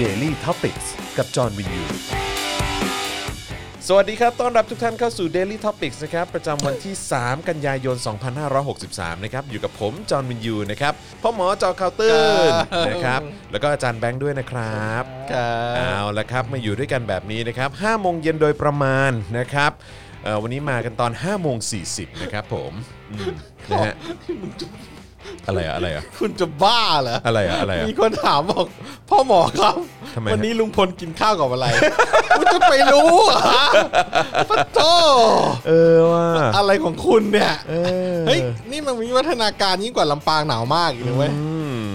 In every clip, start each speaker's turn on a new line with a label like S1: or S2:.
S1: Daily t o p i c กกับจอห์นวินยู
S2: สวัสดีครับ ต้อนรับทุกท่านเข้าสู่ Daily Topics นะครับ ประจำวันที่ 3 กันยายน 2563 นะครับ อยู่กับผม จอห์นวินยูนะครับ พ่อหมอจอเคาวตื้ นนะครับ แล้วก็อาจารย์แบงค์ด้วยนะครับ เอาละครับ มาอยู่ด้วยกันแบบนี้นะครับ5โมงเย็นโดยประมาณนะครับเอ่อวันนี้มากันตอน5โมง40 นะครับผมอืมนะ ฮะอะไรอะอะไรอะ
S3: คุณจะบ้าเหรอ
S2: อะไรอะอะไรอะ
S3: มีคนถามบอก พ่อหมอครับ
S2: ทำไมฮะ
S3: วันี้ลุงพลกินข้าวกับอะไร คุณจะไปรู้เหรอปะโต
S2: เออว่า
S3: อะไรของคุณเนี่ยเฮ้ยนี่มันมีวัฒนาการยิ่งกว่าลำปางหนาวมากอีกเลยเว้ย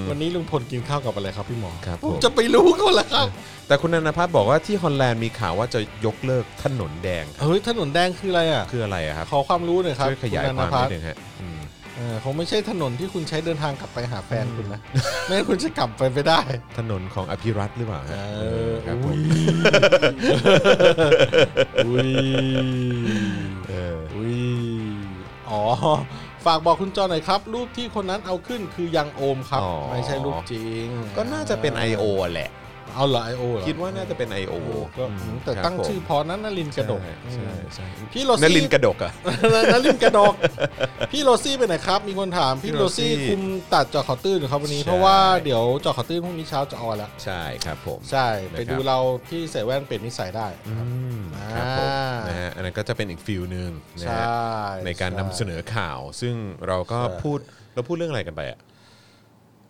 S3: วันนี้ลุงพลกินข้าวกับอะไรครับพี่หมอ
S2: ครับผม
S3: ผมจะไปรู้เขาเหรอครับ
S2: แต่คุณนันทพัฒน์บอกว่าที่ฮอลแลนด์มีข่าวว่าจะยกเลิกถนนแดง
S3: เฮ้ยถนนแดงคืออะไรอ่ะ
S2: คืออะไรอะครับ
S3: ขอความรู้หน่อยครับ
S2: ช่วยขยายความนิดนึงฮะ
S3: เออคงไม่ใช่ถนนที่คุณใช้เดินทางกลับไปหาแฟน คุณนะไม่งั้นคุณจะกลับไปไม่ได้
S2: ถนนของอภิรัตน์หรือเปล่าฮะ
S3: เอ
S2: เอ
S3: อ
S2: อครับผม
S3: อุ้ย
S2: เออ
S3: อุ้ยอ๋อ ฝากบอกคุณจอหน่อยครับ รูปที่คนนั้นเอาขึ้นคือยังโอมครับ
S2: อ๋อ
S3: ไม่ใช่รูปจริง
S2: ก็น่าจะเป็น I.O. แหละ
S3: เอาเหรอไอโอเหรอ
S2: คิดว่าน่าจะเป็น I.O.
S3: ก็อืมแต่
S2: ครับ
S3: ตั้งชื่อ
S2: ผม
S3: พอนั้นนลินทร์กระดก
S2: ใช่ใช่
S3: พี่โร
S2: น
S3: ซี่
S2: ลินทร์กระดกอะ
S3: นลินทร์กระด ก พี่โรซี่ไปไหนครับ มีคนถามพี่
S2: พี่
S3: โร
S2: โรซี่
S3: ซี่คุมตัดเจอข่าวตื้นเหรือครับวันนี้
S2: ใช่
S3: เพราะว่าเดี๋ยวเจอข่าวตื้นพรุ่งนี้เช้าจะออนแล้ว
S2: ใช่ครับผม
S3: ใช่
S2: นะ
S3: ไป
S2: ครับ
S3: ดูเราที่ใส่แว่นเปลี่ยนนิสัยได้
S2: อืมครับผมนะฮะอันนั้นก็จะเป็นอีกฟิลหนึ่งนะ
S3: ใช่
S2: ฮะในการนำเสนอข่าว ซึ่งเราก็
S3: ใช่
S2: พูดเราพูดเรื่องอะไรกันไปอะ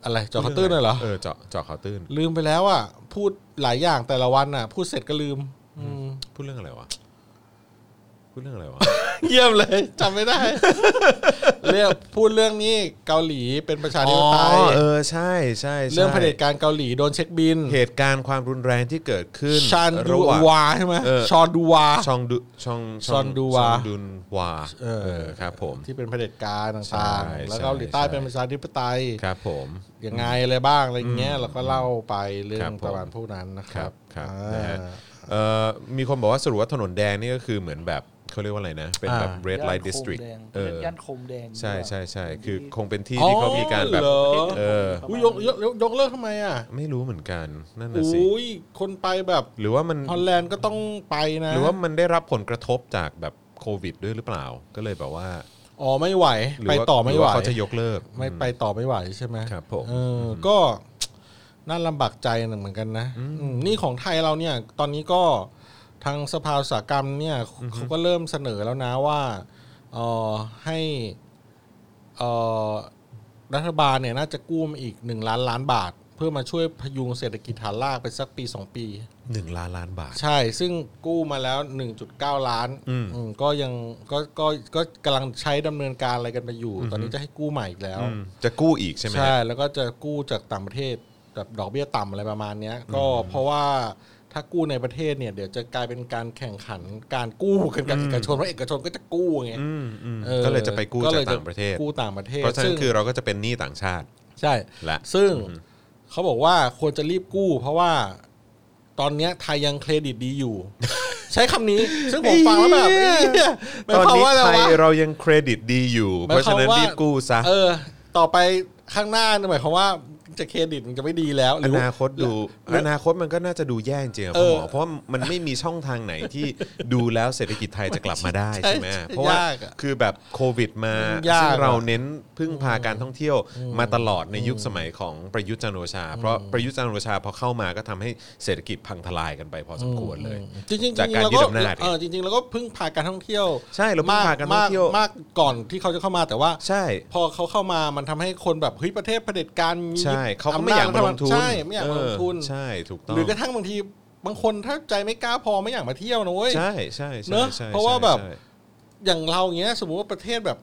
S3: อะไรเจอข่าวตื้นเลยเหรอ
S2: เออเจาะเจาะข่าวตื้น
S3: ลืมไปแล้วอ่ะพูดหลายอย่างแต่ละวันอ่ะ พูดเสร็จก็ลืมอืม
S2: พูดเรื่องอะไรวะพูดเรื่องอะไรวะ
S3: เยี่ยมเลยจำไม่ได้ เรื่องพูดเรื่องนี้เกาหลีเป็นประชาธิปไตย
S2: เออใช่ใช่ใช่
S3: เรื่องเผด็จการเกาหลีโดนเช็คบิน
S2: เหตุการณ์ความรุนแรงที่เกิดขึ้น
S3: ชานดู
S2: ระหว่าง
S3: วาใช่ไหม
S2: เออ
S3: ชอนดูวา
S2: ชองดูชอง
S3: ชอนดูวา
S2: ชองดุนวา
S3: เอ
S2: เอ
S3: อ
S2: อครับผม
S3: ที่เป็นเผด็จการ
S2: ใช่
S3: ต่างๆแล้ว
S2: ใช่
S3: เกาหลีใต้
S2: ใช่
S3: เป็นประชาธิปไตย
S2: ครับผม
S3: ยังไงอะไรบ้างอะไรอย่างเงี้ยเราก็เล่าไปเรื่อ
S2: ครั
S3: ง
S2: บผม
S3: ประมาณพวกนั้นนะค
S2: ค
S3: รั
S2: รั
S3: บบ
S2: ครับ
S3: อ่า
S2: นะฮะเอ่อมีคนบอกว่าสรุปว่าถนนแดงนี่ก็คือเหมือนแบบเขาเรียกว่าอะไรนะ เป็นแบบ
S3: อ่า
S2: red
S4: ย่าน
S2: light
S4: โคม
S2: district
S4: แดง
S2: เออ
S4: เป็นย่านโคมแดง
S2: ใช่ใช่ใช่คือค
S4: คง
S2: งเป็นที่ที่เขามีการแบบ
S3: อ๋อเหรอ
S2: เออ
S3: อุ๊ยยกยกยกยกเลิกทำไมอ่ะ
S2: ไม่รู้เหมือนกันนั่นน่ะสิ
S3: โอ้ย คนไปแบบ
S2: หรือว่ามัน
S3: ฮอลแลนด์ก็ต้องไปนะ
S2: หรือว่ามันได้รับผลกระทบจากแบบโควิดด้วยหรือเปล่า ก็เลยแบบว่า
S3: อ๋อไม่ไหว
S2: หรื
S3: ไป
S2: ว่า
S3: ต่อไม่
S2: รื
S3: ไหว
S2: เขาจะยกเลิก
S3: ไม่ไปต่อไม่ไหวใช่ไหม
S2: ครับผม
S3: เอออก็น่าลำบากใจเหมือนกันนะอืมนี่ของไทยเราเนี่ย ตอนนี้ก็ทางสภาอุตสาหกรรมเนี่ยเขาก็เริ่มเสนอแล้วนะว่าเออให้เออรัฐบาลเนี่ยน่าจะกู้มาอีกหนึ่งล้านล้านบาท เพื่อมาช่วยพยุงเศรษฐกิจฐานรากไปสักปีสองปี
S2: หนึ่งล้านล้านบาท
S3: ใช่ ซึ่งกู้มาแล้ว 1.9 ล้าน
S2: อืม
S3: อืมก็ยังก็ก็ก็กำลังใช้ดำเนินการอะไรกันไปอยู่ ตอนนี้จะให้กู้ใหม่อีกแล้ว
S2: อืมจะกู้อีกใช่ไหมฮะ
S3: ใช่ แล้วก็จะกู้จากต่างประเทศแบบดอกเบี้ยต่ำอะไรประมาณเนี้ย ก็เพราะว่าถ้ากู้ในประเทศเนี่ย เดี๋ยวจะกลายเป็นการแข่งขันการกู้กันกับ
S2: อืม
S3: เอกชนเพราะเอกชนก็จะกู้ไง
S2: อืมอืม
S3: ออ
S2: ก็เลยจะไปกู้จาก
S3: ลย
S2: ต่างประเทศ
S3: กู้ต่างประเทศ
S2: เพราะฉะนั้น
S3: ซึ่ง
S2: คือเราก็จะเป็นหนี้ต่างชาติ
S3: ใช่
S2: และ
S3: ซึ่งเขาบอกว่าควรจะรีบกู้ เพราะว่าตอนเนี้ยไทยยังเครดิตดีอยู่ ใช้คำนี้ ซึ่งผมฟังแล้วแบบ
S2: เอี้ย
S3: เอ้ยหมาย
S2: ตอน
S3: ความ
S2: นี้
S3: ว่าอะไร
S2: ไทยว
S3: ะ
S2: เรายังเครดิตดีอยู่
S3: หม
S2: เพราะ
S3: ยคว
S2: ฉะ
S3: ม
S2: นั้น
S3: ว่
S2: รีบกู้ซะ
S3: เออ ต่อไปข้างหน้าเนี่ยหมายความว่าจะเครดิตมันจะไม่ดีแล้วห
S2: อ
S3: รือ
S2: นาคตดูอนาคตมันก็น่าจะดูแย่จริงๆอะ
S3: เอ
S2: คุณ
S3: อ
S2: หมอเพราะว่ามันไม่มีช่องทางไหนที่ดูแล้วเศรษฐกิจไทยจะกลับมาได้
S3: ใช่
S2: ใช่ไหม
S3: ใช่
S2: เพราะว่าย
S3: ากอะ
S2: คือแบบโควิดมา
S3: อืมยาก
S2: ซึ่งเรา
S3: อะ
S2: เน้นพึ่งพาการท่องเที่ยวมาตลอดในยุคสมัยของประยุทธ์จันทร์โอชา เพราะประยุทธ์จันทร์โอชาพอเข้ามาก็ทำให้เศรษฐกิจพังทลายกันไปพอสมควรเลย
S3: จริงๆจริง
S2: จาก
S3: ๆ
S2: การ
S3: เรา
S2: ยึ
S3: ก็
S2: ดอำนาจ
S3: เออจริงๆเราก็พึ่งพาการท่องเที่ยว
S2: ใช่เราพึ่งพาการท่องเที่ยว
S3: มากๆก่อนที่เขาจะเข้ามาแต่ว่า
S2: ใช่
S3: พอเขาเข้ามามันทำให้คนแบบเฮ้ยประเทศเผด็จการมี
S2: ใช่เขาก็ไม่อยากมาลงทุน
S3: ใช่ไม่อยากมาลงทุน
S2: เออใช่ถูกต้อง
S3: หรือกระทั่งบางทีบางคนถ้าใจไม่กล้าพอไม่อยากมาเที่ยวนะเว้ย
S2: ใช่ใช่ใช่
S3: เนอะ
S2: ใช่
S3: เพราะว่าแบบ
S2: ใช่
S3: อย่างเราอย่างเงี้ยสมมติว่าประเทศแบบ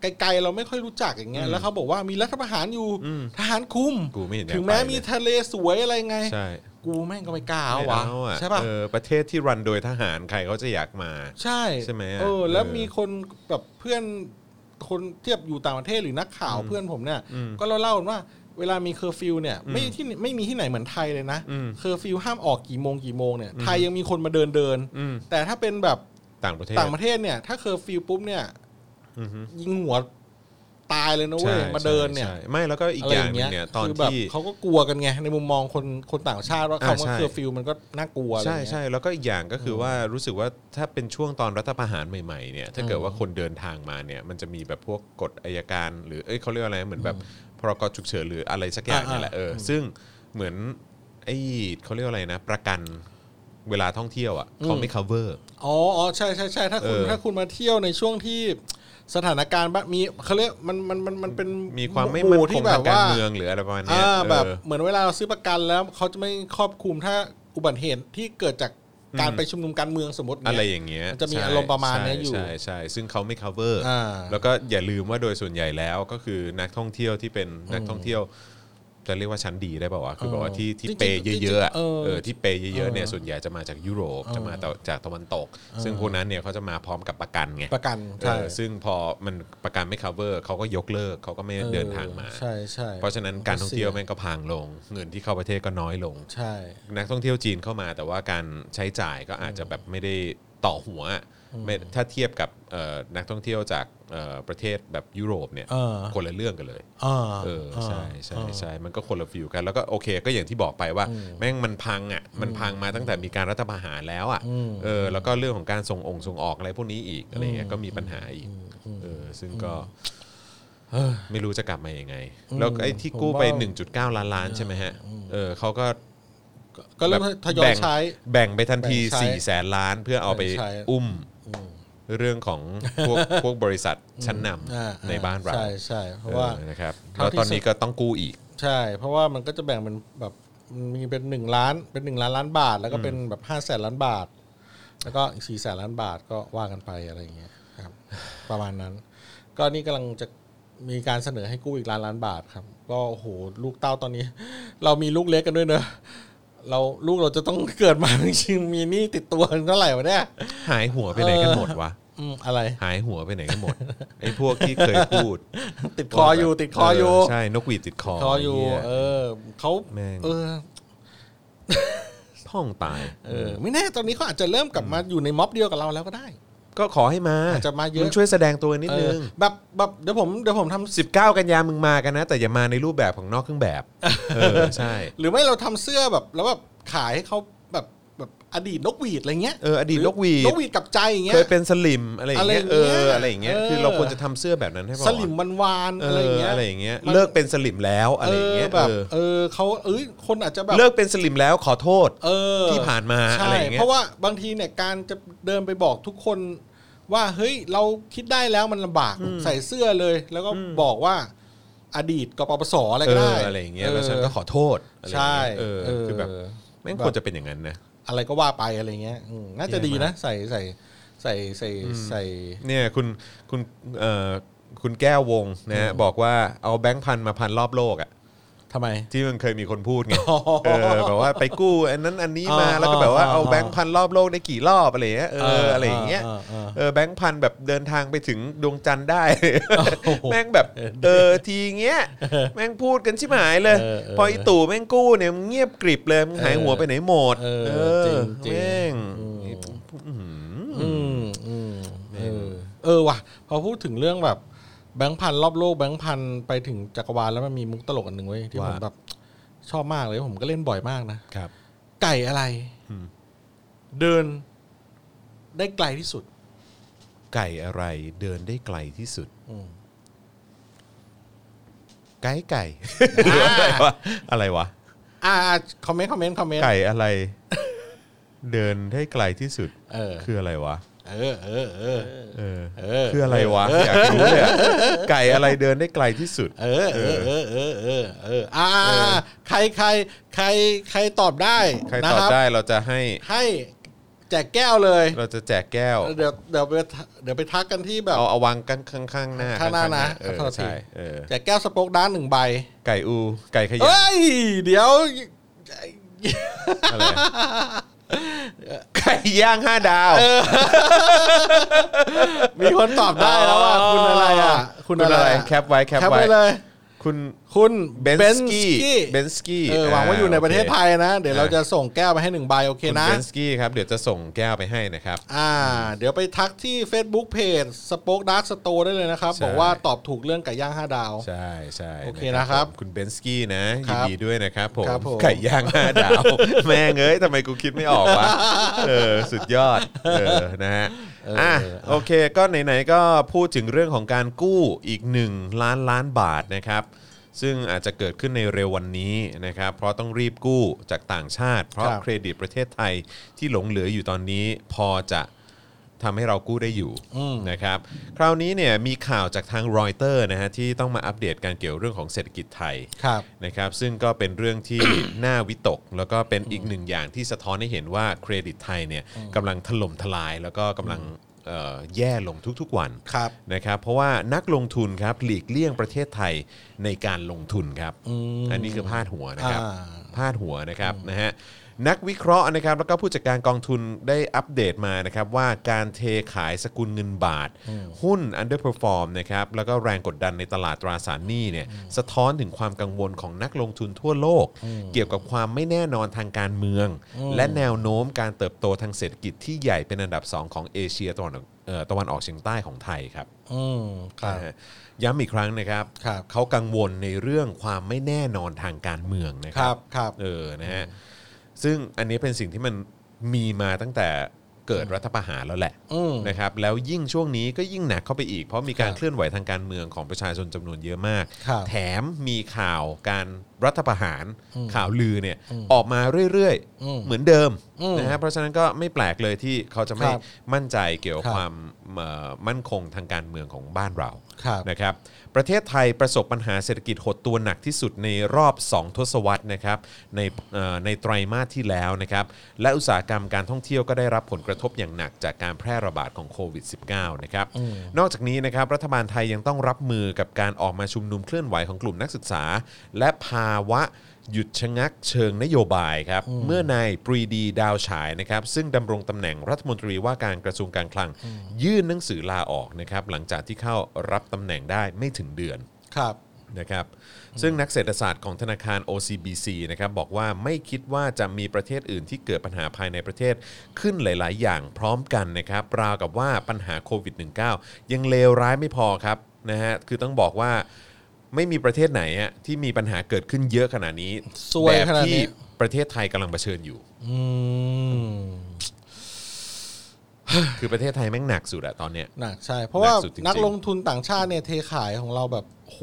S3: ไกลๆเราไม่ค่อยรู้จักอย่างเงี้ยแล้วเขาบอกว่ามีรัฐประหารอยู่
S2: อืม
S3: ทหารคุม
S2: กูไม่เห็นอยาก
S3: ถึงแม้
S2: ไปเลย
S3: มีทะเลสวยอะไรไง
S2: ใช่
S3: กูแม่งก็ไม่กล้า
S2: ไม่
S3: วะ
S2: เออ
S3: ใช่ป่ะ
S2: เออประเทศที่รันโดยทหารใครเขาจะอยากมา
S3: ใช่
S2: ใช่ไหม
S3: เออแล้ว
S2: เออ
S3: มีคนแบบเพื่อนคนเทียบอยู่ต่างประเทศหรือนักข่าวเพื่อนผมเนี่ย
S2: อืม
S3: ก็เล่าเล่ากันว่า เวลามีเคอร์ฟิวเนี่ยไม่ที่ไม่มีที่ไหนเหมือนไทยเลยนะ
S2: อืม
S3: เคอร์ฟิวห้ามออกกี่โมงกี่โมงเนี่ยไทยยังมีคนมาเดินเดินๆ
S2: อืม
S3: แต่ถ้าเป็นแบบ
S2: ต่างประเทศ
S3: ต่างประเทศเนี่ย ถ้าเคอร์ฟิวปุ๊บเนี่ย
S2: อือฮึ
S3: ยิงหัว ตายเลยนะเว้ย
S2: ใช่
S3: มาเดินเนี่ย
S2: ใช่ใช่ไม่แล้วก็อีก
S3: อะไร
S2: อ
S3: อย่าง ย่าง
S2: หนึ
S3: เงี้
S2: ง
S3: ย
S2: เนี่ยตอน
S3: คืแบบ
S2: ที่
S3: เขาก็กลัวกันไงในมุมมองคนคนต่างชาติว่า
S2: อ่า
S3: คำว่า
S2: ใช่
S3: เคอร์ฟิวมันก็น่ากลัวอะไร
S2: ใช่
S3: เงี้ย
S2: ใช่แล้วก็อีกอย่างก็คือว่ารู้สึกว่าถ้าเป็นช่วงตอนรัฐประหารใหม่ๆเนี่ยถ้าเกิดว่าคนเดินทางมาเนี่ยมันจะมีแบบพวกกฎอายการ หรือเอ้ยเขาเรียกว่าอะไรเหมือนแบบพรกฉุกเฉินหรืออะไรสักอย่างเนี่ยแหละเออซึ่งเหมือนไอ้เขาเรียกว่าอะไรนะ ประกันเวลาท่องเที่ยวอ่ะเขาไม่ cover
S3: อ๋ออ๋อใช่ใช่ใช่ถ้าคุณ
S2: เออ
S3: ถ้าคุณมาเที่ยวในช่วงที่สถานการณ์บ้านมีเขาเรียกมันมันมันมันเป็น
S2: มีความไม่
S3: ห
S2: มั่นค
S3: ที่
S2: ง
S3: แบ
S2: ทา
S3: บ
S2: งการ
S3: ว่า
S2: เมืองหรืออะไรประมาณเนี้ย
S3: อ่าแบบ
S2: เออ
S3: เหมือนเวลาเราซื้อประกันแล้วเขาจะไม่ครอบคลุมถ้าอุบัติเหตุที่เกิดจากการ
S2: อืม
S3: ไปชุมนุมการเมืองสมมติเนี่
S2: อะไรอย่างเงี้ย
S3: มันจะมี
S2: ใช่
S3: อารมณ์ประมาณเนี้ย
S2: ใช่
S3: อยู่
S2: ใช่ใช่ซึ่งเขาไม่ cover
S3: อ่า
S2: แล้วก็อย่าลืมว่าโดยส่วนใหญ่แล้วก็คือนักท่องเที่ยวที่เป็นนักท่องเที่ยว จะเรียกว่าชั้นดีได้เปล่าวะคือแบบว่าที่ที่
S3: จริงๆ
S2: เปย์เยอะๆอะ
S3: เออ
S2: เออที่เปย์เยอะๆเนี่ย
S3: เออ
S2: ส่วนใหญ่จะมาจากยุโรปจะมาจากตะวันตก ซึ่งพวกนั้นเนี่ยเขาจะมาพร้อมกับประกันไง
S3: ประกัน
S2: เออ
S3: ใช่
S2: ซึ่งพอมันประกันไม่ cover เขาก็ยกเลิกเขาก็ไม่
S3: ออ
S2: เดินทางมา
S3: ใช่ใช่
S2: เพราะฉะนั้นการท่องเที่ยวแม่งก็พังลง เงินที่เข้าประเทศก็น้อยลง
S3: ใช่
S2: นักท่องเที่ยวจีนเข้ามาแต่ว่าการใช้จ่ายก็อาจจะแบบไม่ได้ต่อหัวอะไม่ถ้าเทียบกับเอ่อนักท่องเที่ยวจากเอ่อประเทศแบบยุโรปเนี่ย
S3: เออ
S2: คนละเรื่องกันเลย
S3: อ่า
S2: เออใช่ใช่ใช่มันก็คนละฟิวกัน แล้วก็โอเคก็อย่างที่บอกไปว่า แม่งมันพังอ่ะมันพังมาตั้งแต่มีการรัฐประหารแล้วอ่ะเออแล้วก็เรื่องของการส่งองค์ส่งออกอะไรพวกนี้อีกอะไรเงี้ยก็มีปัญหาอีกเออซึ่งก็ไม่รู้จะกลับมายังไง แล้วไอ้ที่กู้ไป 1.9 ล้านล้านใช่ไหมฮะเออเขาก็
S3: ก็เริ่ม
S2: แบบ
S3: ทยอย
S2: แบ่ง
S3: ใช้
S2: แบ่งไปทันที
S3: แบ่งใช้
S2: 4ี่แสนล้านเพื่อเอาไป
S3: แบ่งใช้
S2: อุ้มเรื่องของ พวก พวกบริษัทชั้นน
S3: อ่า
S2: ำในบ้านเรา
S3: ใช่ใช่เพราะว่า
S2: ออนะครับ
S3: เท่า
S2: แล้ว
S3: ที่
S2: ตอนนี้ก็ต้องกู้อีก
S3: ใช่ เพราะว่ามันก็จะแบ่งเป็นแบบมีเป็นหนึ่งล้านเป็นหนึ่งล้านล้านบาท แล้วก็เป็นแบบห้าแสนล้านบาท แล้วก็อีกสี่แสนล้านบาทก็ว่ากันไปอะไรอย่างเงี้ยครับ ประมาณนั้น ก็นี่กำลังจะมีการเสนอให้กู้อีกล้านล้านบาทครับ ก็โอ้โหลูกเต้าตอนนี้ เรามีลูกเล็กกันด้วยเนอะเราลูกเราจะต้องเกิดมา จริงๆมีหนี้ติดตัวเท่าไหร่วะเนี่ย
S2: หายหัวไปไหนกันหมดวะ
S3: อืมอะไร
S2: หายหัวไปไหนกันหมด ไอ้พวกที่เคยพูด
S3: ติ ดคออยู่ติดคออยู่
S2: เใช่นกหวีดติดคอ
S3: คออยู่
S2: ไเหี้
S3: เออเขา
S2: แม่ง
S3: เออ
S2: ท่องตาย
S3: เออไม่แน่ตอนนี้เขาอาจจะเริ่มกลับมาอยู่ในม็อบเดียวกับเราแล้วก็ได้
S2: ก็ขอให้มา
S3: อาจจะมาเยอะ
S2: งช่วยแสดงตัวนิด
S3: เอ
S2: นึ
S3: อง แบบแบบเดี๋ยวผมเดี๋ยวผมทำ
S2: 19 กันยามึงมากันนะ แต่อย่ามาในรูปแบบของนอกเครื่องแบบ เออใช่
S3: หรือไม่เราทำเสื้อแบบแล้วแบบขายให้เขาแบบแบบอดีตนกหวีดอะไรเงี้ย
S2: เอออดีตนกหวีด
S3: นกหวีดกับใจอย่างเงี้
S2: เค
S3: ย
S2: ยเป็นสลิมอะไรอย่างเงี้ย
S3: อะไร
S2: เอ
S3: อย่างเงี้ย
S2: ออะไรอย่างเงี้ย
S3: เออ
S2: คือเราควรจะทำเสื้อแบบนั้นให้ป่าว
S3: ส
S2: วะ
S3: ลิมวันวาน
S2: เอ
S3: อะไร
S2: อ
S3: อย่างเงี้ย
S2: อะไรอย่างเงี้ย
S3: มัน
S2: เลิกเป็นสลิมแล้วอะไรอย่างเงี้ย
S3: แบบ
S2: เออ
S3: เออเขาเอ้ยคนอาจจะแบบ
S2: เลิกเป็นสลิมแล้วขอโทษ
S3: เออ
S2: ที่ผ่านมา
S3: ใช่
S2: อะไรอย่างเงี้ย
S3: เพราะว่าบางทีเนี่ยการจะเดินไปบอกทุกคน ว่าเฮ้ยเราคิดได้แล้วมันลำบากใส่เสื้อเลย แล้วก็บอกว่าอดีตกปปสอะไรก็ได้
S2: เอออะไรอย่างเงี้ยแล้วฉันก็ขอโทษอะไรอย่าง
S3: ใช่
S2: เงี้ยเออ
S3: เ
S2: คือแบบแม่งควรจะเป็นอย่างนั้นนะ
S3: อะไรก็ว่าไปอะไรเงี้ยอืมน่าจะดีนะ ใส่ใส่ใส่ใส่ใส่
S2: เนี่ยคุณคุณเอ่อคุณแก้ววงนะฮะบอกว่าเอาแบงค์พันมาพันรอบโลกอ่ะ
S3: ทำไม
S2: ที่มันเคยมีคนพูดไง
S3: อ๋อ
S2: เออแบบว่าไปกู้อันนั้นอันนี้มา
S3: อ๋อ
S2: แล้วก็แบบว่า
S3: อ๋อ
S2: เอาแบงค์พันรอบโลกได้กี่รอบอะไรอย่างเงี้ยเอ
S3: เอ
S2: อ
S3: อ
S2: อะไรอย่างเงี้ย
S3: เออเออ
S2: เออแบงค์พันแบบเดินทางไปถึงดวงจันทร์ได้ แม่งแบบเออทีเงี้ยแม่งพูดกันชิบหายเลย
S3: เออเออ
S2: พออีตู่แม่งกู้เนี่ยมึงเงียบกริบเลยมึงหายหัวไปไหนหมด
S3: เออ
S2: เอ
S3: จริ
S2: อง
S3: จริง
S2: แม่ง
S3: อืมอืมเออเออว่ะพอพูดถึงเรื่องแบบแบงค์พันรอบโลกแบงค์พันไปถึงจักรวาลแล้วมันมีมุกตลกอันหนึ่งเว้ยที่
S2: ว่า
S3: ผมแบบชอบมากเลยผมก็เล่นบ่อยมากนะครับ ไก่อะไร
S2: อืม
S3: เดิน ได้ไกลที่สุด
S2: ไก่อะไรเดินได้ไกลที่สุด
S3: อืม
S2: ไก่ไก่ หรืออะไรวะ อะไรวะ
S3: อ่าคอมเมนต์คอมเมนต์คอมเมนต์
S2: ไก่อะไร เดินได้ไกลที่สุด
S3: เออ
S2: คืออะไรวะ
S3: เออเออเออ
S2: เออ
S3: เออ
S2: คืออะไรวะอยากรู้เลยอะไก่อะไรเดินได้ไกลที่สุด
S3: เออเออเออเออเออเอออ่าใครใครใครใครตอบได้
S2: ใคร
S3: นะ
S2: ตอบ
S3: รับ
S2: ได้เราจะให้
S3: ให้แจกแก้วเลย
S2: เราจะแจกแก้ว
S3: เดี๋ยวเดี๋ยวไปเดี๋ยวไปทักกันที่แบบ
S2: เอาเอาวางกันข้างข้างๆหน้า
S3: ข้างหน้า
S2: ข้
S3: นะ
S2: เออ
S3: ขอโทษที
S2: ใช่เออ
S3: แจกแก้วสโป๊กด้านหนึ่งใบ
S2: ไก่อู ไก่ขยะ
S3: เอ้ย เดี๋ยว
S2: อะไรไก่ย่างห้าดาว
S3: มีคนตอบได้แล้วว่า
S2: อ๋อ
S3: คุณอะไรอ่ะ คุณอะไร
S2: แคปไว้แคป
S3: แคป
S2: ไว้
S3: ไปเลย
S2: คุณ
S3: คุณ
S2: เบนสกี้เบนสกี้
S3: เออหวังว่าอยู่ในประเทศไทยนะ เดี๋ยวเรา
S2: อ่ะ
S3: จะส่งแก้วไปให้หนึ่งใบโอเค
S2: คุณ
S3: นะ
S2: เบนสกี้ครับเดี๋ยวจะส่งแก้วไปให้นะครับ
S3: อ่า เดี๋ยวไปทักที่ Facebook Page Spoke Dark Store ได้เลยนะครับ
S2: ใช่
S3: บอกว่าตอบถูกเรื่องไก่ย่าง 5 ดาว
S2: ใช่ใช่
S3: โอเคนะครับ
S2: ผมคุณเบนสกี้นะ
S3: ค
S2: ยิ
S3: รั
S2: น
S3: บ
S2: ดีด้วยนะครับผม
S3: ครับผม
S2: ไก่ย่างห้าดาว แม่งเอ้ยทำไมกูคิดไม่ออกวะเออสุดยอดเออนะฮะอ่ะโอเค ก็ไหนๆก็พูดถึงเรื่องของการกู้อีก 1 ล้านล้านบาทนะครับ ซึ่งอาจจะเกิดขึ้นในเร็ววันนี้นะครับ เพราะต้องรีบกู้จากต่างชาติ เพราะ
S3: ครับ
S2: เครดิตประเทศไทยที่หลงเหลืออยู่ตอนนี้พอจะ ทำให้เรากู้ได้อยู่นะครับคราวนี้เนี่ยมีข่าวจากทางรอยเตอร์นะฮะที่ต้องมาอัปเดตการเกี่ยวเรื่องของเศรษฐกิจไทย
S3: ครับ
S2: นะครับซึ่งก็เป็นเรื่อง ที่ น่าวิตก แล้วก็เป็นอีกหนึ่งอย่างที่สะท้อนให้เห็นว่าเครดิตไทยเนี่ยกำลังถล่มทลาย แล้วก็กำลังเอ่อแย่ลงทุกๆวัน
S3: ครับ
S2: นะครับเพราะว่านักลงทุนครับหลีกเลี่ยงประเทศไทยในการลงทุนครับอันนี้คือพาดหัวนะครับ
S3: อ่า
S2: พาดหัวนะครับนะฮะนักวิเคราะห์นะครับแล้วก็ผู้จัดการกองทุนได้อัปเดตมานะครับว่าการเทขายสกุลเงินบาท หุ้น underperform นะครับแล้วก็แรงกดดันในตลาดตราสารหนี้เนี่ยสะท้อนถึงความกังวลของนักลงทุนทั่วโลก เกี่ยวกับความไม่แน่นอนทางการเมือง และแนวโน้มการเติบโตทางเศรษฐกิจที่ใหญ่เป็นอันดับสองของเอเชียตะวันออกเอ่อตะวันออกเฉียงใต้ของไทยครับ
S3: อืมครับ
S2: นะฮะย้ำอีกครั้งนะครับ
S3: ครับ
S2: เขากังวลในเรื่องความไม่แน่นอนทางการเมืองนะ
S3: ค
S2: ค
S3: รั
S2: รับ
S3: ครับ
S2: เออนะฮะซึ่งอันนี้เป็นสิ่งที่มันมีมาตั้งแต่เกิดรัฐประหารแล้วแหละ
S3: อืม
S2: นะครับแล้วยิ่งช่วงนี้ก็ยิ่งหนักเข้าไปอีก เพราะมีการ
S3: ครับ
S2: เคลื่อนไหวทางการเมืองของประชาชนจำนวนเยอะมาก
S3: ครับ
S2: แถมมีข่าวการรัฐประหารข่าวลือเนี่ยออกมาเรื่อย
S3: อืม
S2: ๆ เหมือนเดิม
S3: อืม
S2: นะฮะเพราะฉะนั้นก็ไม่แปลกเลยที่เขาจะไม่
S3: ครับ
S2: มั่นใจเกี่ยวกับ
S3: ครับ
S2: ความเอ่อมั่นคงทางการเมืองของบ้านเรา
S3: ครับ
S2: นะครับประเทศไทยประสบปัญหาเศรษฐกิจหดตัวหนักที่สุดในรอบ 2 ทศวรรษนะครับในเอ่อในไตรมาสที่แล้วนะครับและอุตสาหกรรมการท่องเที่ยวก็ได้รับผลกระทบอย่างหนักจากการแพร่ระบาดของโควิด -19 นะครับนอกจากนี้นะครับรัฐบาลไทยยังต้องรับมือกับการออกมาชุมนุมเคลื่อนไหวของกลุ่มนักศึกษา และภาวะ หยุดชะงักเชิงนโยบายครับ เมื่อนายปรีดีดาวฉายนะครับ ซึ่งดำรงตำแหน่งรัฐมนตรีว่าการกระทรวงการคลัง ยื่นหนังสือลาออกนะครับ หลังจากที่เข้ารับตำแหน่งได้ไม่ถึงเดือน
S3: ครับ
S2: นะครับซึ่งนักเศรษฐศาสตร์ของธนาคาร OCBC นะครับบอกว่าไม่คิดว่าจะมีประเทศอื่นที่เกิดปัญหาภายในประเทศขึ้นหลาย ๆ อย่างพร้อมกันนะครับราวกับว่าปัญหาโควิด -19 ยังเลวร้ายไม่พอครับนะฮะคือต้องบอกว่าไม่มีประเทศไหนอะที่มีปัญหาเกิดขึ้นเยอะขนาดนี้
S3: ซวย
S2: แบบ
S3: ขนาดนี้
S2: ที่ประเทศไทยกำลังเผชิญอยู่
S3: อืม
S2: คือประเทศไทยแม่งหนักสุดอะตอนเนี้ย
S3: หนักใช่ เพราะว่า
S2: หนักสุดจริงๆ
S3: นักลงทุนต่างชาติเนี่ยเทขายของเราแบบโห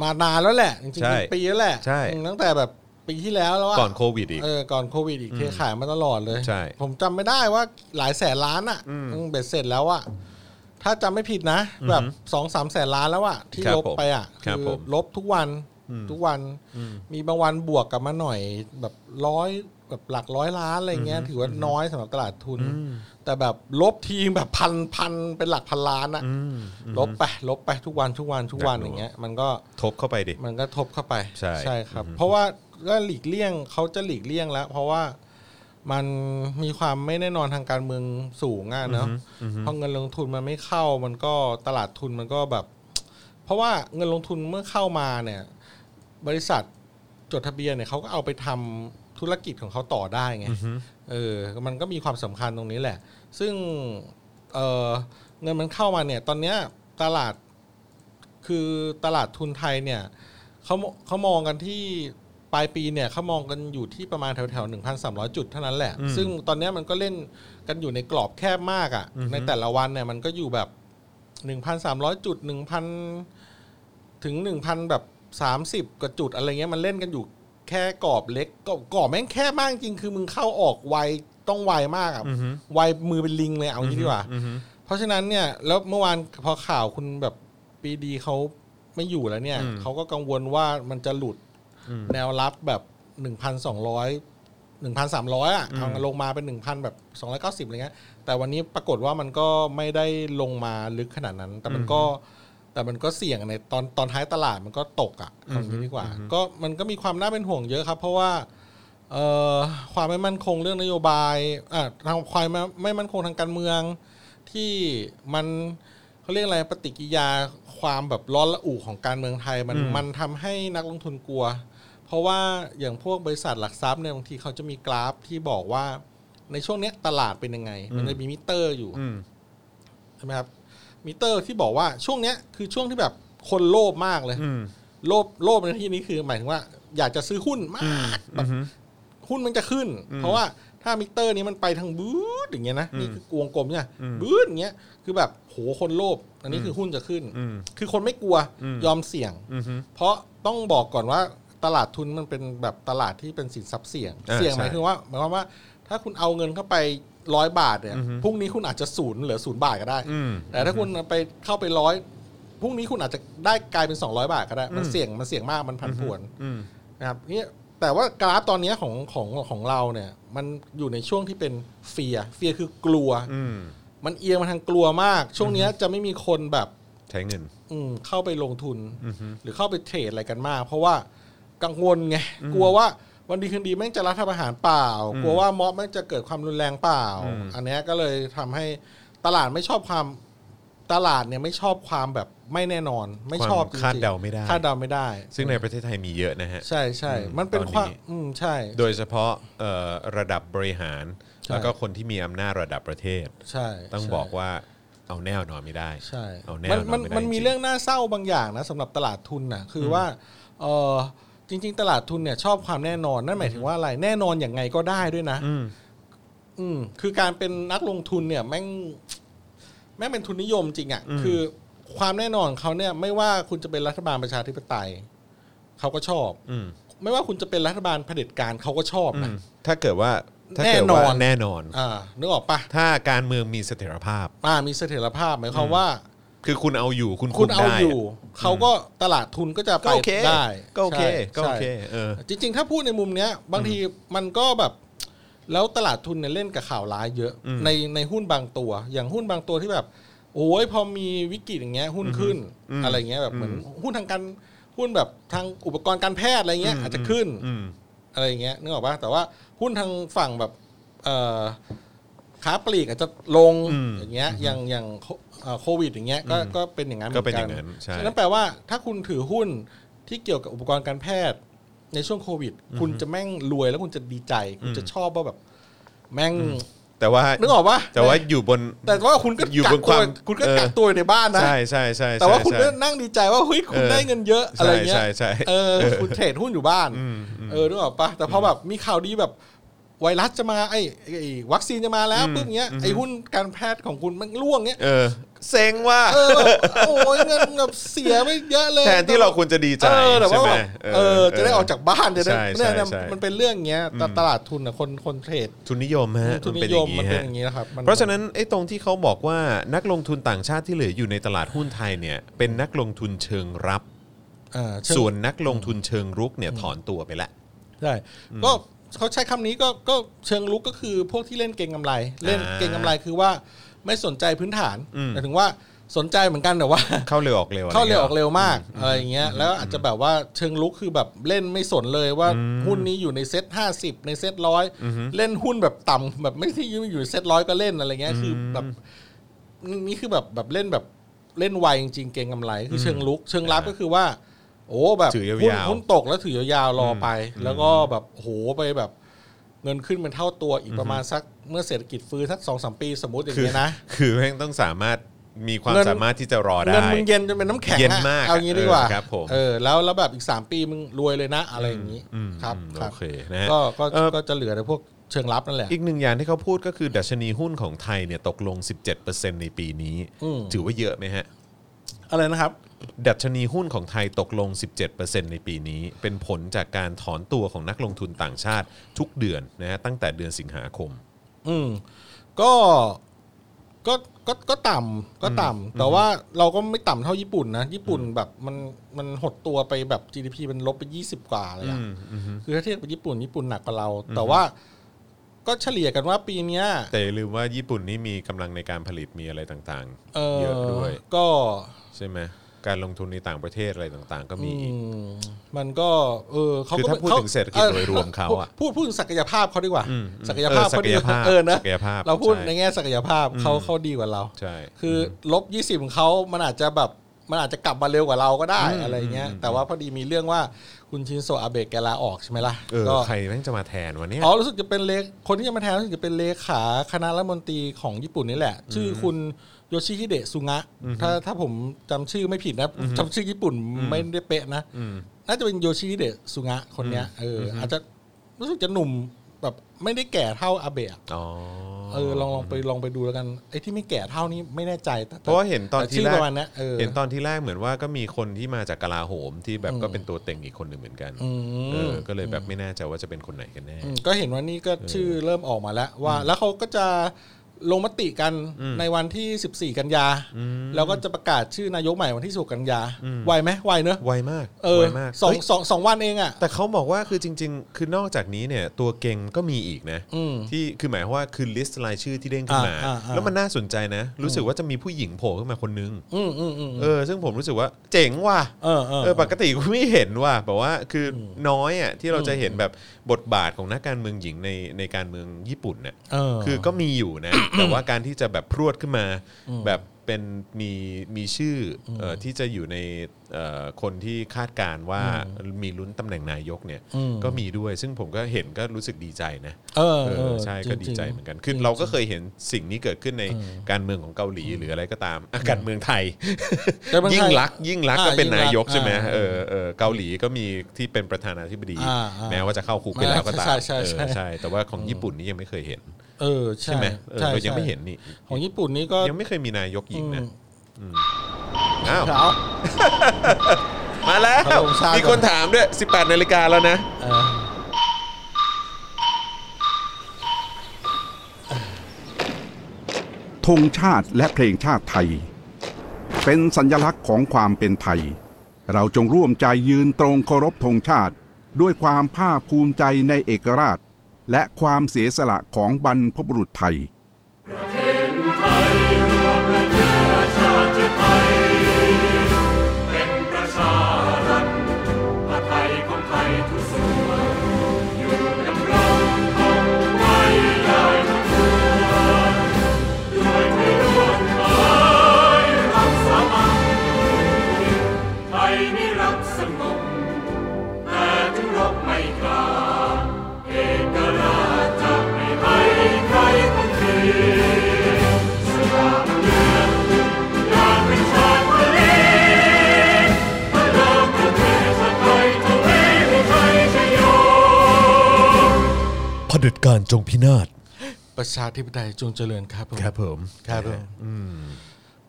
S3: มานานแล้วแหละ จริง
S2: ใช่
S3: ๆเป็นปีแล้วแหละ
S2: ใช่
S3: อืมตั้งแต่แบบปีที่แล้วแล้วว่า
S2: ก่อนโควิดอีก
S3: เออ ก่อนโควิดอีกเทขายมาตลอดเลย
S2: ใช่
S3: ผมจำไม่ได้ว่าหลายแสนล้านอ่ะอืมเบ็ดเสร็จแล้วอ่ะ ถ้าจำไม่ผิดนะ แบบสองสามแสนล้านแล้วอ่ะ ที่
S2: ครับ
S3: ลบไปอ่ะ
S2: ผมครับผม
S3: ลบทุกวัน ทุกวัน มีบางวันบวกกลับมาหน่อย แบบร้อยแบบหลักร้อยล้านอะไรเงี้ย ถือว่าน้อยสำหรับตลาดทุน แต่แบบลบทีแบบพันพันเป็นหลักพันล้านอ่ะ ลบไปลบไปทุกวันทุกวันทุกวันอย่างเงี้ย มันก็
S2: ทบเข้าไปดิ
S3: มันก็ทบเข้าไป
S2: ใช่
S3: ครับ เพราะว่าก็หลีกเลี่ยงเขาจะหลีกเลี่ยงแล้ว เพราะว่ามันมีความไม่แน่นอนทางการเมืองสูงอ่ะเนาะพอเงินลงทุนมันไม่เข้ามันก็ตลาดทุนมันก็แบบ เพราะว่าเงินลงทุนเมื่อเข้ามาเนี่ย บริษัทจดทะเบียนเนี่ยเขาก็เอาไปทำธุรกิจของเขาต่อได้ไงเออ มันก็มีความสำคัญตรงนี้แหละ ซึ่งเออเงินมันเข้ามาเนี่ย ตอนเนี้ยตลาดคือตลาดทุนไทยเนี่ย เขาเขามองกันที่ปลายปีเนี่ยเขามองกันอยู่ที่ประมาณแถวๆหนึ่งพันสามร้อยจุดเท่านั้นแหละ ซึ่งตอนเนี้ยมันก็เล่นกันอยู่ในกรอบแคบมากอะ่ะ ในแต่ละวันเนี่ยมันก็อยู่แบบหนึ่งพันสามร้อยจุดหนึ่งพันถึงหนึ่งพันแบบสามสิบกว่าจุดอะไรเงี้ยมันเล่นกันอยู่แค่กรอบเล็กกรอบกรอบแม่งแคบมากจริงคือมึงเข้าออกไวต้องไวมากอะ่ะไวมือเป็นลิงเลยเอางี้ดีกว่า เพราะฉะนั้นเนี่ยแล้วเมื่อวานพอข่าวคุณแบบปีดีเขาไม่อยู่แล้วเนี่ยเขาก็กังวลว่ามันจะหลุดแนวรับแบบหนึ่งพันสองร้อยหนึ่งพันสามร้อยอ่ะเอาลงมาเป็นหนึ่งพันแบบสองร้อยเก้าสิบอะไรเงี้ยแต่วันนี้ปรากฏว่ามันก็ไม่ได้ลงมาลึกขนาดนั้น แต่มันก็ แต่มันก็เสี่ยงในตอนตอนท้ายตลาดมันก็ตกอ่ะตรงนี้ดีกว่า ก็มันก็มีความน่าเป็นห่วงเยอะครับ เพราะว่า เอ่อความไม่มั่นคงเรื่องนโยบายอ่ะทางความไม่ไม่มั่นคงทางการเมือง ที่มัน เขาเรียกอะไรปฏิกิริยาความแบบร้อนระอุของการเมืองไทย มันมันทำให้นักลงทุนกลัว เพราะว่าอย่างพวกบริษัทหลักทรัพย์เนี่ยบางทีเขาจะมีกราฟที่บอกว่าในช่วงเนี้ยตลาดเป็นยังไง มันจะมีมิเตอร์อยู่
S2: อืม
S3: ใช่ไหมครับมิเตอร์ที่บอกว่าช่วงเนี้ยคือช่วงที่แบบคนโลภมากเลย
S2: อืม
S3: โลภโลภในที่นี้คือหมายถึงว่า อยากจะซื้อหุ้นมากแบบหุ้นมันจะขึ้น เพราะว่าถ้ามิเตอร์นี้มันไปทางบู๊ดอย่างเงี้ยนะนี่คือวงกลมเนี่ยบู๊ดอย่างเงี้ยคือแบบโหคนโลภอันนี้คือหุ้นจะขึ้น
S2: อืม
S3: คือคนไม่กลัว
S2: อืม
S3: ยอมเสี่ยง
S2: อืม
S3: เพราะต้องบอกก่อนว่าตลาดทุนมันเป็นแบบตลาดที่เป็นสินทรัพย์เสี่ยง
S2: อ่า
S3: เสี่ยง
S2: ใช่
S3: หมายถึงว่าหมายความว่า ถ้าคุณเอาเงินเข้าไปร้อยบาทเนี่ย
S2: อือฮึ
S3: พรุ่งนี้คุณอาจจะศูนย์เหลือศูนย์บาทก็ได้
S2: อืม
S3: แต่ถ้าคุณไปเข้าไปร้อยพรุ่งนี้คุณอาจจะได้กลายเป็น 200 บาทก็ได้ มัน
S2: อืม
S3: เสี่ยงมันเสี่ยงมากมันผันผวน
S2: อืม
S3: นะครับเนี่ยแต่ว่ากราฟตอนเนี้ยของของของเราเนี่ย มันอยู่ในช่วงที่เป็นเฟียเฟียคือกลัว
S2: อืม
S3: มันเอียงมาทางกลัวมาก ช่วงเนี้ยจะไม่มีคนแบบ
S2: ใช้เงิน
S3: อืมเข้าไปลงทุนหรือเข้าไปเทรดอะไรกันมาก เพราะว่ากังวลไงกลัวว่าวันดีคืนดีแม่งจะรัฐประหารเปล่า กลัวว่าม็อบแม่งจะเกิดความรุนแรงเปล่า อันเนี้ยก็เลยทำให้ตลาดไม่ชอบความตลาดเนี่ยไม่ชอบความแบบไม่แน่นอน ไม่ชอบ
S2: ความ
S3: จริงๆ
S2: คาดเดาไม่ได้
S3: คาดเดาไม่ได้
S2: ซึ่งในประเทศไทยมีเยอะนะฮะ
S3: ใช่ใช่
S2: อืม
S3: มันเป็น
S2: ตอนนี้
S3: ความอืมใช่
S2: โดยเฉพาะเอ่อระดับบริหาร
S3: ใช่
S2: แล้วก็คนที่มีอำนาจระดับประเทศ
S3: ใช่
S2: ต้อง
S3: ใช่
S2: บอกว่าเอาแน่นอนไม่ได้
S3: ใช่
S2: เอาแน่
S3: มัน
S2: นอน
S3: มัน
S2: ไได้
S3: มันมี
S2: จๆ
S3: เรื่องน่าเศร้าบางอย่างนะสำหรับตลาดทุนนะคืออว่าเออจริง ๆ ตลาดทุนเนี่ยชอบความแน่นอนนั่นหมายถึงว่าอะไรแน่นอนอย่างไงก็ได้ด้วยนะ
S2: อืม
S3: อืมคือการเป็นนักลงทุนเนี่ยแม่งแม่งเป็นทุนนิยมจริงอะ่ะ
S2: อืม
S3: คือความแน่นอนของเขาเนี่ย ไม่ว่าคุณจะเป็นรัฐบาลประชาธิปไตยเขาก็ชอบ
S2: อืม
S3: ไม่ว่าคุณจะเป็นรัฐบาลเผด็จการเขาก็ชอบ
S2: อื
S3: นะ
S2: มถ้าเกิดว่าถ้าเกิดว่า
S3: แน่นอน
S2: แน่นอน
S3: อ่านึกออกปะ
S2: ถ้าการเมืองมีเสถียรภาพ
S3: อ่ามีเสถียรภาพหมายความว่า
S2: คือคุณเอาอยู่คุณ
S3: คุณเอา
S2: ได้
S3: อยู่ เขาก็ตลาดทุนก็จะไป
S2: ก็โอเค
S3: ได้
S2: ก็โอเค
S3: ใช่
S2: ก็โอเค
S3: ใช่
S2: เออ
S3: จริง ๆ ถ้าพูดในมุมเนี้ย บางทีมันก็แบบ แล้วตลาดทุนเนี่ยเล่นกับข่าวร้ายเยอะ
S2: อืม
S3: ในในหุ้นบางตัว อย่างหุ้นบางตัวที่แบบ โอ้ยพอมีวิกฤตอย่างเงี้ย หุ้นขึ้นอะไรเงี้ยแบบเหมือนหุ้นทางการหุ้นแบบทางอุปกรณ์การแพทย์อะไรเงี้ยอาจจะขึ้น
S2: อืม
S3: อะไรอย่างเงี้ยนึกออกป่ะแต่ว่าหุ้นทางฝั่งแบบเอ่อค้าปลีกอาจจะลง
S2: อืม
S3: อย่างเงี้ยอย่างอย่างโคเอ่อโควิดอย่างเงี้ยก็ก็เป็นอย่างนั้น
S2: ก็เป็น
S3: ห
S2: อ
S3: มื
S2: ย่างนั้นใช่
S3: ฉะนั้นแปลว่าถ้าคุณถือหุ้นที่เกี่ยวกับอุปกรณ์การแพทย์ ในช่วงโควิด คุณจะแม่งรวยแล้วคุณจะดีใจ คุณจะชอบว่าแบบแม่ง
S2: แต่ว่า
S3: นึกออกป่ะ
S2: แต่ว่าอยู่บน
S3: แต่ว่าคุณก็
S2: อยู่
S3: กัก
S2: บน
S3: ตัว
S2: ความ
S3: คุณก็
S2: เออ
S3: กักตัวอยู่ในบ้านนะ
S2: ใช่ใช่ใช่ใช่
S3: แต่ว่าคุณ
S2: ใช่
S3: ก็นั่งดีใจว่าเฮ้ยคุณ
S2: เออ
S3: ได้เงินเยอะอะไรเงี้ย
S2: ใช่ใช่ใช่
S3: เออคุณเทรดหุ้นอยู่บ้าน เออนึกออกปะแต่พอแบบมีข่าวดีแบบไวรัสจะมาไอ้ไอ้วัคซีนจะมาแล้วปุ๊บเงี้ยไอ้หุ้นการแพทย์ของคุณมันร่วงเงี้ย
S2: เออเซ็งว่า
S3: เออแบบโอ้ยเงินแบบเสียไม่เยอะเลย
S2: แทนที่เราควรจะดีใจ
S3: เออแต่
S2: ใช่
S3: ว่า
S2: ไหม
S3: แบบเออจะได้ออกจากบ้านจะได้
S2: ใช่ใช่
S3: เนี่ยนะ
S2: ใช่
S3: มันเป็นเรื่องเงี้ยแต่ตลาดทุนอะคนคนเทรด
S2: ทุนนิยมฮะ
S3: ทุนนิ
S2: เป็
S3: ยมมันเป็น
S2: ฮะ
S3: อย่างนี้นะครับมั
S2: เพราะฉะนั้นไอ้ตรงที่เขาบอกว่านักลงทุนต่างชาติที่เหลืออยู่ในตลาดหุ้นไทยเนี่ยเป็นนักลงทุนเชิงรับ
S3: เอ่อเชิง
S2: ส่วนนักลงทุนเชิงรุกเนี่ยถอนตัวไปแล้ว
S3: ใช่ก็เขาใช้คำนี้ก็ก็เชิงลุกก็คือพวกที่เล่นเก่งกำไร เล่น
S2: อ่า
S3: เก่งกำไรคือว่าไม่สนใจพื้นฐาน
S2: อืม
S3: หมายถึงว่าสนใจเหมือนกันแต่ว่า
S2: เข้าเร็วออกเร็วะไ
S3: เข้าเร็วออกเร็วมากอะไรอย่างเงี้ยแล้วอาจจะแบบว่าเชิงลุกคือแบบเล่นไม่สนเลยว่าหุ้นนี้อยู่ในเซ็ตห้าสิบในเซ็ตร้อยเล่นหุ้นแบบต่ำแบบไม่ที่อยู่ในเซ็ตร้อยก็เล่นอะไรเงี้ยคือแบบนี่นี่คือแบบแบบเล่นแบบเล่นไวจริงๆเก่งกำไรคือเชิงลุก เชิงรับก็คือว่า โอ้แบบ
S2: ถือยาวๆ
S3: หุ้นหุ้นตกแล้วถือยาวๆรอไป แล้วก็แบบโหไปแบบ เงินขึ้นเป็นเท่าตัวอีกประมาณสักเมื่อเศรษฐกิจฟื้นสักสองสามปีสมมติอย่าง
S2: คือ
S3: เงี้ยนะ
S2: คือแม่งต้องสามารถมีความ
S3: เงิน
S2: สามารถที่จะรอได้
S3: เงินมึงเย็นจนเป็นน้ำแข็งอะ
S2: เย็นมาก
S3: เอางี้ดีกว่า
S2: เออครับผม
S3: เออแล้วแล้วแบบอีก 3 ปีมึงรวยเลยนะ อะไรอย่างนี้
S2: อืม
S3: ครับ
S2: อืม
S3: ครั
S2: โอบ เคนะฮะ
S3: ก็ก็
S2: เอ่อ
S3: ก็จะเหลือแต่พวกเชิงลับนั่นแหละ
S2: อีกหนึ่งอย่างที่เขาพูดก็คือดัชนีหุ้นของไทยเนี่ยตกลง 17%ในปีนี้
S3: อืม
S2: ถือว่าเยอะไหมฮะ
S3: อะไรนะครับ
S2: ดัชนีหุ้นของไทยตกลง 17%ในปีนี้ เป็นผลจากการถอนตัวของนักลงทุนต่างชาติทุกเดือนนะฮะตั้งแต่เดือนสิงหาคม
S3: อืมก็ก็ก็ก็ต่ำก็ต่ำแต่ว่าเราก็ไม่ต่ำเท่าญี่ปุ่นนะ ญี่ปุ่นแบบมันมันหดตัวไปแบบ GDP มันลบไป20 กว่าเลยอะคือถ้าเทียบกับญี่ปุ่นญี่ปุ่นหนักกว่าเรา แต่ว่าก็เฉลี่ยกันว่าปีเนี้ย
S2: แต่อย่าลืมว่าญี่ปุ่นนี่มีกำลังในการผลิตมีอะไรต่าง
S3: เอ
S2: ๆ เยอะ
S3: อ
S2: ด้วย
S3: ก็
S2: ใช่ไหม การลงทุนในต่างประเทศอะไรต่างๆ ก็มีอีก
S3: อืมมันก็เออเขา
S2: คือ
S3: ก็
S2: ถ้าพูดถึงเศรษฐกิจโดยรวมเขาอะ
S3: พูดพูดถึงศักยภาพเขาดีกว่า
S2: อืม
S3: ศักยภาพ
S2: เออศั
S3: เขา
S2: ก
S3: ดี
S2: ย
S3: ก
S2: ภา
S3: ว่า
S2: พ
S3: เออนะ
S2: ศักยภาพ
S3: เราพูด
S2: ใช่
S3: ในแง่ศักยภาพเขาเขาดีกว่าเรา
S2: ใช่
S3: คือลบยี่สิบของเขามันอาจจะแบบมันอาจจะกลับมาเร็วกว่าเราก็ได้อะไรเงี้ย แต่ว่าพอดีมีเรื่องว่าคุณชินโซอาเบะแกลาออกใช่ไหมล่ะ
S2: เออ
S3: ก็
S2: ใครแม่งจะมาแทนวันนี้
S3: อ๋อรู้สึกจะเป็นเลขคนที่จะมาแทนรู้สึกจะเป็นเลขาคณะรัฐมนตรีของญี่ปุ่นนี่แหละ ชื่อคุณโยชิฮิเดะซุงะถ้าถ้าผมจำชื่อไม่ผิดนะจำชื่อญี่ปุ่นไม่ได้เป๊ะนะ
S2: อืม
S3: น่าจะเป็นโยชิฮิเดะซุงะคนเนี้ยเออออาจจะรู้สึกจะหนุ่มแบบไม่ได้แก่เท่าอาเบะอะ
S2: อ๋อ
S3: เออลองลองไปลองไปดูแล้วกันไอ้ที่ไม่แก่เท่านี้ไม่แน่ใจแต่
S2: เพราะว่าเห็นตอนที่
S3: แชื่
S2: แร
S3: ป
S2: ก
S3: ระมาณเนี้ยเออ
S2: เห็นตอนที่แรกเหมือนว่าก็มีคนที่มาจากกลาโหมที่แบบก็เป็นตัวเต็งอีกคนหนึ่งเหมือนกัน
S3: อืม
S2: เออก็เลยแบบไม่แน่ใจว่าจะเป็นคนไหนกันแน่
S3: อืมก็เห็นว่านี่ก็ชื่อเริ่มออกมาแล้วว่า แล้วเขาก็จะลงมติกันในวันที่ 14 กันยา แล้วก็จะประกาศชื่อนายกใหม่วันที่สุกันยาไวไหมไวเนอะ
S2: ไวมาก
S3: เออ
S2: ไวมาก
S3: สอง
S2: เฮ้ย
S3: สองสองวันเองอ่ะ
S2: แต่เขาบอกว่าคือจริง ๆ คือนอกจากนี้เนี่ยตัวเก่งก็มีอีกนะ
S3: อืม
S2: ที่คือหมายความว่าคือลิสต์รายชื่อที่เด้งขึ้นมา
S3: อ่าอ่าอ่า
S2: แล้วมันน่าสนใจนะ รู้สึกว่าจะมีผู้หญิงโผล่ขึ้นมาคนนึง
S3: อืมอืมอืม
S2: เออซึ่งผมรู้สึกว่าเจ๋งว่ะ
S3: เออเออ
S2: เออปกติกูไม่เห็นว่าแบบว่าคืออน้อยอ่ะที่เราจะเห็นแบบบทบาทของนักการเมืองหญิงในในการเมืองญี่ปุ่นเนี่ย
S3: เออ
S2: คือก็มีอยู่ นะ แต่ว่าการที่จะแบบพรวดขึ้นมา แบบเป็นมีมีชื่ออเอ่อที่จะอยู่ในเอ่อคนที่คาดการณ์ว่ามีลุ้นตำแหน่งนายกเนี่ย
S3: อืม
S2: ก็มีด้วย ซึ่งผมก็เห็นก็รู้สึกดีใจนะ
S3: เออ
S2: เออ
S3: เออ
S2: ใช่ก็ดีใจ
S3: ริงๆ
S2: เหมือนกันคือเราก็เคยเห็นสิ่งนี้เกิดขึ้นในการเมืองของเกาหลีหรืออะไรก็ตามอ่ะการเมืองไทย
S3: แต่บาง
S2: ยิ่ง
S3: ไท
S2: รักษณ์ยิ่งรักษณ์
S3: อ่า
S2: ก็เป็นนายก
S3: ยิ่งรักษณ์
S2: ใช่ไหม
S3: อ่า
S2: เออเออเกาหลีก็มีที่เป็นประธานาธิบดี
S3: อ่าอ่า
S2: แม้ว่าจะเข้าคุกไปแล้วก็ตาม
S3: ใช่ใช่
S2: เออ
S3: ใช่
S2: ใช่ แต่ว่าของญี่ปุ่นนี่ยังไม่เคยเห็น
S3: เออ
S2: ใช่ไหมเออ
S3: ใช่
S2: เรายังไม่
S3: ใช่
S2: เห็นนี่
S3: ของญี่ปุ่นนี่ก็
S2: ยังไม่เคยมีนายกหญิงนะ
S3: อืม
S2: อืมอ้าว
S3: เอา
S2: มาแล้ว
S3: ขอลงชาติ
S2: มีคนถามด้วย 18นาฬิกาแล้วนะ
S3: เออ
S4: ธงชาติและเพลงชาติไทย เป็นสัญลักษณ์ของความเป็นไทย เราจงร่วมใจยืนตรงเคารพธงชาติ ด้วยความภาคภูมิใจในเอกราช และความเสียสละของบรรพบุรุษไทย
S5: ประชารัฐปไทยของไทยทุกส่วน อยู่ดำรงคงไว้ได้ทุกวันด้วยเพื่อนร่วมหมายรักสามัคคีไทยนิรักสงบแต่ถึงรบไม่กล้าเอกราชจะไม่ให้ใครคนทีสยามเมืองอยากเป็นชาติลี Love the ways of light, the way we praise you.
S1: เผด็จการจงพินาศ
S3: ประชาธิปไตยจงเจริญครับผม
S1: ครับผม
S3: ครับผม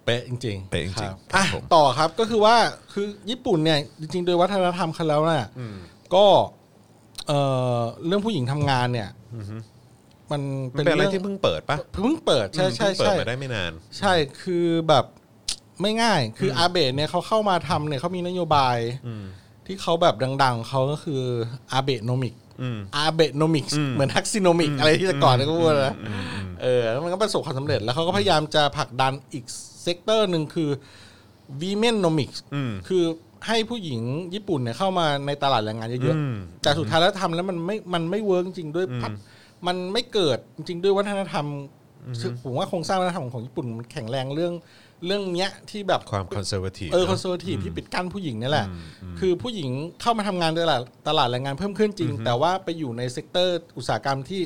S3: เป๊ะจริงๆ
S2: เป๊ะจ
S3: ค
S2: ริ
S3: รั
S2: ง
S3: บ
S2: ๆครับผม
S3: ต่อครับก็คือว่าคือญี่ปุ่นเนี่ยจริงๆ โดยวัฒนธรรมเขาแล้วน่ะก็เอ่อเรื่องผู้หญิงทำงานเนี่ยมัน
S2: มั
S3: เป็น น
S2: เป็นอะไร
S3: เรื่อง
S2: ที่เพิ่งเปิดปะ
S3: เพิ่งเปิดใช่ใช่
S2: เพิ่งเปิด
S3: ใช่
S2: มาได้ไม่นาน
S3: ใช่คือแบบไม่ง่าย คืออาเบะเนี่ยเขาเข้ามาทำเนี่ยเขามีนโยบายที่เขาแบบดัง ๆเขาก็คืออาเบะโนมิก
S2: อืม
S3: อาเบโนมิกส์เหมือนทักซิโนมิกอะไรที่แต่ก่อนก็พูดนะเออแล้วมันก็ประสบความสำเร็จแล้วเขาก็พยายามจะผลักดันอีกเซกเตอร์หนึ่งคือวีเมนโนมิกส์
S2: อืม
S3: คือให้ผู้หญิงญี่ปุ่นเนี่ยเข้ามาในตลาดแรงงานเยอะ
S2: อืม
S3: ๆแต่สุดท้ายแล้วทำแล้วมันไม่มันไม่เวิร์กจริงด้วยพัฒมันไม่เกิดจริงด้วยวัฒนธรรมคือผมว่าโครงสร้างวัฒนธรรมของญี่ปุ่นมันแข็งแรงเรื่องเรื่องเนี้ยที่แบบ
S2: ความคอนเซอร์วทีฟ
S3: เออคอนเซอร์ทีฟที่ปิดกั้นผู้หญิงนี่แหละ คือผู้หญิงเข้ามาทำงานในตลาดตลาดแรงงานเพิ่มขึ้นจริง แต่ว่าไปอยู่ในเซกเตอร์อุตสาหกรรมที่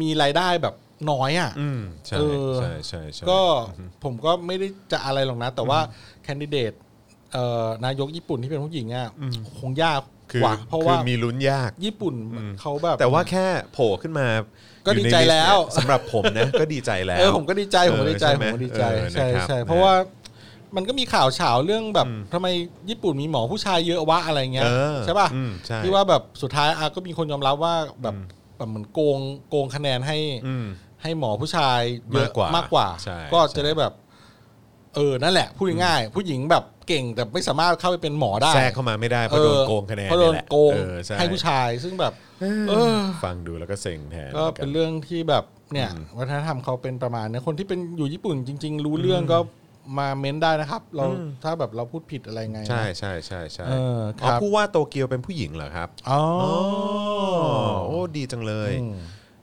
S3: มีรายได้แบบน้อยอ่ะ
S2: อืมใช่
S3: เออ
S2: ใช่ใช่ใช่
S3: ก็ผมก็ไม่ได้จะอะไรหรอกนะ แต่ว่าแคนดิเดตเอ่อนายกญี่ปุ่นที่เป็นผู้หญิงอ่ะคงยาก
S2: คือก
S3: ว่าเพราะ
S2: คือ
S3: ว่า
S2: มีลุ้นยาก
S3: ญี่ปุ่นเขาแบบ
S2: แต่ว่าแค่โผล่ขึ้นมา
S3: ก็ดีใจแล้
S2: อ
S3: ว
S2: ยู่ในสต์เนี่ยสำหรับผมนะ ก็ดีใจแล้ว
S3: เออผมก็ดีใจผมก็ดีใจ
S2: เออใช่
S3: ผ
S2: ไหม
S3: มก็ดีใจ
S2: เออ
S3: ใช่
S2: นะครับ
S3: ใช่
S2: นะ
S3: เพราะว่ามันก็มีข่าวเฉาเรื่องแบบทำไมญี่ปุ่นมีหมอผู้ชายเยอะวะอะไรเงี้ย
S2: เออ
S3: ใช่ป่ะ
S2: อืมใช่
S3: ที่ว่าแบบสุดท้ายอาก็มีคนยอมรับว่าแบบแบบเหมือนโกงโกงคะแนนให้
S2: อืม
S3: ให้หมอผู้ชายเย
S2: มา
S3: อะ
S2: กกว่าม
S3: ากกว่า
S2: ใช่
S3: ก็
S2: ใช่
S3: จะได้แบบ เออนั่นแหละพูดง่ายๆผู้หญิงแบบเก่งแต่ไม่สามารถเข้าไปเป็นหมอได้
S2: แทรกเข้ามาไม่ได้เพราะโดนโกงคะแนน
S3: เพราะโดน
S2: แหละ
S3: โกง
S2: เออช่
S3: ให้ผู้ชายซึ่งแบบ เออ
S2: ฟังดูแล้วก็เซ็งแทน
S3: ก็เป็นเรื่องที่แบบเนี่ย วัฒนธรรมเขาเป็นประมาณเนี้ยคนที่เป็นอยู่ญี่ปุ่นจริง ๆ รู้เรื่องก็ มาเม้นได้นะครับ เราถ้าแบบเราพูดผิดอะไรไงนะ
S2: ใช่ใช่ใช่ใช่
S3: เออค
S2: อ๋อ
S3: รับ
S2: ผู้ว่าโตเกียวเป็นผู้หญิงเหรอครับ
S3: อ๋อ
S2: อ๋อ
S3: อ
S2: โอ้ดีจังเลย
S3: อืม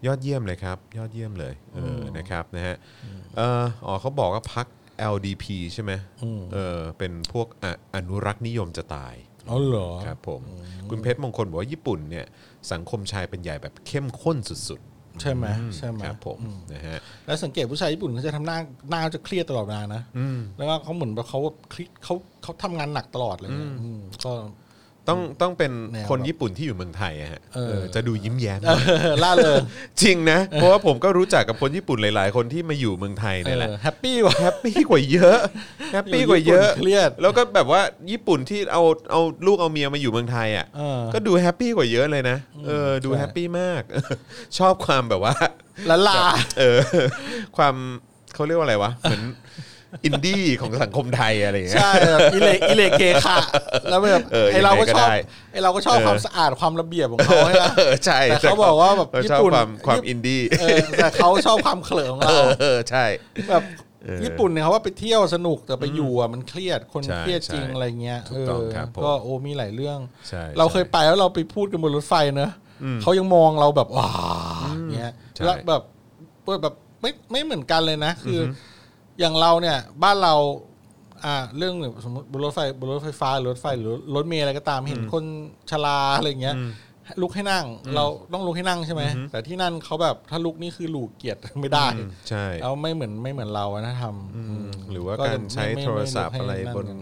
S2: ยอดเยี่ยมเลยครับ ยอดเยี่ยมเลยเอออนะครับนะฮะเอ่ออ๋อเขาบอกว่าพัก LDP ใช่ไหมเออเป็นพวกอะอนุรักษ์นิยมจะตาย
S3: อ๋อเหรอ
S2: ครับผมคุณเพชรมงคลบอกว่าญี่ปุ่นเนี่ยสังคมชายเป็นใหญ่แบบเข้มข้นสุด
S3: ใช่ไหม
S2: ๆ
S3: ใช่ไหม
S2: ครับผมนะฮะ
S3: แล้วสังเกตผู้ชายญี่ปุ่นเขาจะทำหน้าหน้าจะเครียดตลอดเวลานะแล้วก็เขาเหมือนแบบเขาเครียดเขาเขาทำงานหนักตลอดเลยเนี่ยอืมก็
S2: ต้องต้องเป็น
S3: แนว
S2: คน
S3: แบบ
S2: ญี่ปุ่นที่อยู่เมืองไทยอะฮะ
S3: เออ
S2: เออจะดูยิ้มแย้ม
S3: เออ ล่าเลย
S2: จริงนะ เพราะว่าผมก็รู้จักกับคนญี่ปุ่นหลาย ๆ คนที่มาอยู่เมืองไทยเนี่ยแหละ
S3: แฮปปี้ว่ะ
S2: แฮปปี้กว่าเยอะแฮปปี้กว่าเยอะ
S3: อยู่ญี่ปุ่นเครียด
S2: แล้วก็แบบว่าญี่ปุ่นที่เอาเอาลูกเอาเมียมาอยู่เมืองไทยอ่ะ
S3: เออ
S2: ก็ดูแฮปปี้กว่าเยอะเลยนะเออดู
S3: ใช่
S2: แฮปปี้มาก ชอบความแบบว่า
S3: ละลา
S2: เออ ความเขาเรียกว่าอะไรวะ เหมือน อินดี้ของสังคมไทยอะไรอย่างเงี้ย
S3: ใช่แบบอิเลอิเลเกค่ะแล้วแบบ
S2: เออ
S3: ไอเราก็ชอบ
S2: ยังไงก็ได้
S3: ไอเราก็ชอบความสะอาดความระเบียบของเขาใช่ไหม
S2: เออใช่
S3: แต่เขาบอกว่าแบบ
S2: เร
S3: ญี่
S2: ชอบ
S3: ปุ่น
S2: ความความอินดี้
S3: เออแต่เขาชอบความเขลอของเรา
S2: เออใช่
S3: แบบญี่ปุ่นเนี่ยเขาว่าไปเที่ยวสนุกแต่ไปอยู่อ่ะมันเครียดคน
S2: ใช่
S3: เครียดจริง
S2: ใช่
S3: อะไรเงี้ย
S2: ถูกต้องครับ
S3: เออ
S2: ผม
S3: ก็โอ้มีหลายเรื่อง
S2: ใช่
S3: เราเคย
S2: ใช่
S3: ไปแล้วเราไปพูดกันบนรถไฟเนอะเขายังมองเราแบบว้าเงี้ย
S2: ใช่
S3: แล้วแบบแบบไม่ไม่เหมือนกันเลยนะ คือออย่างเราเนี่ยบ้านเรา อ่าเรื่องสมมติบนรถไฟบนรถไฟฟ้าหรือรถไฟหรือรถเมล์อะไรก็ตามเห็นคนชราอะไรเงี้ยลุกให้นั่ง เราต้องลุกให้นั่งใช่ไหมแต่ที่นั่นเขาแบบถ้าลุกนี่คือหลูกเกียรติไม่ได้
S2: อืมใช่
S3: แล้วไม่เหมือนไม่เหมือนเราอะนะทำอืม
S2: หรือว่า
S3: จะ
S2: การใช้
S3: ไม่ม่
S2: โทรศัพท์
S3: ม่
S2: อะไร
S3: ให้
S2: บน
S3: กั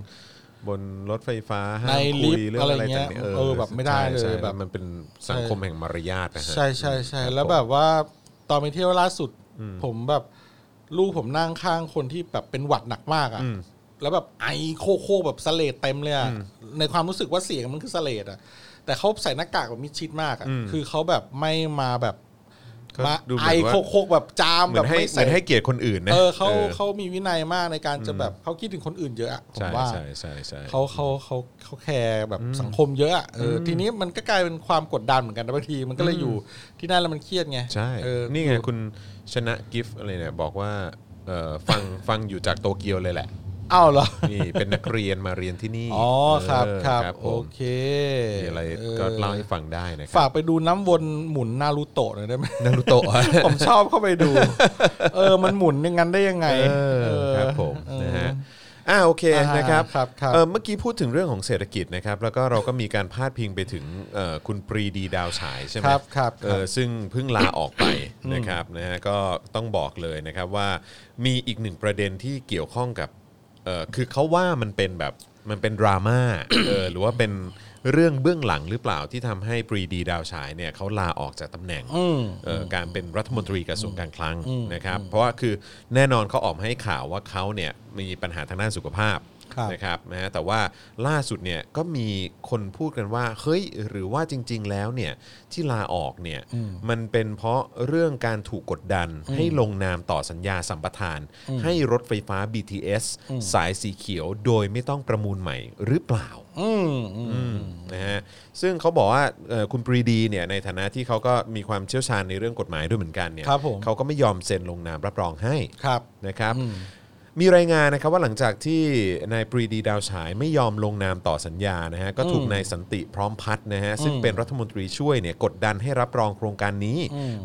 S2: บนรถไฟฟ้าห้าม
S3: ในลิฟ
S2: คุ
S3: ต์
S2: ยเรื่อง
S3: อะไร
S2: อะไร
S3: เงี้
S2: ต่าย งๆ
S3: เออแบบไม่ได้เลย
S2: ใช่ใช่
S3: แบบ
S2: มันเป็นสังคมแห่งมารยาทนะฮะ
S3: ใช่ใช่ใช่แล้วแบบว่าตอนไปเที่ยวล่าสุด ผมแบบลูกผมนั่งข้างคนที่แบบเป็นหวัดหนักมากอ่ะแล้วแบบไอโคโคแบบสะเลดเต็มเลยอะในความรู้สึกว่าเสียงมันคือสะเลดอ่ะ แต่เขาใส่หน้ากากแบบมิดชิดมากอ่ะ
S2: อืม
S3: คือเขาแบบไม่มาแบบ
S2: ก็
S3: มา
S2: ดูเหมื
S3: ไอ
S2: อนว่า
S3: โคโคแบบจาม
S2: เหมื
S3: แบ
S2: อบ นให้
S3: ไม่
S2: เหมื
S3: ใส่
S2: อนให้เกียรติคนอื่นนะ
S3: เออเขาเขามีวินัยมากในการจะแบบเขาคิดถึงคนอื่นเยอะอะผ
S2: ใช่
S3: มว่า
S2: ใช่ใช่ใช่
S3: เขาเขาเขาเขาแคร์แบบสังคมเยอะอะเอออทีนี้มันก็กลายเป็นความกดดันเหมือนกันนะบางทีมันก็เลยอยู่ที่นั่นแล้วมันเครียดไง
S2: ใช่
S3: เออ
S2: นี่ไงคุณชนะกิฟต์อะไรเนี่ยบอกว่าเอ่อฟัง ฟังอยู่จากโตเกียวเลยแหละ
S3: อ้าวเหรอ
S2: นี่เป็นนักเรียนมาเรียนที่นี่
S3: อ๋อครับ
S2: เออ
S3: ครับ
S2: ครับผ
S3: โอ
S2: ม
S3: เค
S2: มีอะไร
S3: ออ
S2: ก็เล่าให้ฟังได้นะค
S3: ฝา
S2: รั
S3: ก
S2: บ
S3: ไปดูน้ำวนหมุนนารูโตะหน่อย ได้ไหม
S2: นารุโตะ
S3: ผมชอบเข้าไปดู เออมันหมุนอย่างนั้นได้ยังไง
S2: เออครับผม
S3: เออ
S2: นะฮะอ่าโอเค
S3: อ่าน
S2: นะครับ
S3: ครับครับ
S2: เอ่อเมื่อกี้พูดถึงเรื่องของเศรษฐกิจนะครับ แล้วก็เราก็มีการพาดพิงไปถึงเอ่อคุณปรีดีดาวฉายใช่ไหม
S3: ครับครับ
S2: เอ่อซึ่งเพิ่งลาออกไปนะครับนะฮะก็ต้องบอกเลยนะครับว่ามีอีกหนึ่งประเด็นที่เกี่ยวข้องกับเอ่อคือเขาว่ามันเป็นแบบมันเป็นดราม่า เออหรือว่าเป็นเรื่องเบื้องหลังหรือเปล่าที่ทำให้ปรีดีดาวฉายเนี่ยเขาลาออกจากตำแหน่ง
S3: อืม
S2: เอ่อการเป็นรัฐมนตรีกระทรวงการคลังนะครับ เพราะว่าคือแน่นอนเขาออกมาให้ข่าวว่าเขาเนี่ยมีปัญหาทางด้านสุขภาพ
S3: ครับ
S2: นะครับนะฮะแต่ว่าล่าสุดเนี่ยก็มีคนพูดกันว่าเฮ้ยหรือว่าจริง ๆ แล้วเนี่ยที่ลาออกเนี่ยมันเป็นเพราะเรื่องการถูกกดดันให้ลงนามต่อสัญญาสัมปทาน ให้รถไฟฟ้า BTS สายสีเขียวโดยไม่ต้องประมูลใหม่หรือเปล่า
S3: อืมอืม
S2: นะฮะซึ่งเขาบอกว่าเอ่อคุณปรีดีเนี่ยในฐานะที่เขาก็มีความเชี่ยวชาญในเรื่องกฎหมายด้วยเหมือนกันเนี่ย
S3: ครับผม
S2: เขาก็ไม่ยอมเซ็นลงนามรับรองให้
S3: ครับ
S2: นะครับ มีรายงานนะครับว่าหลังจากที่นายปรีดีดาวฉายไม่ยอมลงนามต่อสัญญานะฮะก็ถูกนายสันติพร้อมพัฒน์นะฮะซึ่งเป็นรัฐมนตรีช่วยเนี่ยกดดันให้รับรองโครงการนี้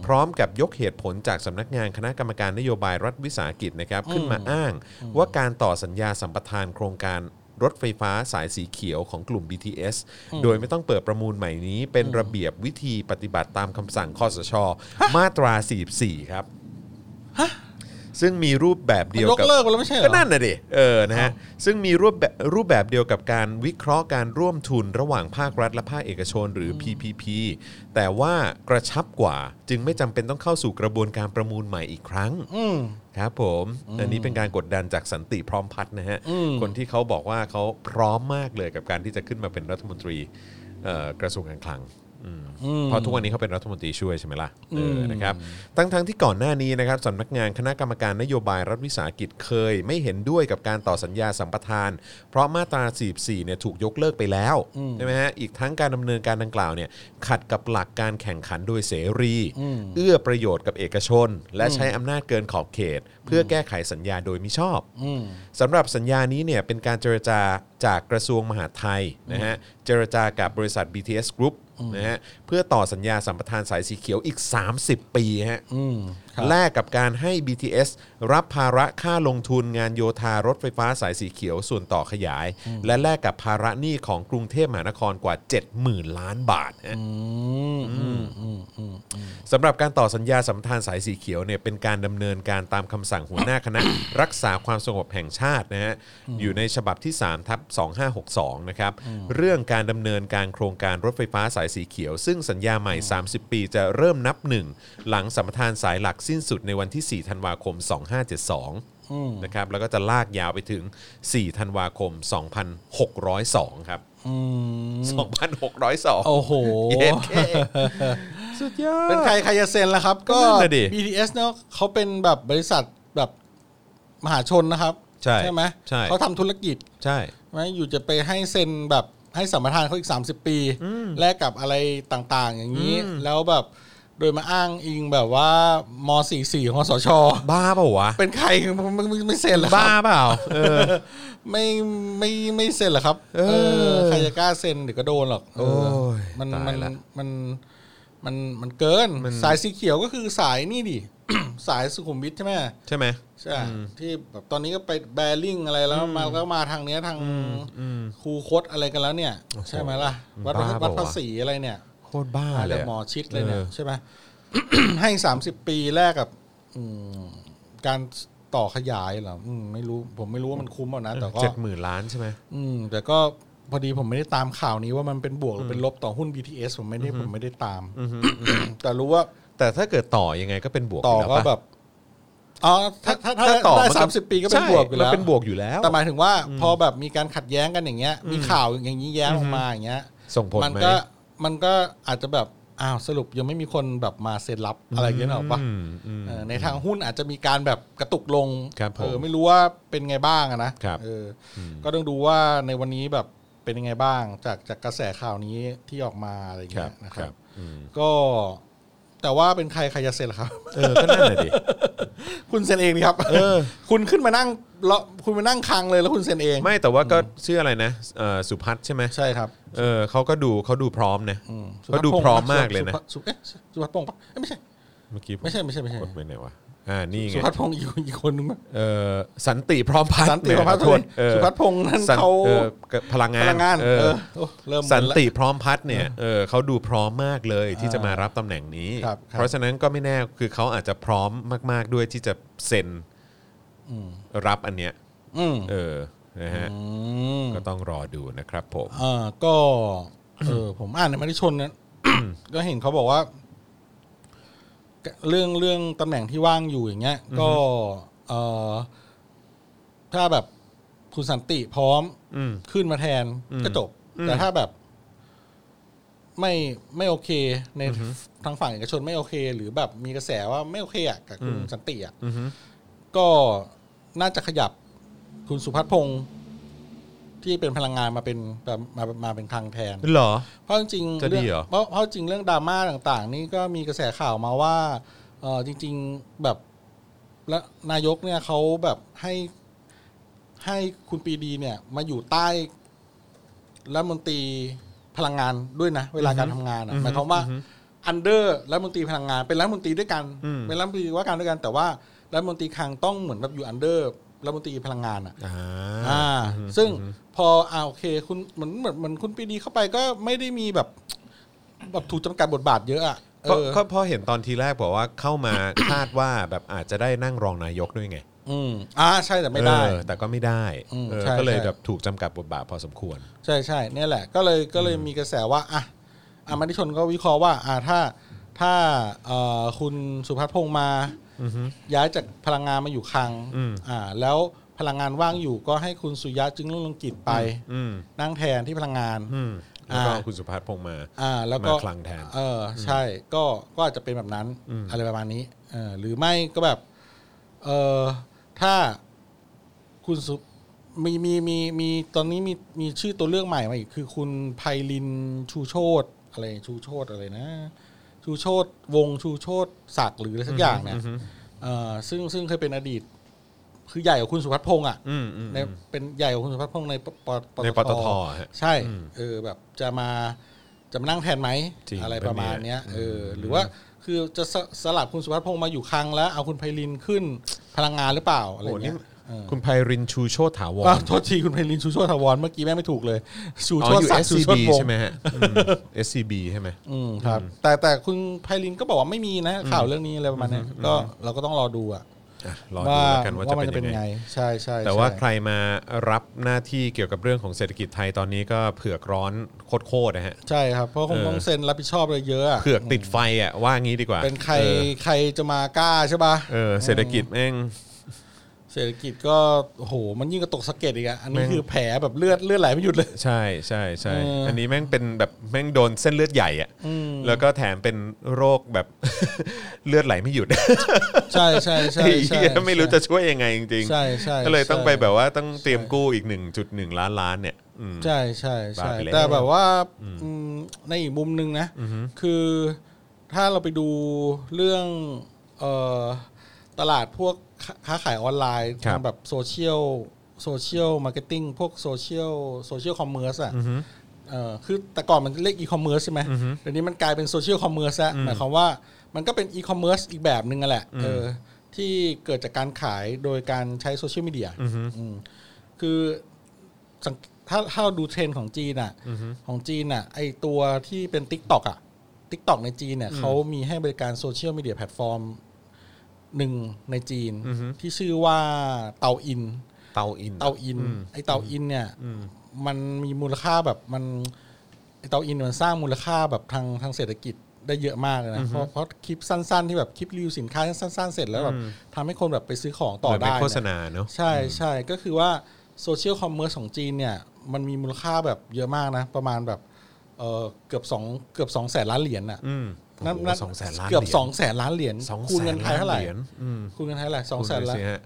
S2: พร้อมกับยกเหตุผลจากสำนักงานคณะกรรมการนโยบายรัฐวิสาหกิจนะครับขึ้นมาอ้างว่าการต่อสัญญาสัมปทานโครงการ รถไฟฟ้าสายสีเขียวของกลุ่ม BTS โดยไม่ต้องเปิดประมูลใหม่นี้ เป็นระเบียบวิธีปฏิบัติตามคำสั่งคอสช มาตรา 44 ครับ ซึ่งมีรูปแบบเดียว
S3: มันยก
S2: กับ
S3: เลิกไปแล้วไม่ใช่เหรอ
S2: ก็นั่นน่ะดิเออนะฮะซึ่งมีรูปแบบรูปแบบเดียวกับการวิเคราะห์การร่วมทุนระหว่างภาครัฐและภาคเอกชนหรือ PPP แต่ว่ากระชับกว่าจึงไม่จำเป็นต้องเข้าสู่กระบวนการประมูลใหม่อีกครั้ง
S3: อืม
S2: ครับผมอันนี้เป็นการกดดันจากสันติพร้อมพัฒน์นะฮะ คนที่เขาบอกว่าเขาพร้อมมากเลยกับการที่จะขึ้นมาเป็นรัฐมนตรีเอ่อกระทรวงการคลัง เพราะทุกวันนี้เขาเป็นรัฐมนตรีช่วยใช่ไหมล่ะเออนะครับทั้งๆที่ก่อนหน้านี้นะครับสำนักงานคณะกรรมการนโยบายรัฐวิสาหกิจเคย ไม่เห็นด้วยกับการต่อสัญญาสัมปทาน เพราะมาตรา44เนี่ยถูกยกเลิกไปแล้วใช่ไหมฮะอีกทั้งการดำเนินการดังกล่าวเนี่ยขัดกับหลักการแข่งขันโดยเสรี เอื้อประโยชน์กับเอกชน และใช้อำนาจเกินขอบเขต เพื่อแก้ไขสัญญาโดยมิชอบ สำหรับสัญญานี้เนี่ยเป็นการเจรจาจากกระทรวงมหาดไทยนะฮะเจรจากับบริษัท BTS Group นะฮะเพื่อต่อสัญญาสัมปทานสายสีเขียวอีก 30 ปีฮะแลกกับการให้ BTS รับภาระค่าลงทุนงานโยธารถไฟฟ้าสายสีเขียวส่วนต่อขยาย และแลกกับภาระหนี้ของกรุงเทพมหานครกว่า 70,000 ล้านบาทฮะ สำหรับการต่อสัญญาสัมปทานสายสีเขียวเนี่ยเป็นการดำเนินการตามคำสั่งหัวหน้าคณะ รักษาความสงบแห่งชาตินะฮะอยู่ในฉบับที่3ทับ2562นะครับเรื่องการดำเนินการโครงการรถไฟฟ้าสายสีเขียว ซึ่งสัญญาใหม่ 30 ปีจะเริ่มนับหนึ่งหลังสัมปทานสายหลักสิ้นสุดในวันที่ 4 ธันวาคม 2572นะครับแล้วก็จะลากยาวไปถึง 4 ธันวาคม 2602ครับ2602
S3: โอ้โห
S2: YK สุดยอด
S3: เป็นใครใครจะเซ็นล่ะครับ ก็
S2: นั่นน่ะดิ
S3: BTS เนาะเขาเป็นแบบบริษัทแบบมหาชนนะครับ
S2: ใช่
S3: ไหม
S2: ใช่
S3: เขาทำธุรกิจ
S2: ใช่
S3: ไม่อยู่จะไปให้เซ็นแบบให้สัมปทานเขาอีก 30 ปีแลกกับอะไรต่างๆ อย่างนี้ แล้วแบบโดยมาอ้างอิงแบบว่าม44ของคอสช
S2: บ้าเปล่าวะ
S3: เป็นใครมึงมึงมึงไม่เซ็นเหรอค
S2: บ้า
S3: รับ
S2: เปล่าเออ
S3: ไม่ไม่ไม่เซ็นเหรอครับ
S2: เออ
S3: ใครจะกล้าเซ็นเดี๋ยวก็โดนหรอกเออ
S2: โอ้ย
S3: มัน
S2: ตาย
S3: มัน
S2: ละ
S3: มันมันมันเกินสายสีเขียวก็คือสายนี่ดิ สายสุขุมวิทใช่ไหม
S2: ใช่ไหม
S3: ใช่ ที่แบบตอนนี้ก็ไปแบริ่งอะไรแล้วมาแล้วมาทางเนี้ยทางครูคดอะไรกันแล้วเนี่ย ใช่ไหมล่ะ วัด
S2: บ้าเปล่าวะ
S3: วัดภาษีอะไรเนี่ย
S2: โคตรบ้าเลย
S3: แต่
S2: อะ
S3: หมอชิดเลยเนี่ย
S2: ออ
S3: ใช่ไหม ให้สามสิบปีแรกกับ อืมการต่อขยายเหรออืมไม่รู้ ผมไม่รู้ว่ามันคุ้มเปล่านะ แต่ก็
S2: เจ็ดหมื่นล้านใช่ไหม
S3: อืม แต่ก็พอดีผมไม่ได้ตามข่าวนี้ว่ามันเป็นบวกหรือเป็นลบต่อหุ้น BTS ผมไม่ได้ผมไม่ได้ตามแต่รู้ว่า
S2: แต่ถ้าเกิดต่อยังไงก็เป็นบวก
S3: ต่อยู่
S2: ล้ว
S3: ก็
S2: ปะ
S3: แบบอ๋อถ้าถ้าถ้าถ้าได้
S2: น
S3: สามสิบปีก็เป็น
S2: ใช่
S3: บวกอยู่แล้
S2: มัน
S3: ว
S2: เป็นบวกอยู่แล้ว
S3: แต่หมายถึงว่า พอแบบมีการขัดแย้งกันอย่างเงี้ย มีข่าวอย่างนี้แย้งออกมาอย่างเงี้ย
S2: ส่งผลไหม
S3: มันก็มันก็อาจจะแบบอ้าวสรุปยังไม่มีคนแบบมาเซ็นรับอะไรอย่างเงี้ยหรอกปะ
S2: อืมอืม
S3: เออในทางหุ้นอาจจะมีการแบบกระตุกลง
S2: ครับผม
S3: เออไม่รู้ว่าเป็นไงบ้างอะนะครับ เอออก็ต้องดูว่าในวันนี้แบบเป็นยังไงบ้าง จากจากกระแสข่าวนี้ที่ออกมาอะไรอย่างเงี้
S2: ค
S3: ย
S2: รับ
S3: นะค
S2: ครั
S3: รับ บ ก็แต่ว่าเป็นใครใครจะเซ็นล่ะครับ
S2: เออก็นั่นแหละดิ
S3: คุณเซ็นเองนี่ครับ
S2: อ
S3: คุณขึ้นมานั่งเลาะคุณมานั่งคังเลยแล้วคุณเซ็นเอง
S2: ไม่แต่ว่าก็ชื่ออะไรนะเอ่อสุพัฒน์ใช่ไหม
S3: ใช่ครับ
S2: เออเขาก็ดูเขาดูพร้อมนะ
S3: อืม
S2: เขาดู
S3: สุ
S2: พร้อม
S3: พัฒ
S2: มากเลยนะ
S3: สุพัฒสุพัฒสุพัฒน์พงษ์ปะเอ้ยไม่ใช่
S2: เมื่อกี้ผ
S3: ไม่ใช่ไม่ใช่ไม่ใช่
S2: กดปไหนวะอ่านี่ไง
S3: สุพัฒน์พงษ์อีกคนอีกคนนึงปะ
S2: เออสันติพร้อมพัฒน์
S3: สันติสุพัฒน์
S2: ขอโทษเออ
S3: สุพัฒน์พงษ์นั่น
S2: สัน
S3: เขา
S2: เออพลังงาน
S3: พลังงาน
S2: เอ
S3: เอ
S2: อ
S3: อโอ้เริ่มมึ
S2: สัน
S3: ละ
S2: ติพร้อมพัฒน์เนี่ยเออเขาดูพร้อมมากเลยที่จะมารับตำแหน่งนี้
S3: ครับครับ
S2: เพราะฉะนั้นก็ไม่แน่คือเขาอาจจะพร้อมมาก ๆด้วยที่จะเซ็นรับอันเนี้ย
S3: อืม
S2: เออนะฮะก็ต้องรอดูนะครับผม
S3: อ่าก็เออ ผมอ่านในมติชนนะ ก็เห็นเขาบอกว่า เรื่องเรื่องตำแหน่งที่ว่างอยู่อย่างเงี้ย ก็เออถ้าแบบคุณสันติพร้อม
S2: อืม
S3: ขึ้นมาแทนก็จบ แต่ถ้าแบบ ไม่ไม่โอเค ในทางฝั่งเอกชนไม่โอเค หรือแบบมีกระแสว่าไม่โอเคอ่ะกับคุณสันติอ่ะ
S2: อือฮึ
S3: ก็น่าจะขยับคุณสุพัฒน์พงษ์ ที่เป็นพลังงานมาเป็นแบบมามาเป็นคลังแทน
S2: เหรอ
S3: เพราะจริงๆ
S2: จะดีเหรอ
S3: งเพราะเพราะจริงเรื่องดราม่าต่าง ๆ นี่ก็มีกระแสข่าวมาว่าเออจริง ๆแบบและนายกเนี่ยเขาแบบให้ให้คุณปรีดีเนี่ย มาอยู่ใต้รัฐมนตรีพลังงานด้วยนะ เวลาการทำงานอะหมายความว่าอันเดอร์รัฐมนตรีพลังงานเป็นรัฐมนตรีด้วยกันเป็นรัฐมนตรีว่าการด้วยกัน แต่ว่ารัฐมนตรีคลังต้องเหมือนแบบอยู่อันเดอร์รัฐมนตรีพลังงานอะ
S2: อ่า
S3: อ่าซึ่งพออ่าโอเคคุณเหมือนเหมือนเหมือนคุณปรีดีเข้าไปก็ไม่ได้มีแบบแบบถูกจำกัดบทบาทเยอะอ่ะเอ
S2: ก็
S3: อ
S2: ก็พอเห็นตอนทีแรกบอกว่าเข้ามา คาดว่าแบบอาจจะได้นั่งรองนายกด้วยไง
S3: อืมอ่าใช่แต่ไม่ได้
S2: เออแต่ก็ไม่ได้
S3: อืม
S2: เออ
S3: ใช่
S2: ก็เลย
S3: ใช่
S2: แบบถูกจำกัดบทบาทพอสมควร
S3: ใช่ใช่เนี่ยแหละ ก็เลยก็เลยมีกระแสว่าอ่ะอ่ะมติชนก็วิเคราะห์ว่า อ่าถ้าถ้าเอ่อคุณสุพัฒน์พงษ์มาย้ายจากพลังงานมาอยู่คลัง
S2: อืม
S3: อ่า แล้วพลังงานว่างอยู่ก็ให้คุณสุริยะจึงรุ่งเรืองกิจไป
S2: อืม
S3: นั่งแทนที่พลังงาน
S2: อืม แล้วก็
S3: อ่า
S2: คุณสุพัฒน์พงษ์มา
S3: อ่าแล้วก็
S2: มาคลังแทน
S3: เออใช่ก็ก็อาจจะเป็นแบบนั้นอะไรประมาณนี้เออหรือไม่ก็แบบเออถ้าคุณสุมีมีมีมีตอนนี้มีมีชื่อตัวเลือกใหม่มาอีกคือคุณไพลินชูโชตอะไรชูโชตอะไรนะ ชูโชตวงชูโชตศักดิ์หรืออะไรสักอย่างเนี่ยเออซึ่งซึ่งเคยเป็นอดีต คือใหญ่กว่าคุณสุพัฒน์พงษ์อ่ะ
S2: อืมอืม
S3: ในเป็นใหญ่กว่าคุณสุพัฒน์พงษ์ในปปป
S2: ในปตทฮะ
S3: ใช่เออแบบจะมาจะมานั่งแทนไหม
S2: จริง
S3: อะไร
S2: แบบ
S3: ประมาณ
S2: เนี้
S3: เนี้
S2: ย
S3: ยเออหรือว่าคือจะสสลับคุณสุพัฒน์พงษ์มาอยู่ครั้งแล้วเอาคุณไพลินขึ้นพลังงานหรือเปล่าอะไร
S2: โอ้โหนี่
S3: เงี้ยเออ
S2: คุณไพรินทร์ชูโชติถาวร
S3: ก็ โทษทีคุณไพลินชูโชติถาวรเมื่อกี้แม่งไม่ถูกเลย ชู
S2: อ๋
S3: โช
S2: อ
S3: ติ
S2: อยู่
S3: ศักดิ์ชูโช
S2: SCB
S3: ติวง
S2: ใช่ไหม
S3: ศ์
S2: ฮะอืม SCB ใช่ไหม
S3: อืมครับแต่แต่คุณไพลินก็บอกว่าไม่มีนะข่าวเรื่องนี้อะไรประมาณเนี้ยก็เราก็ต้องรอดูอะ
S2: อ่ะรอดูแล้วกันว่าจะเป็นยังไง
S3: ใช่ใช่
S2: แต่ว่า
S3: ช่
S2: ใครมารับหน้าที่เกี่ยวกับเรื่องของเศรษฐกิจไทยตอนนี้ก็เผือกร้อนโคตรๆนะฮะ
S3: ใช่ครับ เพราะคงต้องเซ็นรับผิดชอบเลยเยอะอะ
S2: เผือกติดไฟอ่ะว่างี้ดีกว่า
S3: เป็นใคร
S2: ออ
S3: ใครจะมากล้าใช่ป่ะ
S2: เออเศรษฐกิจแม่ง
S3: เศรษฐกิจก็โอ้โห มันยิ่งกระตกสะเก็ดอีกอะอันนี้
S2: แม่ง
S3: คือแผลแบบเลือดเลือดไหลไม่หยุดเลย
S2: ใช่ใช่ใช่
S3: เอออั
S2: อันนี้แม่งเป็นแบบแม่งโดนเส้นเลือดใหญ่อ่ะ
S3: อืม
S2: แล้วก็แถมเป็นโรคแบบ เลือดไหลไม่หยุด
S3: ใช่ใช่ใช่
S2: ไอ้
S3: ใช่
S2: เหี้ยไม่รู้จะช่วยยังไงจริง
S3: ใช่ใช่
S2: ก็เลยต้องไป
S3: ใช่
S2: แบบว่าต้องเตรียมกู้อีก 1.1 ล้านล้านเนี่ยอืม
S3: ใช่ใช่ใช่
S2: บ้าไปแล้ว
S3: แต่แบบว่าอืมในอีกมุมหนึ่งนะคือถ้าเราไปดูเรื่องเอ่อตลาดพวกค้าค้าขายออนไลน์ทางแบบโซเชียลโซเชียลมาร์เก็ตติ้งพวกโซเชียลโซเชียลคอมเมอร์สอะ เออคือแต่ก่อนมันเรียกอีคอมเมิร์ซใช่ไหมเดี๋ยวนี้มันกลายเป็นโซเชียลคอมเมิร์ซแล้วหมายความว่ามันก็เป็นอีคอมเมิร์ซอีกแบบหนึ่งนั่นแหละเออที่เกิดจากการขายโดยการใช้โซเชียลมีเดียอืมคือสังถ้าถ้าเราดูเทรนด์ของจีนอ่ะของจีนอ่ะไอตัวที่เป็น t ิ k t o k อ่ะ t ิ k t o k ในจีนเนี่ยเขามีให้บริการโซเชียลมีเดียแพลตฟอร์มหนึ่งในจีน ที่ชื่อว่าเตาอิน
S2: เตาอิน
S3: เตาอินไอเตาอินเนี่ยมันมีมูลค่าแบบมันไอเตาอินมันสร้างมูลค่าแบบทางทางเศรษฐกิจได้เยอะมากเลยนะเพราะเพราะคลิปสั้นๆ ที่แบบคลิปรีวิวสินค้าสั้นๆ เสร็จแล้วแบบทำให้คนแบบไปซื้อของต่อ
S2: เหมือน
S3: ได้
S2: เป็น
S3: เนี่ย
S2: โฆษณาเนอะ
S3: ใช่ใช่ก็คือว่าโซเชียลคอมเมอร์สของจีนเนี่ยมันมีมูลค่าแบบเยอะมากนะ ประมาณแบบเออเกือบสองเกือบสองแสนล้านเหรียญน่ะ
S2: อืม
S3: นั่น
S2: โอ้โห
S3: นั่น
S2: สองแสนล้าน
S3: เกือบ
S2: หรียญ
S3: สองแสนล้านเหรียญ
S2: สองแสน
S3: คูณเงินไทยเท่าไหร่
S2: ล้านเหรียญอืม
S3: คูณเงินไทยเท่าไหร่สองแสนล้าน
S2: ดูสิฮะ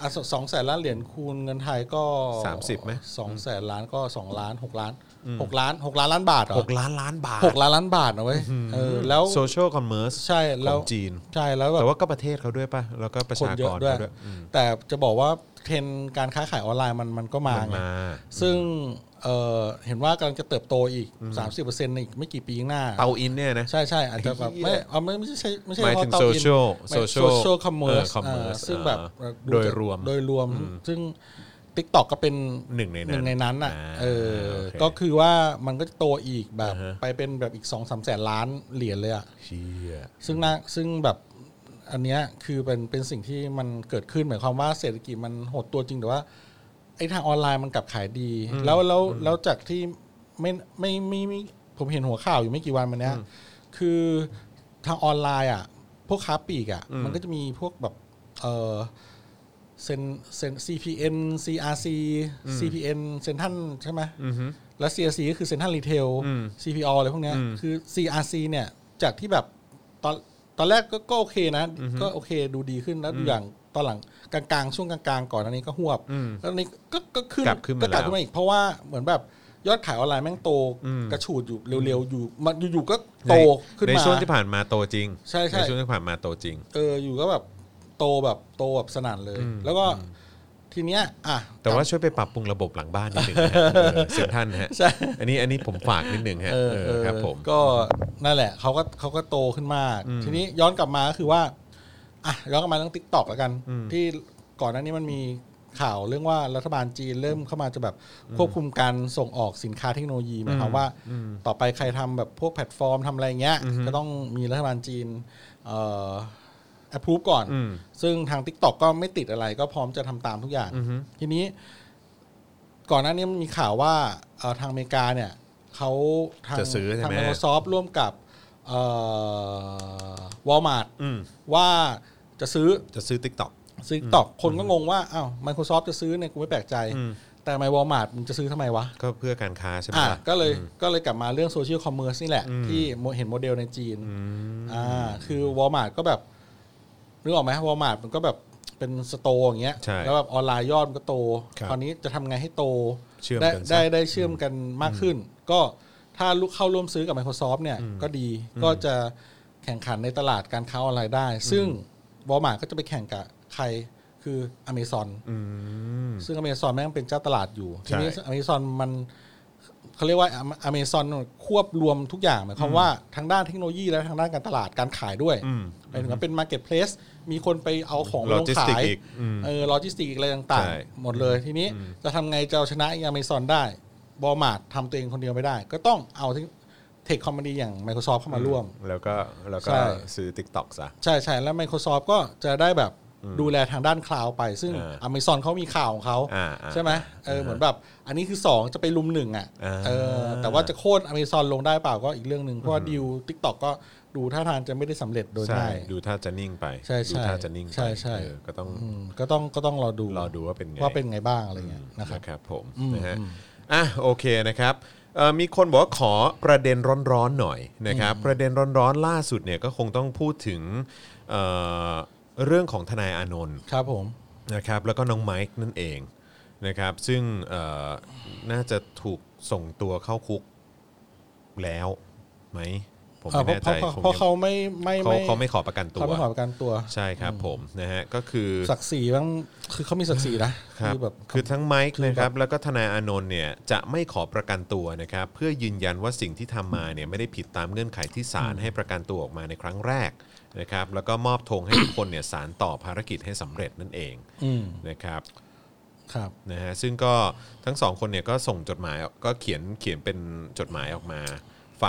S3: อ่ะสสองแสนล้านเหรียญคูณเงินไทยก็
S2: 30ไหม
S3: สองแสนล้านก็สองล้านหกล้านหกล้านหกล้านล้านบาทเหรอ
S2: หกล้านล้านบาท
S3: หกล้านล้านบาทนะเว้ยเออแล้ว
S2: โซเชียลคอมเมอร์ส
S3: ใช่
S2: ข
S3: แล้
S2: อ
S3: ว
S2: งจีน
S3: ใช่แล้วแบ
S2: แต่
S3: บ
S2: ว่าก็ประเทศเขาด้วยป่ะ แล้วก็ประ
S3: คน
S2: ชา
S3: เย
S2: ก
S3: อะ
S2: ร
S3: ด้ว
S2: เขา
S3: ย
S2: ด้วยอืม
S3: แต่จะบอกว่าเทรนด์การค้าขายออนไลน์มันมันก็มา
S2: มัน
S3: ไง
S2: มา
S3: ซึ่งเออเห็นว่ากำลังจะเติบโตอีก 30%ในอีกไม่กี่ปีข้างหน้า
S2: เตาอินเนี่ยนะ
S3: ใช่ใช่อาจจะแบบไม่เอาไม่ไม่ใช่ไม่ใช่
S2: หมาย
S3: เฉ
S2: ถึง
S3: พาะเตาอิน
S2: social
S3: ไม่
S2: social
S3: social
S2: เอ
S3: commerce
S2: อ commerce
S3: อ่าซึ่งแบบ
S2: อ่า
S3: จาก
S2: โดยรวม
S3: โดยรวม ซึ่ง TikTok ก็เป็น
S2: หนึ่งในนั้น
S3: หนึ่งในนั้นอ่ะ
S2: อ่า
S3: เออ
S2: โอเค
S3: ก็คือว่ามันก็จะโตอีกแบบ
S2: อ่าฮะ
S3: ไปเป็นแบบอีกสองสามแสนล้านเหรียญเลยอ่ะ
S2: เชี่ย
S3: ซึ่งน่าซึ่งแบบอันเนี้ยคือเป็นเป็นสิ่งที่มันเกิดขึ้นหมายความว่าเศรษฐกิจมันหดตัวจริงแต่ว่าไอ้ทางออนไลน์มันกลับขายดี แล้วแล้วแล้วจากที่ไม่ไม่ไม่ไม่ผมเห็นหัวข่าวอยู่ไม่กี่วันมาเนี้ยคือทางออนไลน์อ่ะพวกค้าปลีกอ่ะมันก็จะมีพวกแบบเออเซนเซน CPN CRC CPN เซนทันใช่ไหมแล้ว CRC ก็คือเซนทันรีเทล CPO อะไรพวกเนี้ยคือ CRC เนี่ยจากที่แบบ ตอนตอนแรกก็ก็โอเคนะ ก็โอเคดูดีขึ้นแล้วดูอย่างตอนหลังกลางๆช่วงกลางๆก่อนอันนี้ก็หวบแล้วอันนี้ก็ก็ก็ขึ้น
S2: กลับขึ้นมา
S3: ก็กลับ
S2: แล้ว
S3: ขึ้นมาอีกเพราะว่าเหมือนแบบยอดขายออนไลน์แม่งโตกระฉูดอยู่เร็วๆอยู่มันอยู่ๆก็โตขึ้น
S2: ใน
S3: มา
S2: ช่วงที่ผ่านมาโตจริง
S3: ใช่ใช่
S2: ช่วงที่ผ่านมาโตจริง
S3: เอออยู่ก็แบบโตแบบโตแบบสนั่นเลย แล้วก็ทีเนี้ยอ่ะ
S2: แต่ว่าช่วยไปปรับปรุงระบบหลังบ้านนิดหนึ่ง นะฮะเออเสิ่งท่านฮะ
S3: ใช่
S2: อันนี้อันนี้ผมฝากนิดหนึ่งฮะ
S3: เออ
S2: เออ
S3: เออ
S2: ครับผม
S3: ก็นั่นแหละเขาก็เขาก็โตขึ้นมาก ทีนี้ย้อนกลับมาก็คือว่าอ่ะย้อนกลับมาเรื่องทิกตอกแล้วกัน ที่ก่อนหน้านี้มันมีข่าวเรื่องว่ารัฐบาลจีนเริ่มเข้ามาจะแบบควบคุมการส่งออกสินค้าเทคโนโลยีหมายความว่า ต่อไปใครทำแบบพวกแพลตฟอร์มทำอะไรเงี้ยก็ต้องมีรัฐบาลจีนเอ่อ approve ก่อน ซึ่งทาง TikTok ก็ไม่ติดอะไรก็พร้อมจะทำตามทุกอย่าง ทีนี้ ก่อนหน้านี้มันมีข่าวว่าเอ่อทางอเมริกาเนี่ยเขาทาง
S2: จะซื้อใช่
S3: ทาง
S2: ไหม
S3: Microsoft ร่วมกับวอลมาร์ท
S2: อืม
S3: ว่าจะซื้อ
S2: จะซื้อ TikTok
S3: ซื้อตอกคนก็งงว่าอ้าว Microsoft จะซื้อเนี่ยกูไม่แปลกใจ แต่ไมวอลมาร์ทมันจะซื้อทำไมวะ
S2: ก็เพื่อการค้าใช่ไหม
S3: อ่ะ
S2: ล่ะ
S3: ก็เลยก็เลยกลับมาเรื่องโซเชียลคอมเมอร์สนี่แหละ ที่โมเห็นโมเดลในจีนอ่าคือวอลมาร์ทก็แบบนึกออกไหมวอลมาร์ทมันก็แบบเป็นสโตร์อย่างเงี้ย
S2: ใช่
S3: แล้วแบบออนไลน์ยอดมันก็โต
S1: ครับ
S3: คราวนี้จะทำไงให้โต
S2: เชื่อม
S3: ได้
S2: กันซะ
S3: ได้ได้เชื่อมกันมากขึ้น ก็ถ้าลูกเข้าร่วมซื้อกับ Microsoft เนี่ยก็ดีก็จะแข่งขันในตลาดการค้าออนไลน์ได้ ซึ่งวอลมาร์ทก็จะไปแข่งกับใครคืออเมซอน
S2: อืม
S3: ซึ่งอเมซอนแม่งเป็นเจ้าตลาดอยู่
S2: ใช่
S3: ทีนี้อเมซอนมันเขาเรียกว่าอเมซอนควบรวมทุกอย่างหมายความว่าทางด้านเทคโนโลยีและทางด้านการตลาดการขายด้วยหมายถึงว่าเป็นมาร์เก็ตเพลสมีคนไปเอาของมาลงขาย
S2: Logistic อีกอืม
S3: เออโลจิสติกอะไรต่าง
S2: ใช่
S3: ๆ หมดเลยทีนี้จะทำไงจะเอาชนะอเมซอนได้บอมาดทำตัวเองคนเดียวไม่ได้ ก็ต้องเอาเทคคอมพานีอย่าง Microsoft เข้ามาร่วม
S2: แล้วก็แล้วก็
S3: ใช่
S2: ซื้อ TikTok ซะ
S3: ใช่ใช่แล้ว Microsoft ก็จะได้แบบดูแลทางด้านคลาวด์ไป ซึ่ง
S2: อ่า
S3: Amazon เขามีข่าวของเขา
S2: อ่าอ่า
S3: ใช่ไหมเออเหมือนแบบ อันนี้คือ 2 จะไปลุมหนึ่งอ่ะ
S2: อ่า
S3: เออแต่ว่าจะโค่น Amazon ลงได้เปล่าก็อีกเรื่องหนึ่งเพราะว่าดิว t ิ k t o k ก็ดูท่าทางจะไม่ได้สำเร็จโดย
S2: ใช่
S3: ง่าย
S2: ดูท่าจะนิ่งไป
S3: ใช่ใช่
S2: ดูท่าจะนิ่งไป
S3: ใช่ใช่
S2: เออก็ต้อง
S3: อืมก็ต้องก็ต้องรอดู
S2: รอดูว่าเป็นไง
S3: ว่าเป็นไงบ้างอะไรเงี้ยนะครับ
S2: นะครับผมนะฮะอ่ะโอเคนะครับเอ่อมีคนบอกว่าขอประเด็นร้อนๆหน่อยนะครับประเด็นร้อนๆล่าสุดเนี่ยก็คงต้องพูดถึงเอ่อเรื่องของทนายอานนท์
S3: ครับผม
S2: นะครับแล้วก็น้องไมค์นั่นเองนะครับซึ่งเอ่อน่าจะถูกส่งตัวเข้าคุกแล้วไหมผม
S3: เอ่อ
S2: ไม่
S3: เพราะ
S2: แน่
S3: เพ
S2: ใจ
S3: ราะ
S2: ผม
S3: เพราะ
S2: ยัง
S3: เขาไม่ไม่
S2: เขาเขาไม่ขอประกันตัว
S3: เขาไม่ขอประกันตัว
S2: ใช่ครับผมนะฮะก็คือ
S3: ศักดิ์ศรีบ้างคือเขามีศักดิ์ศรีนะครับ อแบบ
S2: คือทั้งไมค์นะครับแล้วก็ทนายอานนท์เนี่ยจะไม่ขอประกันตัวนะครับเพื่อยืนยันว่าสิ่งที่ทำมาเนี่ยไม่ได้ผิดตามเงื่อนไขที่ศาลให้ประกันตัวออกมาในครั้งแรกนะครับแล้วก็มอบธงให้ทุกคนเนี่ยสารต่อภารกิจให้สำเร็จนั่นเอง
S3: อืม
S2: นะครับ
S3: ครับ
S2: นะฮะซึ่งก็ทั้งสองคนเนี่ยก็ส่งจดหมายก็เขียนเขียนเป็นจดหมายออกมา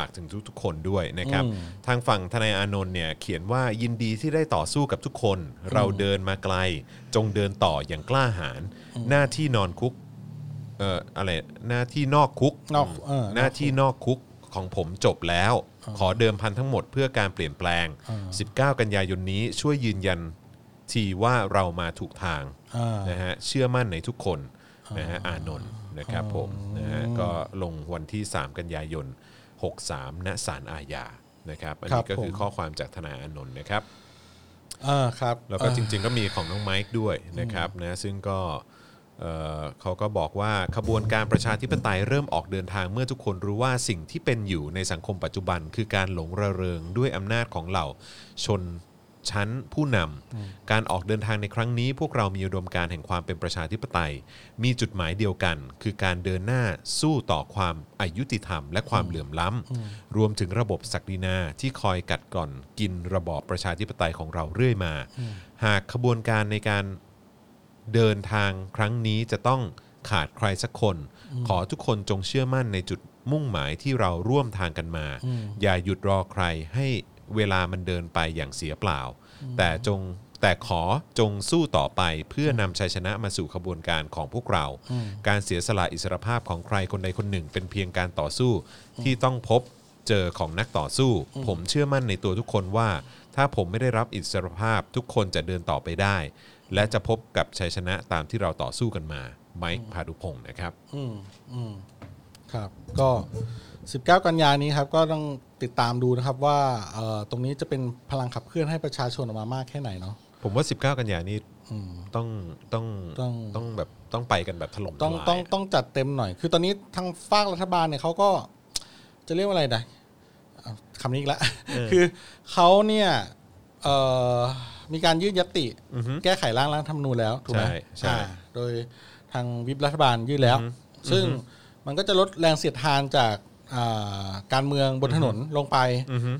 S2: ฝากถึงทุกๆคนด้วยนะครับทางฝั่งทนายอานนท์เนี่ยเขียนว่ายินดีที่ได้ต่อสู้กับทุกคน เราเดินมาไกล จงเดินต่ออย่างกล้าหาญหน้าที่นอนคุกเอ่ออะไรหน้าที่นอกคุก
S3: นอกเออ
S2: หน้าที่นอกคุกของผมจบแล้ว ขอเดิมพันทั้งหมดเพื่อการเปลี่ยนแปลง 19 กันยายนนี้ช่วยยืนยันทีว่าเรามาถูกทาง
S3: อ่า
S2: นะฮะเชื่อมั่นในทุกคนนะฮะอานนท์นะครับผมนะฮะก็ลงวันที่ 3 กันยายน 63ณศาลอาญานะครับอันนี้
S3: ครับ
S2: ก็คือ
S3: ผม
S2: ข้อความจากทนายอานนท์นะครับ
S3: อ่าครับ
S2: แล้วก็
S3: อ่า
S2: จริงๆก็มีของน้องไมค์ด้วยนะครับนะซึ่งก็เอ่อเขาก็บอกว่าขบวนการประชาธิปไตยเริ่มออกเดินทางเมื่อทุกคนรู้ว่าสิ่งที่เป็นอยู่ในสังคมปัจจุบัน คือการหลงระเริงด้วยอำนาจของเหล่าชนชั้นผู้นำการออกเดินทางในครั้งนี้ พวกเรามีอุดมการณ์แห่งความเป็นประชาธิปไตย มีจุดหมายเดียวกัน คือการเดินหน้าสู้ต่อความอายุติธรรม และความเหลื่อมล้ำรวมถึงระบบศักดินาที่คอยกัดกร่อนกินระบอบประชาธิปไตยของเราเรื่อยมา หากขบวนการในการเดินทางครั้งนี้จะต้องขาดใครสักคน ขอทุกคนจงเชื่อมั่นในจุดมุ่งหมายที่เราร่วมทางกันมา อย่าหยุดรอใครให้เวลามันเดินไปอย่างเสียเปล่า แต่จงแต่ขอจงสู้ต่อไปเพื่อนำชัยชนะมาสู่ขบวนการของพวกเรา การเสียสละอิสรภาพของใครคนใดคนหนึ่ง เป็นเพียงการต่อสู้ที่ต้องพบ เจอของนักต่อสู้ ผมเชื่อมั่นในตัวทุกคนว่า ถ้าผมไม่ได้รับอิสรภาพทุกคนจะเดินต่อไปได้ และจะพบกับชัยชนะตามที่เราต่อสู้กันมา ไมค์พาดุพงศ์นะครับ
S3: อืมอืมครับก็ 19 กันยานี้ครับก็ต้องติดตามดูนะครับว่าเอ่อตรงนี้จะเป็นพลังขับเคลื่อนให้ประชาชนออกมามากแค่ไหนเนาะ
S2: ผมว่า 19 กันยานี้
S3: อืม
S2: ต้องต้อง
S3: ต้อง
S2: ต้องแบบต้องไปกันแบบถล่มท
S3: ต้อง
S2: ลาย
S3: ต้องต้องจัดเต็มหน่อย คือตอนนี้ทางฝากรัฐบาลเนี่ยเขาก็จะเรียกว่าอะไรนะอ่ะคำนี้อีกแล้ว คือเขาเนี่ยเอ่อมีการยื่นยติ แก้ไขร่างรัฐธรรมนูญแล้วถูกไหม
S2: ใช่ใช่
S3: อ่าโดยทางวิปรัฐบาลยื่นแล้ว ซึ่งมันก็จะลดแรงเสียดทานจากอ่าการเมืองบนถนนลงไป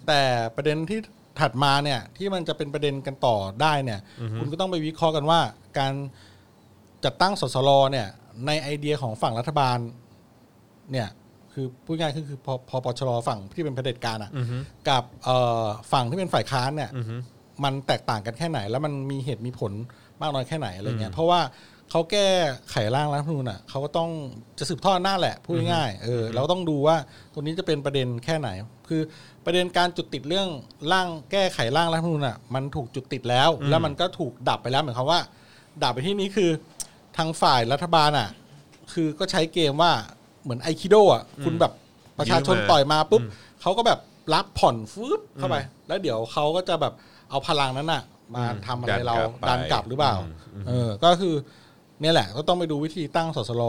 S3: แต่ประเด็นที่ถัดมาเนี่ยที่มันจะเป็นประเด็นกันต่อได้เนี่ย คุณก็ต้องไปวิเคราะห์กันว่า การจัดตั้งสสรเนี่ยในไอเดียของฝั่งรัฐบาลเนี่ยคือพูดง่ายๆคือคือพพปชรฝั่งที่เป็นเผด็จการอ่ะกับเอ่อฝั่งที่เป็นฝ่ายค้านเนี่ย มันแตกต่างกันแค่ไหน แล้วมันมีเหตุมีผลมากน้อยแค่ไหนอะไรเงี้ยเพราะว่าเขาแก้ไขร่างรัฐธรรมนูญอ่ะเขาก็ต้องจะสืบทอดหน้าจแหละพูดง่ายๆเออเราต้องดูว่าตรงนี้จะเป็นประเด็นแค่ไหน คือประเด็นการจุดติดเรื่องร่างแก้ไขร่างรัฐธรรมนูญอ่ะมันถูกจุดติดแล้ว แล้วมันก็ถูกดับไปแล้วหมายความว่า ดับไปที่นี้คือทางฝ่ายรัฐบาลอ่ะ คือก็ใช้เกมว่าเหมือนไอคิโดอ่ะคุณแบบประชาชน
S2: ยื้อมา
S3: ต่อยมาปุ๊บเขาก็แบบรับผ่อนฟืบเข้าไป แล้วเดี๋ยวเขาก็จะแบบเอาพลังนั้นอ่ะ มาทำอะไรเรา
S2: ดั
S3: ดั
S2: น
S3: น
S2: ก
S3: ก
S2: ลั
S3: ลั
S2: บบไป
S3: หรือเปล่า
S2: อืม
S3: เออ ก็คือเนี่ยแหละ ก็ต้องไปดูวิธีตั้งสสล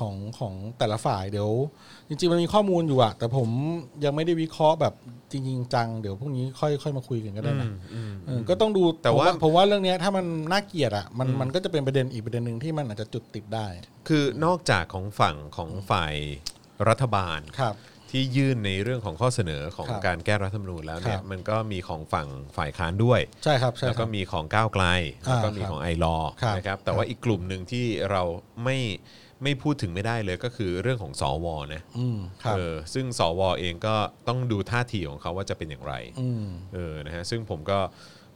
S3: ของของแต่ละฝ่ายเดี๋ยว จริงๆมันมีข้อมูลอยู่อะแต่ผมยังไม่ได้วิเคราะห์แบบจริง ๆ จังเดี๋ยวพรุ่งนี้ค่อยค่อยมาคุยกันก็ได้นะ
S2: อืม
S3: เออก็ต้องดู
S2: แต่
S3: ผม
S2: ว่า
S3: ผมว่าเรื่องเนี้ยถ้ามันน่าเกลียดอ่ะมันมันก็จะเป็นประเด็นอีกประเด็นหนึ่งที่มันอาจจะจุดติดได้
S2: คือนอกจากของฝั่งของฝ่ายรัฐบาล
S3: ครับ
S2: ที่ยื่นในเรื่องของข้อเสนอของ
S3: ครับ
S2: การแก้รัฐธรรมนูญแล้วเนี่ย
S3: ครับ
S2: มันก็มีของฝั่งฝ่ายค้านด้วย
S3: ใช่ครับใช่
S2: แล้ว
S3: ค
S2: ก็
S3: รับ
S2: มีของก้าวไกล
S3: อ่า
S2: แล้วก็มี
S3: ครับ
S2: ของไอรอ
S3: ครับ
S2: นะครับแต่ว่าอีกกลุ่มหนึ่งที่เราไม่ไม่พูดถึงไม่ได้เลยก็คือเรื่องของสวนะ
S3: ืมครับ
S2: เออซึ่งสวเองก็ต้องดูท่าทีของเขาว่าจะเป็นอย่างไร
S3: อืม
S2: เออนะฮะซึ่งผมก็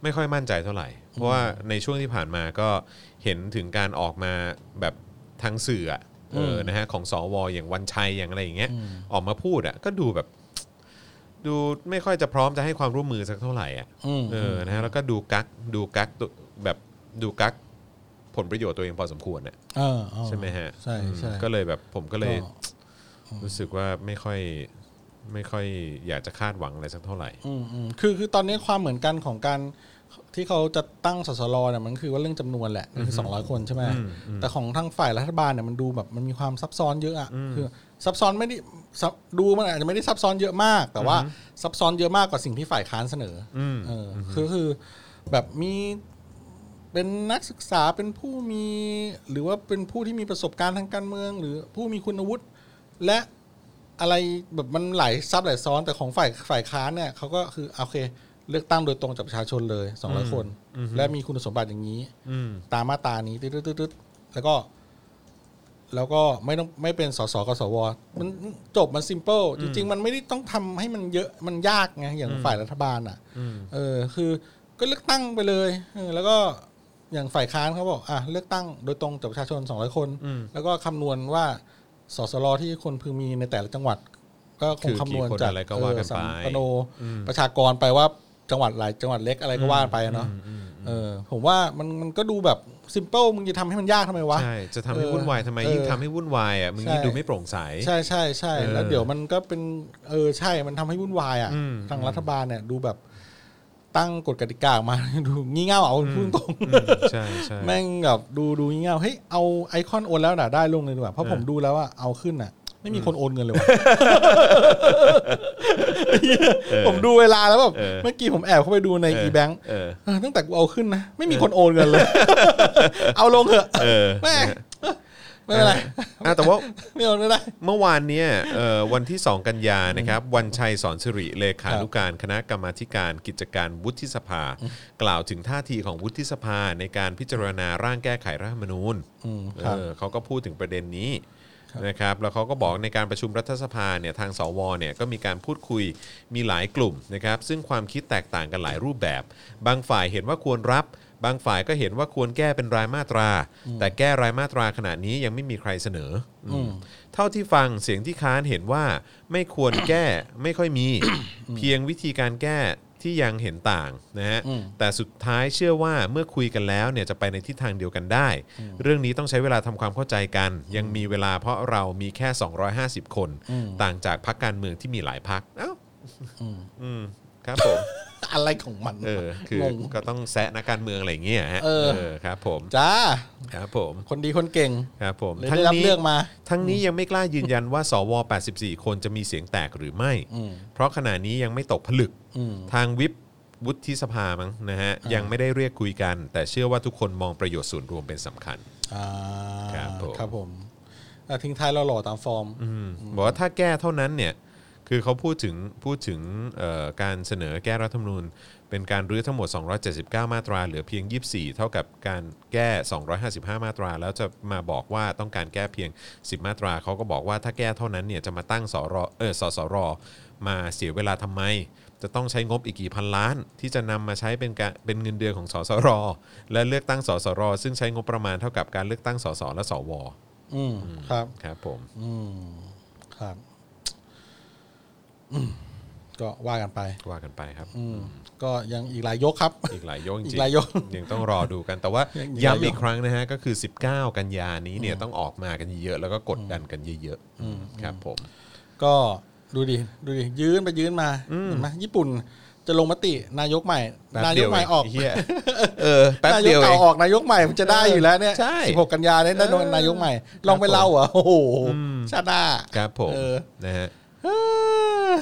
S2: ไม่ค่อยมั่นใจเท่าไหร่ เพราะว่าในช่วงที่ผ่านมาก็เห็นถึงการออกมาแบบทางสื่ออะเออนะฮะของสวอย่างวันชัยอย่างอะไรอย่างเงี้ยออกมาพูดอ่ะก็ดูแบบ ดูไม่ค่อยจะพร้อมจะให้ความร่วมมือสักเท่าไหร่อ่ะ
S3: อืม
S2: เออ นะฮะแล้วก็ดูกัก ดูกักตัวแบบดูกักผลประโยชน์ตัวเองพอสมควรเนี่ย
S3: เออเออ
S2: ใช่ไหมฮะ
S3: ใช่
S2: อืม
S3: ใช่
S2: ก็เลยแบบผมก็เลย
S3: ก็
S2: รู้สึกว่าไม่ค่อยไม่ค่อยอยากจะคาดหวังอะไรสักเท่าไหร่
S3: อืมอืมคือคือตอนนี้ความเหมือนกันของการที่เขาจะตั้งสสรเนี่ยมันคือว่าเรื่องจำนวนแหละคือสองร้อยคนใช่ไหมแต่ของทางฝ่ายรัฐบาลเนี่ยมันดูแบบมันมีความซับซ้อนเยอะอะคือซับซ้อนไม่ได้ซับดูมันอาจจะไม่ได้ซับซ้อนเยอะมาก แต่ว่าซับซ้อนเยอะมากกว่าสิ่งที่ฝ่ายค้านเสนออ
S2: ม
S3: เอออคือคือแบบมีเป็นนักศึกษาเป็นผู้มี หรือว่าเป็นผู้ที่มีประสบการณ์ทางการเมือง หรือผู้มีคุณวุฒิและ อะไรแบบมันหลายซับหลายซ้อนแต่ของฝ่ายฝ่ายค้านเนี่ยเขาก็คือโอเค เลือกตั้งโดยตรงจากประชาชนเลย200คน และมีคุณสมบัติอย่างนี้
S2: อืม
S3: ตามมาตรานี้ตึ๊ดตึ๊ดตึ๊ดตึ๊ดแล้วก็ แล้วก็ไม่ต้องไม่เป็นสสกับสวมันจบมันซิมเ l ิลจริง ๆ มันไม่ได้ต้องทำให้มันเยอะมันยากไงอย่างฝ่ายรัฐบาลอ่ะเออ คือก็เลือกตั้งไปเลยเออแล้วก็อย่างฝ่ายค้านเขาบอกอ่ะเลือกตั้งโดยตรงจากประชาชน 200 คน
S2: อืม
S3: แล้วก็คำนวณว่าสสรที่คนพึงมีในแต่ละจังหวัด ก็คงคำนวณ
S2: คือกี่คน
S3: จาก
S2: อะไรก็ว่ากันไป
S3: เออสัมปโน ประชากรไปว่าจังหวัดหลายจังหวัดเล็กอะไรก็ว่าไปอะเนาะเออ ผมว่ามันมันก็ดูแบบซิมเ l ิลมึงจะทำให้มันยากทำไมวะ
S2: ใช่ จะทำให้
S3: เออ
S2: วุ่นวายทำไม
S3: เออ
S2: ยิ่งทำให้วุ่นวายอ่ะมึง
S3: ใช่
S2: ยิ่งดูไม่โปร่งใส
S3: ใช่ใช่ใช่
S2: เออ
S3: แล้วเดี๋ยวมันก็เป็นเออใช่มันทำให้วุ่นวายอ่ะ
S2: อืม
S3: ทางรัฐบาลเนี่ยดูแบบตั้งกฎกติกาออกมา ดูงี่เง่าเอาพูดตรง
S2: อืมใช่ใช่
S3: แม่งแบบดูดูงี่เง่าเฮ้ยเอาไอคอนโอนแล้วน่ะได้ลงเลยดีกว่าเพราะผมดูแล้วว่าเอาขึ้นอ่ะ ไม่มีคนโอนเงินเลยว่ะ ผมดูเวลาแล้วแบบ
S2: เออ
S3: เมื่อกี้ผมแอบเข้าไปดูใน
S2: เออ
S3: e-bank
S2: เออ
S3: เออตั้งแต่กูเอาขึ้นนะ ไม่มีคนโอนเงินเลย เอาลงเถอะ
S2: เออ
S3: แม่งไม่เป็นไร
S2: อ่ะแต่ว่า
S3: ไม่โอนก็ได้
S2: เมื่อวานเนี่ยเอ่อวันที่ 2 กันยานะครับ วันชัยสอนสิริเลขานุการคณะกรรมาธิการกิจการวุฒิสภา กล่าวถึงท่าทีของวุฒิสภาในการพิจารณาร่างแก้ไขรัฐธรรมนูญ
S3: อืมครับ
S2: เออเขาก็พูดถึงประเด็นนี้นะครับแล้วเขาก็บอกในการประชุมรัฐสภาเนี่ยทางสวเนี่ยก็มีการพูดคุยมีหลายกลุ่มนะครับ ซึ่งความคิดแตกต่างกันหลายรูปแบบ บางฝ่ายเห็นว่าควรรับบางฝ่ายก็เห็นว่าควรแก้เป็นรายมาตรา แต่แก้รายมาตราขณะนี้ยังไม่มีใครเสนออ เท่าที่ฟังเสียงที่ค้านเห็นว่าไม่ควรแก้ ไม่ค่อยมี เพียงวิธีการแก้ที่ยังเห็นต่างนะฮะแต่สุดท้ายเชื่อว่าเมื่อคุยกันแล้วเนี่ยจะไปในทิศทางเดียวกันได้ เรื่องนี้ต้องใช้เวลาทำความเข้าใจกัน ยังมีเวลาเพราะเรามีแค่ 250 คน ต่างจากพักการเมืองที่มีหลายพักเอ้าอืมครับผม
S3: อะไรของมัน
S2: เออคือง ก็ต้องแซะนักการเมืองอะไรอย่างเงี้ยฮะ
S3: เออ
S2: ครับผม
S3: จ้า
S2: ครับผม
S3: คนดีคนเก่ง
S2: ครับผม
S3: เลยได้รับเลือกมา
S2: ทั้งนี้ยังไม่กล้ายืนยันว่า สว 84 คนจะมีเสียงแตกหรือไม่ เพราะขณะนี้ยังไม่ตกผลึก ทางวิปวุฒิสภามั้งนะฮะ ยังไม่ได้เรียกคุยกัน แต่เชื่อว่าทุกคนมองประโยชน์ส่วนรวมเป็นสำคัญ
S3: อ่า
S2: ครับผม
S3: ครับผมอ่ะทิ้งท้ายเราหล่อๆตามฟอร์ม
S2: บอกว่าถ้าแก้เท่านั้นเนี่ย คือเขาพูดถึงพูดถึงเอ่อการเสนอแก้รัฐธรรมนูญ เป็นการรื้อทั้งหมด 279 มาตรา เหลือเพียง 24 เท่ากับการแก้ 255 มาตรา แล้วจะมาบอกว่าต้องการแก้เพียง 10 มาตรา เขาก็บอกว่าถ้าแก้เท่านั้นเนี่ยจะมาตั้งสรเออสสรมาเสียเวลาทำไม จะต้องใช้งบอีกกี่พันล้าน ที่จะนำมาใช้เป็นการเป็นเงินเดือนของสสรและเลือกตั้งสสรซึ่งใช้งบประมาณเท่ากับการเลือกตั้งสสและสว
S3: อืมครับ
S2: ครับผม
S3: อืมครับ ก็ว่ากันไป
S2: ว่ากันไปครับ
S3: อืมก็ยังอีกหลายยกครับ
S2: อีกหลายโยกจริง
S3: อีกหลายโยก
S2: ยังต้องรอดูกันแต่ว่า
S3: ยังอีกหลายโยก
S2: ย้ำอีกครั้งนะฮะก็คือ 19 กันยานี้เนี่ยต้องออกมากันเยอะๆแล้วก็กดดันกันเยอะๆครับผม
S3: ก็ดูดิดูดิยืนไปยืนมาเห็นไหมญี่ปุ่นจะลงมตินายกใหม่
S2: แป๊บ
S3: นาย
S2: เดี
S3: ก
S2: ว
S3: ใหม่ออก
S2: เงเหี้ยเออแป๊บ
S3: นาย
S2: เดี
S3: ก
S2: ยวเอ
S3: เก่าง ออกนายกใหม่มันจะได้อยู่แล้วเนี่ย
S2: ใช่
S3: 16 กันยาเนี่ยได้
S2: เออ
S3: นายกใหม่ ลองไปเล่าเหรอโอ้โหชาดา
S2: ครับผม
S3: เออ
S2: นะฮะ
S3: เอ้ย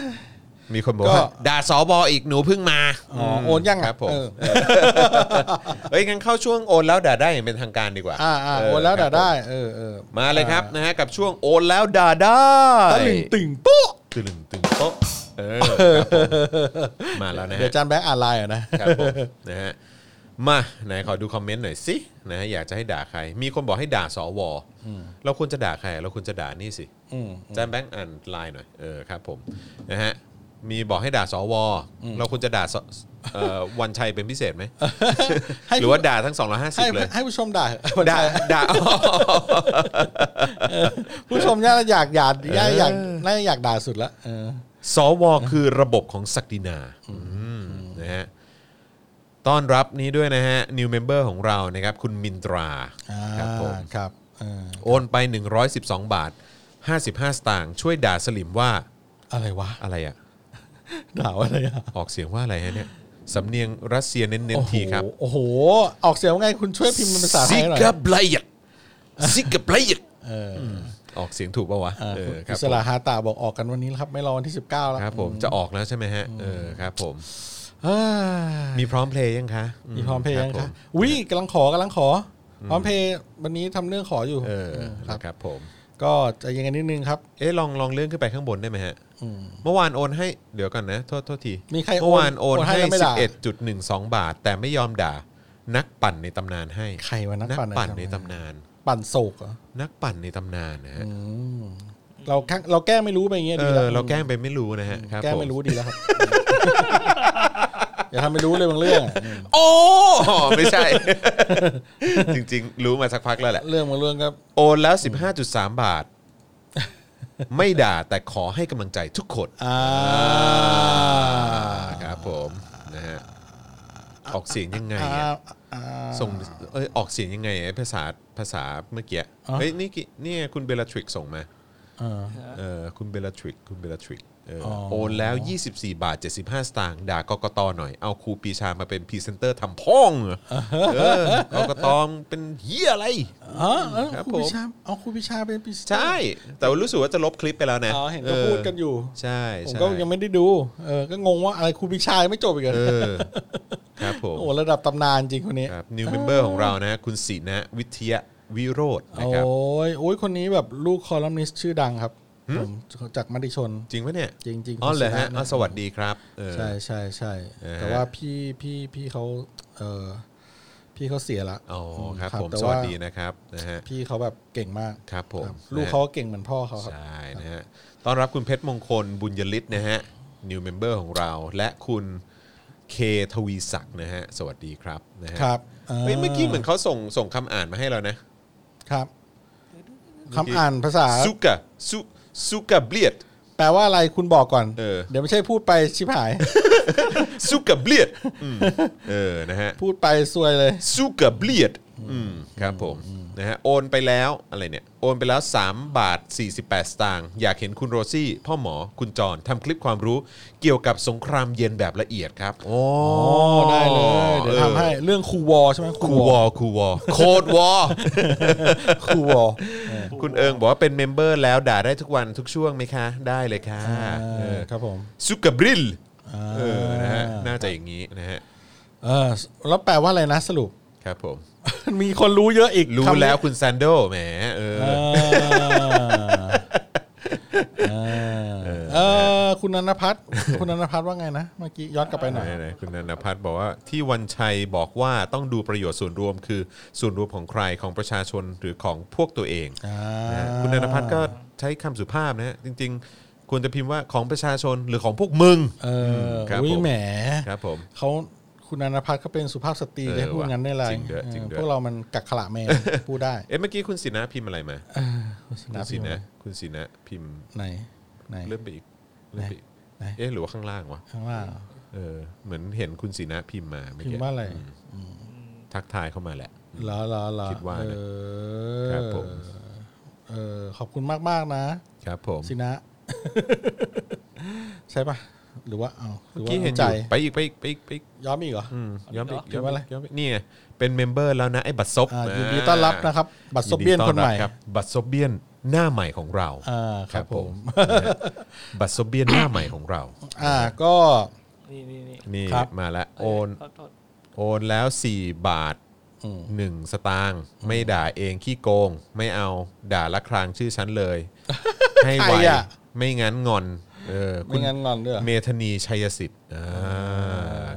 S2: มีคนบอก
S3: ก็
S2: ว่าด่าสอบออีกหนูเพิ่งมา
S3: อ๋อโอนยัง
S2: ค
S3: อ่ะ
S2: รับผม
S3: เออ
S2: เอ้ยงั้นเข้าช่วงโอนแล้วด่าได้อย่างเป็นทางการดีกว่า
S3: อ่าอ่า
S2: เ
S3: โอนแล้ว
S2: ครั
S3: ด่า
S2: บ
S3: ได้
S2: ผ
S3: เออเออ
S2: มมาเลยครับนะฮะกับช่วงโอนแล้วด่าได้
S3: ตะลึงตึงปุ๊
S2: ตึงตึงโต๊ะเออครับผมมาแล้วนะฮะ
S3: เดี๋ยวอาจานแบงค์อ่านไลน์เหรอ่ะนะ
S2: ครับผม นะฮะมาไหนขอดูคอมเมนต์หน่อยสินะฮะอยากจะให้ด่าใคร มีคนบอกให้ด่าสวเราควรจะด่าใคร เราควรจะด่านี่สิ
S3: อืม
S2: แจมแบงค์อ่านไลน์หน่อยเออครับผมนะฮะมีบอกให้ด่าสวเราควรจะด่าสเอ่อวันชัยเป็นพิเศษไหม
S3: ให้
S2: หรือว่าด่าทั้ง
S3: ให้
S2: 250 เลย
S3: ให้ผู้ชมด่าเหอะ
S2: ด่าด่า
S3: ผู้ชมน่าจะอยากอยากน่าจะอยากน่าจะอยากด่าสุดละเออ
S2: สวคือระบบของศักดินาอืมนะฮะต้อนรับนี้ด้วยนะฮะ new member ของเรานะครับ คุณมินตรา
S3: อ่า
S2: ครับผม
S3: ครับเออ
S2: โอนไป 112 บาท 55 สตางค์ช่วยด่าสลิมว่า
S3: อะไรวะ
S2: อะไรอะ
S3: ด่าว่าอะไรอ่ะ
S2: ออกเสียงว่าอะไรฮะเนี่ย สำเนียงรัสเซียเน้นๆทีครับ
S3: โอ้โห ออกเสียงว่าไงคุณช่วยพิมพ์เป็นภาษาไทยหน่อย
S2: กาบไลยักซิกาบไลยัก
S3: เออ
S2: ออกเสียงถูกป่าวะ
S3: อ่า
S2: เออค
S3: คุ
S2: รั
S3: ณ
S2: บ
S3: ส
S2: ผม
S3: ลาฮาตาบอกออกกันวันนี้แล้วครับ ไม่รอวันที่ 19 แล้ว
S2: ครับผมจะออกแล้วใช่ไหมฮะเออครับผม
S3: เอ้ย
S2: มีพร้อมเพลย์ยังคะ
S3: มีพร้อมเพลย์ยัง
S2: บผ
S3: คะ
S2: ม
S3: อุ้ยกำลังขอกำลังขออพร้อมเพลย์วันนี้ทำเรื่องขออยู่
S2: เออนะ
S3: ครับ
S2: ครับผม
S3: ก็ใจะยังไงนิดนึงครับ
S2: เอ๊ะลองลองเลื่อนขึ้นไปข้างบนได้ไหมฮะ
S3: อืม
S2: เมื่อวานโอนให้เดี๋ยวก่อนนะ โทษโทษที
S3: มีใครโอน
S2: เมื่อวานโอน
S3: โอนให้
S2: ให้
S3: แล้วไม่
S2: สิ
S3: ด่า
S2: บเอ็ดจุดหนึ่งสองบาท แต่ไม่ยอมด่า นักปั่นในตำนานให้
S3: ใครวะนักปั่นใน
S2: ปั่นในตำ
S3: ตำนาน
S2: นาน
S3: ปั่นโศกเหรอ
S2: นักปั่นในตำนานนะฮะ
S3: อืมเราแกล้งเราแกล้งไม่รู้ไปอย่างเงี้ย
S2: เอ
S3: ดีแล้ว
S2: อเราแกล้งไปไม่รู้นะฮะครับ
S3: แก้
S2: ผ
S3: ไม่รู้ดีแล้วครับ อย่าทำไม่รู้เลยบางเรื่องอะ
S2: โอ้ ไม่ใช่ จริง ๆ รู้มาสักพักแล้วแหละ
S3: เรื่องบางเรื่องก็
S2: โอนแล้ว 15.3 บาท ไม่ด่าแต่ขอให้กำลังใจทุกคน
S3: อ่า
S2: ครับผมนะฮะออกเสียงยังไง
S3: อ่า
S2: อะ
S3: อ่า
S2: ส่งเอยออกเสียงยังไงไอ้ภาษาภาษาเมื่อกี้
S3: อ๋อ
S2: เฮ้ยนี่กี่นี่คุณเบลทริกส่งมา
S3: อ่า
S2: เออคุณเบลทริกคุณเบลทริกเอออ
S3: อ
S2: โอนแล้ว 24 บาท 75 สตางค์ด่ากกตหน่อยเอาครูปรีชามาเป็นพรีเซนเตอร์ทำพ้องเหรอเออก กตเป็นเฮียอะไร
S3: อ๋อเออ
S2: ครับ
S3: ค
S2: ผ
S3: รู
S2: ม
S3: พิชาเอาครูพิชาเป็นพิ
S2: ใช่ แต่ว่ารู้สึกว่าจะลบคลิปไปแล้วนะ
S3: อ๋อเห็นก็พูดกันอยู่
S2: ใช่
S3: ผม
S2: ใช่
S3: ก็ยังไม่ได้ดูเออก็งงว่าอะไรครูพิชายังไม่จบอีกเหร
S2: เอ
S3: อ
S2: อครับผม
S3: โอ้ระดับตำนานจริงคนนี้
S2: ครับ new member ของเรานะ คุณศินะวิทยาวิโรจน์
S3: โอ
S2: นะครับ
S3: ้ยโอ้ยคนนี้แบบลูกคอลัมนิสต์ชื่อดังครับผมจากมติชน
S2: จริงปะเนี่ย
S3: จริงๆ
S2: อ๋อเหรอฮะ
S3: คุณศินะ
S2: อ๋อสวัสดีครับเออ
S3: ใช่ใช่ใช่
S2: เออ
S3: แต่ว่าพี่พี่พี่เขาเออพี่เขาเสียละ
S2: อ๋อ
S3: ม
S2: ครับผม
S3: แต่
S2: สวัสดีนะครับนะฮะ
S3: พี่เขาแบบเก่งมาก
S2: ครับผม
S3: ครับลูกเขาก็เก่งเหมือนพ่อเขาครับ
S2: ใช่นะฮะต้อนรับคุณเพชรมงคลบุญยลิศนะฮะ new member ของเรา และคุณเคทวีศักดิ์นะฮะ สวัสดีครับนะฮะ
S3: ครับ
S2: เฮ้ยเมื่อกี้เหมือนเขาส่งส่งคำอ่านมาให้เรานะครับ
S3: คำอ่านภาษา
S2: ซุกะซุซุกะเบียด
S3: แปลว่าอะไรคุณบอกก่อน
S2: เออ
S3: ยวไม่ใช่พูดไปชิบหาย
S2: ซุกะเบียดอืมเออนะฮะ
S3: พูดไปซวยเลย
S2: ซุกะเบียดอืมครับผมนะฮะโอนไปแล้วอะไรเนี่ย โอนไปแล้ว 3 บาท 48 สตางค์อยากเห็นคุณโรซี่ พ่อหมอคุณจรทำคลิปความรู้เกี่ยวกับสงครามเย็นแบบละเอียดครับ โอ้
S3: โอ้ได้เลย เดี๋ยวทำให้เรื่องครูวอใช่ไหม
S2: คูวอลคูวอลโคดวอล
S3: ครูวอเออ
S2: คุณเอิงบอกว่าเป็นเมมเบอร์แล้วด่าได้ทุกวันทุกช่วงไหมคะ ได้เลยค่ะ
S3: เออครับผม
S2: ซุกะบริล
S3: อ่า
S2: เออนะฮะน่าจะอย่างนี้นะฮะ
S3: เออแล้วแปลว่าอะไรนะสรุป
S2: ครับผม
S3: มีคนรู้เยอะอีก
S2: รู้
S3: คำนี้
S2: แล้วคุณซันโดแหมเออ
S3: เออเออเออคุณนันพัฒน์คุณนันพัฒน์ว่าไงนะ เมื่อกี้ย้อนกลับไปหน่อย
S2: ไหนๆคุณนันพัฒน์บอกว่าที่วันชัยบอกว่าต้องดูประโยชน์ส่วนรวมคือส่วนรวมของใครของประชาชนหรือของพวกตัวเอง
S3: อ่า
S2: นะฮะคุณนันพัฒน์ก็ใช้คำสุภาพนะฮะจริง ๆ ควรจะพิมพ์ว่าของประชาชนหรือของพวกมึง
S3: เออ
S2: ครับ
S3: อุ้ย
S2: ผม
S3: แหม
S2: ครับผม
S3: เขาคุณนันพัฒน์เขาเป็นสุภาพสตรี
S2: เออ
S3: ได้พูด
S2: ว่ะ
S3: งั้นได้ไร
S2: จริงด้วยจริงด้วย
S3: พวกเรามันกักขละ แมนพูดได้
S2: เอ๊ะเมื่อกี้คุณสินะพิมพ์อะไรมา
S3: คุณ
S2: คุณ
S3: สิ
S2: สิ
S3: นะ
S2: นะคุณสินะพิมพ์
S3: ไหนไหน
S2: เลื่อนไปอีกเลื่อนไปอีก เอ๊ะหรือว่าข้างล่างวะ
S3: ข้างล่างเหรอ
S2: เออเหมือนเห็นคุณสีนะพิมพ์มาเมื่อ
S3: พิม
S2: กี้
S3: พ์ว่าอะไร
S2: ทักทายเข้ามาแหละ
S3: เหรอเหรอเหรอ
S2: คิดว่านะ
S3: เออ
S2: ครับผม
S3: เออขอบคุณมากมากๆนะครับ
S2: ผม
S3: สินะ ใช่ปะหรือว่าเอาหรื
S2: เมื่อ
S3: ว่า
S2: กี้เห็นอ
S3: ใจ
S2: ยู่ไปอีกไปอีกไปอีกไปอีก
S3: ย้อมอีกเหรอ
S2: อืมย้อมอีก
S3: คิดว่าอะไร
S2: ย้อมอีกนี่ไงเป็นเมมเบอร์แล้วนะไอ้บัตรซบ
S3: อ่ายินดีต้อนรับนะครับ บัตรซบเบียนคนใหม่
S2: ยิดีต้อรับรับบัตรซบเบียนหน้าใหม่ของเรา
S3: อ่าครับผม
S2: นะฮะบัตรซบเบียนหน้าใหม่ของเรา
S3: อ่าก็
S6: นี่นี่นี่
S2: นี่
S3: ครับ
S2: มาแล้ว
S6: เย
S2: โอน
S6: โทษโทษ
S2: โอนแล้ว 4 บาท 1 สตางค์ไม่ด่าเองขี้โกง ไม่เอาด่าละครางชื่อฉันเลย ให้ไหว
S3: ใครอะ
S2: ไม่งั้นงอนเออคุ
S3: ไม่
S2: ณ
S3: งั้นงอนด้วยเหรอ
S2: เมธนีชัยสิทธิ์อ่า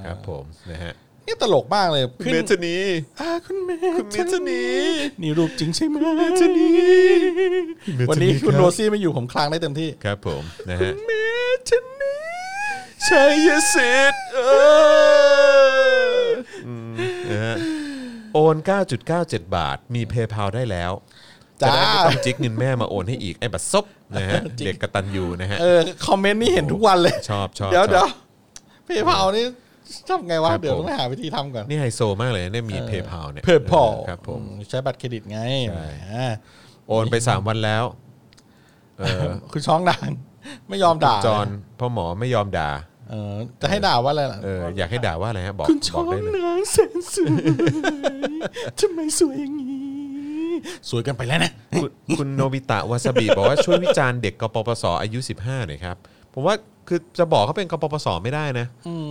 S2: ครับผมนะฮะ
S3: นี่ตลกมากเลย
S2: เมธนี
S3: อ่าคุณเม
S2: คุณเมธานี
S3: นี่รูปจริงใช่ไหม
S2: เมธา
S3: วันนี้คุณ
S2: รับ
S3: โรซี่ไม่อยู่ผมคลางได้เต็มที่
S2: ครับผมนะฮะ
S3: เมธานี
S2: ชัยสิทธิ์เอออืมนะฮะโอน 9.97 บาท มีเพย์พาได้แล้ว จะ
S3: จ้า
S2: ได้ไม่ต้องจิกเงินแม่มาโอนให้อีกไอ้บัตรซบนะ ฮะเด็กกตันยูนะฮะ
S3: เออคอมเมนต์นี่เห็นทุกวันเลย
S2: ชอบชอบ
S3: เดี๋ยว
S2: ชอบ
S3: เดี๋ยวเพย์พานี่ทำไงวะ
S2: ครับผม
S3: เดี๋ยวต้องไปหาวิธีทำก่อน
S2: นี่ไฮโซมากเลยเนี่ยมีเพย์พาเนี่ย
S3: เพย์พา
S2: ครับผม
S3: ใช้บัตรเครดิตไง
S2: ใช่
S3: อ่า
S2: โอนไป 3 วันแล้วเออ
S3: คุณช้องด่างไม่ยอมด่า
S2: จอนพ่อหมอไม่ยอมด่า
S3: เออจะให้ด่าว่าอะไรล่ะ
S2: เอออยากให้ด่าว่าอะไรฮะบอก
S3: คุณ
S2: บ
S3: ช้
S2: อ
S3: อก ง
S2: ได้เลย
S3: นางแสนสวย ทำไมสวยอย่างนี้ สวยกันไปแล้วนะ
S2: คุณคุณโนบิตะวาซาบิบอกว่าช่วยวิจารณ์เด็กกปปสอายุ 15หน่อยครับผมว่าคือจะบอกเขาเป็นกปปสไม่ได้นะ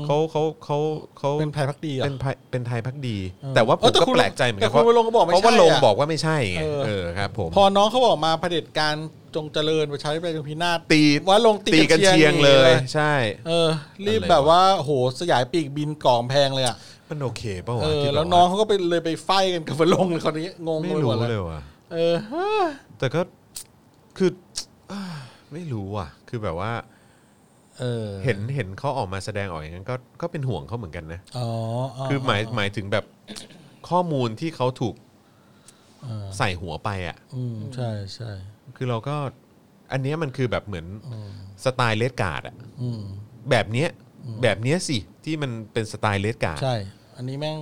S2: เขาเขาเขาเขา
S3: เป็นภัยพักดีเหรอ
S2: เป็นไทยเป็นไทยพักดี แต่ว่าผ
S3: เอ
S2: ม
S3: อแต่
S2: ก็
S3: คุณ
S2: แปลกใจเหมือนกั
S3: แต่
S2: น
S3: คุณวรงค์ก็บอกไม่
S2: เพราะว่า
S3: ใช่
S2: ลง
S3: อะ
S2: บอกว่าไม่ใช่ไง
S3: เออ
S2: เออครับผม
S3: พอน้องเขาบอกมาเผด็จการจงเจริญประชาธิปไตยจงพินาศ
S2: ตี
S3: ว่าลงตี
S2: ตีกันเชียงเลย ใช่
S3: เออ รีบแบบว่าโหสยายปีกบินกล่องแพงเลยอ่ะ
S2: มันโอเคป่าว
S3: เอ
S2: วะ
S3: อ
S2: ที่บบ
S3: แล้วน้องเขาก็ไปเลยไปไฟกันกับวรงค์เลยคนนี้งง
S2: ไม่
S3: ไปห
S2: รู้
S3: มดเล
S2: เลย ยว่ะ
S3: เออเฮ้อ
S2: แต่ก็คือ อ่าไม่รู้ว่ะ คือแบบว่า
S3: เออ
S2: เห็นเห็นเขาออกมาแสดงออกอย่างนั้นก็ก็เป็นห่วงเขาเหมือนกันนะ
S3: อ๋ออ๋อ
S2: คือหมายหมายถึงแบบข้อมูลที่เขาถูก
S3: เออ
S2: ใส่หัวไปอ่ะ
S3: อืมใช่ใช่
S2: คือเราก็อันเนี้ยมันคือแบบเหมือน
S3: อืม
S2: สไตล์เลดการ์ดอ่ะ
S3: อืม
S2: แบบเนี้ยแบบเนี้ยสิที่มันเป็นสไตล์เลดการ์ด
S3: ใช่ อันนี้แม่ง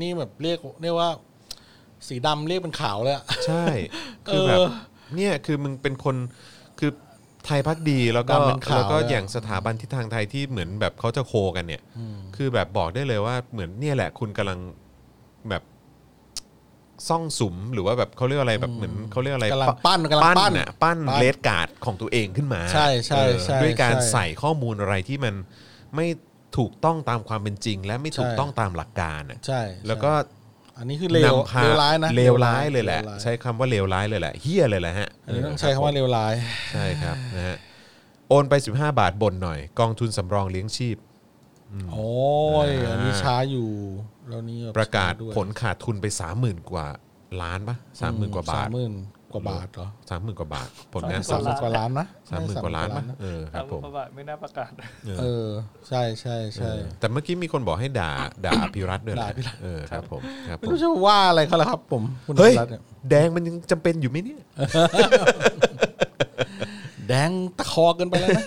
S3: นี่แบบเรียกเรียกว่า สีดำเรียกเป็นขาวเลยอะ
S2: ใช่ คือแบบ
S3: เออ
S2: เนี่ยคือมึงเป็นคนคือไทยพักดีแล้วก็
S3: ดำเป็นขาว
S2: แล้วก็
S3: เลยอะ
S2: อย่างสถาบันทิศทางไทยที่เหมือนแบบเขาจะโคกันเนี่ย
S3: อืม
S2: คือแบบบอกได้เลยว่าเหมือนเนี่ยแหละคุณกำลังแบบซ่องสุมหรือว่าแบบเขาเรียกอะไรแบบเหมือนเขาเรียกอะไร
S3: กำลังปั้นกำลัง
S2: ปั้น
S3: ปั้น
S2: น่ะปั้น
S3: ปั้น
S2: เลดการ์ดของตัวเองขึ้นมา
S3: ใช่ใช่
S2: เออ
S3: ใช่
S2: ด้วยการ
S3: ใช่
S2: ใส่ข้อมูลอะไรที่มันไม่ถูกต้องตามความเป็นจริง และไม่ถูก
S3: ใช่
S2: ต้องตามหลักการน่ะ
S3: ใช่
S2: แล้วก็
S3: อันนี้คือเลวเลวร้ายนะ
S2: เลวร้ายเลยแหละ
S3: วร้าย
S2: ใช้คำว่าเลวร้ายเลยแหละเฮี้ยเลยแหละฮะ
S3: อันนี้ต้องใช้คำว่าเลวร้าย
S2: ใช่ครับนะฮะโอนไป 15 บาทบนหน่อย กองทุนสำรองเลี้ยงชีพ
S3: โอ้ยอันนี้ช้าอยู่แล้วนี่แบบ
S2: ประกาศ
S3: ช้ด้วย
S2: ผลขาดทุนไป 30,000 กว่าล้านปะ30,000 กว่าบาท
S3: สามหมื่นกว่าบาทเหรอ
S2: 30,000 กว่าบาทผลงาน
S3: สามหมื่นกว่าล้านนะ
S2: สามหมื่นกว่าล้านปะเออค
S6: ตา
S2: รั
S6: ม
S2: บผม
S6: ประวัติไม่น่าประกาศ
S3: เออ ใช่ใช่ใช่
S2: เออแต่เมื่อกี้มีคนบอกให้ด่าด่าอภิรัตน์ด้วยนะ
S3: ด่าอภิรัตน์
S2: เออครับผมครับ
S3: ไม่
S2: ผม
S3: รู้จะว่าอะไรเขาแล้วครับ ผมคุณ
S2: เฮ้ย
S3: รัตน์นี่
S2: แดงมันยังจำเป็นอยู่ไหมเนี่ย
S3: แดงตะคอเกินไปแล้วนะ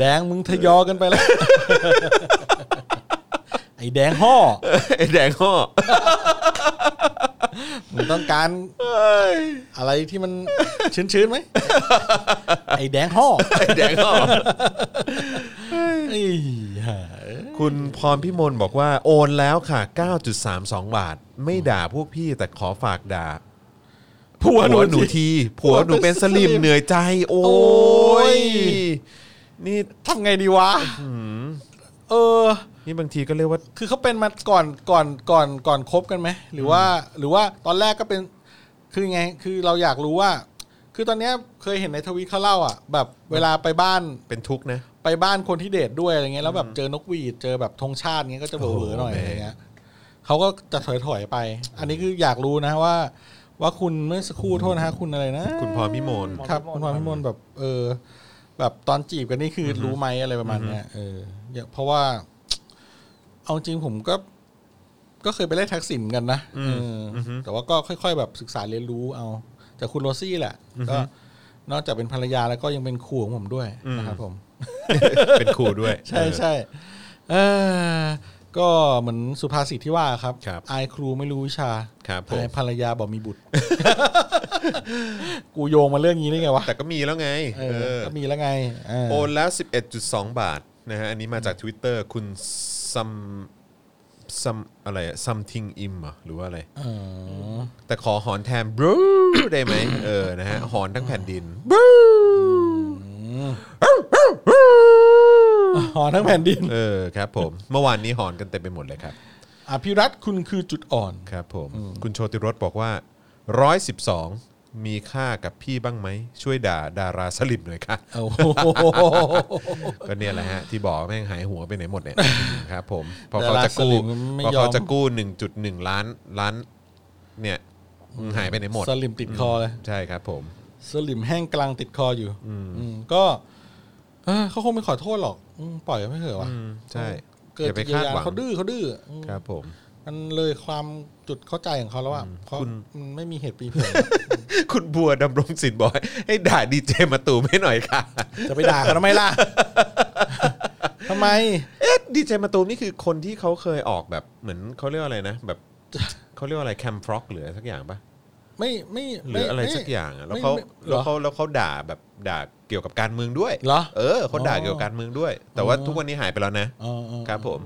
S3: แดงมึงทยอกันไป แล้ว ไอ้แดงห่อ
S2: ไอ้แดงห่อ
S3: มึงต้องการอะไรที่มันชื้นๆไหมไอ้แดงห่อ
S2: ไอ้แดงห่อ
S3: ไอ้ห่า
S2: คุณพรพิมลบอกว่าโอนแล้วค่ะ 9.32 บาท ไม่ด่าพวกพี่แต่ขอฝากด่า
S3: ผัวหนู
S2: หนู
S3: ที
S2: ทีผัวหนูเป็นสลิมเหนื่อยใจ โอ้
S3: โอ้
S2: ย
S3: ย
S2: นี่
S3: ทำไงดีวะเออ
S2: นี่บางทีก็เรียกว่า
S3: คือเขาเป็นมาก่อนก่อนก่อนก่อนคบกันไหมหรือว่า หรือว่าตอนแรกก็เป็น คือไง คือเราอยากรู้ว่า คือตอนเนี้ยเคยเห็นในทวิตเขาเล่าอ่ะ แบบเวลาไปบ้าน
S2: เป็นทุกข์นะ
S3: ไปบ้านคนที่เดทด้วยอะไรเงี้ยแล้วแบบเจอนกหวีดเจอแบบธงชาติเงี้ยก็จะเบล
S2: โอ้
S3: อ
S2: โห
S3: ๆหน่อย
S2: แม่
S3: อะไรเงี้ยเขาก็จะถอยๆไป อันนี้คืออยากรู้นะว่า ว่าคุณเมื่อสักครู่โทษนะฮะคุณอะไรนะ
S2: คุณพรพิมล
S3: ครับ
S6: พรพิมล
S3: คุณพรพิมลแบบ เออ แบบตอนจีบกันนี่คือรู้ไหมอะไรประมาณเนี้ยเอออย่าเพราะว่า เอาจริงผมก็ ก็เคยไปเล่นแท็กซิมกันนะเอออแต่ว่าก็ค่อย ๆ แบบศึกษาเรียนรู้เอาจากคุณโรซี่แหละก็ นอกจากเป็นภรรยาแล้วก็ยังเป็นครูของผมด้วยนะครับผม
S2: เป็นครูด้วย
S3: ใช่ใช่เออก็เหมือนสุภาษิตที่ว่าครับ
S2: ครับ
S3: อายครูไม่รู้วิชา
S2: ครับผม
S3: อายภรรยาบอกมีบุตร กูโยงมาเรื่องนี้ได้ไงวะ
S2: แต่ก็มีแล้วไง
S3: เอ
S2: เอ
S3: อ
S2: อ
S3: ก็มีแล้วไงเออ
S2: โอนแล้ว 11.2 บาทนะฮะ อันนี้มาจาก Twitter คุณซัมซัมอะไรอะ something im เหรอหรือว่าอะไร
S3: เออ
S2: แต่ขอหอนแทนบรูได้ไหมเออนะฮะ หอนทั้งแผ่นดินบรู
S3: หอทั้งแผ่นดิ น
S2: เออครับผม เมื่อวานนี้หอนกันเต็มไปหมดเลยครับ
S3: อภิรัตน์คุณคือจุดอ่อน
S2: ครับผม คุณโชติรสบอกว่า 112 มีค่ากับพี่บ้างไหม ช่วยด่าดาราสลิมหน่อยค่ะ
S3: โอ้โห
S2: ก็เนี่ยแหละฮะ ที่บอกแม่งหายหัวไปไหนหมดเนี่ย ครับผมพอเขา
S3: ดารา
S2: จะกู้
S3: สลิมไม่
S2: พอย
S3: อ
S2: เขา
S3: ม
S2: จะกู้ 1.1 ล้านล้าน เนี่ยหายไปไหนหมด
S3: สลิมติดคอเลย
S2: ใช่ครับผม
S3: สลิมแห้งกลางติดคออยู่ อืมก็เออเขาคงไม่ขอโทษหรอกอืมปล่อยไว้ไม่เถอะวะ
S2: อืมใช่
S3: เกิด
S2: อย่าไป
S3: จะเยี
S2: คาด
S3: ยวยา
S2: หวัง
S3: เขาดื้อเขาดื้ออืม
S2: ครับผม
S3: มันเลยความจุดเข้าใจของเขาแล้วอ่ะเพราะ
S2: คุณ
S3: มันไม่มีเหตุปีผล
S2: คุณบัวดำรงศิลป์บอกให้ด่าดีเจมาตูมให้หน่อย ค่ะ
S3: จะไปด่าเขาทำไมล่ะ ทำไม
S2: เอ๊ะดีเจมาตูมนี่คือคนที่เขาเคยออกแบบเหมือนเขาเรียกว่าอะไรนะ แบบ เขาเรียกว่าอะไรแคมฟรอกหรืออะไรสักอย่างปะ
S3: ไม่ไม่
S2: ห
S3: ม่
S2: รืออะไร
S3: ม่
S2: สักอย่างอะแล้ว
S3: ไม่
S2: เขา
S3: ไม่หร
S2: แล้ว
S3: อ
S2: เขาแล้วเขาด่าแบบด่าเกี่ยวกับการเมืองด้วย
S3: เหรอ
S2: เออเขาด่า
S3: อ๋อ
S2: เกี่ยวกับการเมืองด้วย แต่ว่าทุกวันนี้หายไปแล้วนะ
S3: อ๋ออ๋อ
S2: ครับผม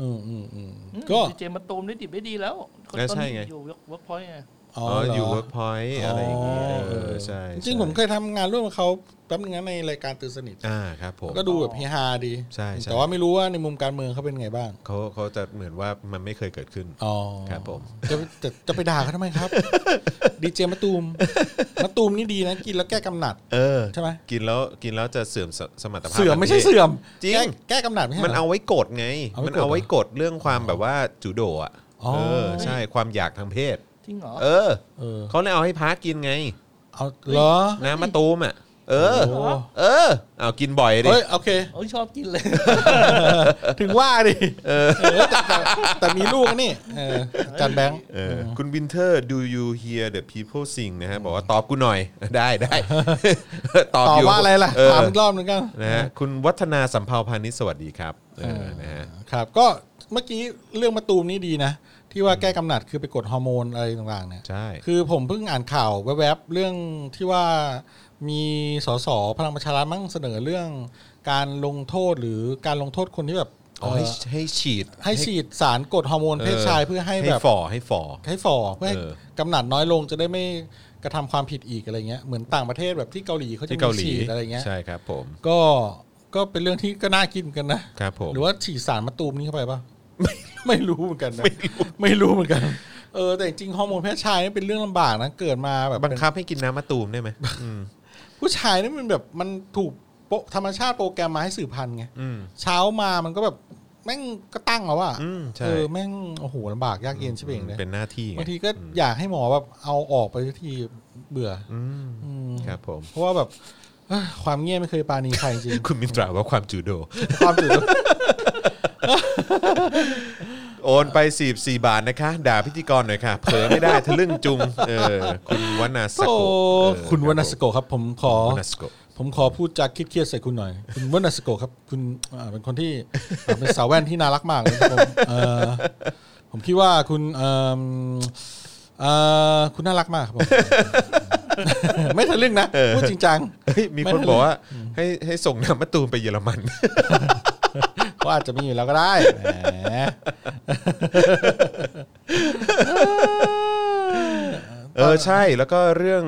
S3: อืมอืมอืม
S6: อืม
S3: ก็
S6: ดีเจมาตูมได้ดิบได้ดีแล้วคน
S2: เออ
S6: ตอน
S2: ใช่
S6: นี้
S2: ไง
S6: อยู่เวิร์กพอยต์ไง
S3: อ๋อ
S2: อ๋อ
S3: เหร
S2: อยู่ Workpoint อะไรอย่าง
S3: อ๋
S2: เงี้ย
S3: อ
S2: เออใช่
S3: จริง
S2: ใช่
S3: ๆผมเคยทำงานร่วมกับเขาแป๊บนึงนะในรายการตื่นสนิท
S2: อ่าครับผม
S3: ก็ดูแบบเฮฮาดี
S2: ใช่ใช่
S3: แต่ว่าไม่รู้ว่าในมุมการเมืองเขาเป็นไงบ้าง
S2: เขาเขาจะเหมือนว่ามันไม่เคยเกิดขึ้น
S3: อ๋อ
S2: ครับผม
S3: จะจะจะไปด่าเขาทำไมครับ ดีเจมะตูมมะตูมนี่ดีนะกินแล้วแก้กำหนัด
S2: เออ
S3: ใช่ไหม
S2: กินแล้วกินแล้วจะเสื่อมสสมรรถภาพ
S3: เสื่อม
S2: ทาง
S3: ไม่ใช่
S2: พศ
S3: เสื่อม
S2: จริง
S3: แก้แก้กำหนัดไม่ใช่หร
S2: มันเอาไว้กดไง
S3: เอาไว้
S2: มัน
S3: กดเหรอ
S2: เอาไว้กดเรื่องความแบบว่าจุโดอ่ะ
S3: อ๋อ
S2: เออใช่ความอยากทางเพศ
S6: จริงเหรอ
S2: เออ
S3: เออ
S2: เขาเลยเอาให้พาร์ทกินไง
S3: เอาเหรอ
S2: น้ำมะตูมอ่ะเออ
S3: โอ้
S2: เออเอากินบ่อยดิ
S3: เฮ้ยโอเค
S6: โอ้ยชอบกิน เลย
S3: ถึงว่าดิเออแต่แต่แต่มีลูกนี่เออจันแบงค์
S2: เออคุณวินเทอร์ do you hear the people sing นะฮะบอกว่าตอบกูหน่อย ได้ได้ ตอบ
S3: ตอบ
S2: ยู่
S3: ว่าอะไรล่ะ
S2: เออ
S3: ถามอีกรอบหนึงกัน
S2: นะฮะคุณวัฒนาสัมภาวพานิชสวัสดีครับเออนะฮะ
S3: ครับ ก็เมื่อกี้เรื่องมะตูมนี่ดีนะ ที่ว่าแก้กำหนัดคือไปกดฮอร์โมนอะไรต่างๆเนี่ย
S2: ใช่
S3: คือผมเพิ่งอ่านข่าวแวบๆเรื่องที่ว่ามีสสพลังประชารัฐมั่งเสนอเรื่อง การลงโทษหรือการลงโทษคนที่แบบ
S2: อ๋อให้
S3: เอ่อ
S2: ให้ฉีด
S3: ให้ฉีดสารกดฮอร์โมนเพศชายเพื่อให้แบบ
S2: ฝ่อให้ฝ่อ
S3: ให้ฝ่อเพื่อให้
S2: เออก
S3: ำหนัดน้อยลงจะได้ไม่กระทำความผิดอีกอะไรเงี้ยเหมือนต่างประเทศแบบที่เกาหลีเขาจะ
S2: ที่
S3: มี
S2: เกาหลี
S3: ฉีดอะไรเงี้ย
S2: ใช่ครับผม
S3: ก็ก็เป็นเรื่องที่ก็น่าคิดเหมือนกันนะครับ
S2: ผม
S3: หรือว่าฉีดสารมะตูมนี่เข้าไปปะไม่ไม่รู้เหมือนกันนะไม่รู้เหมือนกันเออแต่จริงๆฮอร์โมนเพศชายนี่เป็นเรื่องลำบากนะเกิดมาแบบ
S2: บังคับให้กินน้ำมะตูมได้ไหมอืม
S3: เป็นผู้ชายนี่มันแบบมันถูกโปะธรรมชาติโปรแกรมมาให้สืบพันธุ์ไง
S2: อืม
S3: เช้ามามันก็แบบแม่งก็ตั้งแล้วอะ
S2: อืมใช่
S3: เออแม่งโอ้โหลำบากยากเย็นใช่ไหมเองเลย
S2: เป็นหน้าที่ไง
S3: บางทีก็อยากให้หมอแบบเอาออกไปทุกทีเบื่ออ
S2: อืม
S3: อืม
S2: ครับผม
S3: เพราะว่าแบบเอ้ยความเงียบไม่เคยปราณีใครจริง
S2: คุณมินตราว่าความจูโด
S3: ความจุด
S2: โอนไป 44 บาทนะคะ ด่าพิธีกรหน่อยค่ะ เผลอไม่ได้ทะลึ่งจุงเออคุณวนาส
S3: โอ้
S2: โก
S3: คุณวรรณสโกครับ ผมขอ
S2: วนาสโก
S3: ผมขอพูดจากคิดเครียดๆใส่คุณหน่อย คุณวรรณสโกครับ คุณอ่าเป็นคนที่อ่าเป็นสาวแว่นที่น่ารักมากเลยครับผมเอ่อผมคิดว่าคุณเอิ่มเอ่อคุณน่ารักมาก ครับผม ไม่ทะลึ่งนะพูดจริงจัง
S2: เฮ้ยมีคนบอกว่าให้ให้ส่งน้ำมะตูมไปเยอรมัน
S3: เขาอาจจะมีอยู่แล้วก็ได้แหม
S2: เออใช่แล้วก็เรื่อง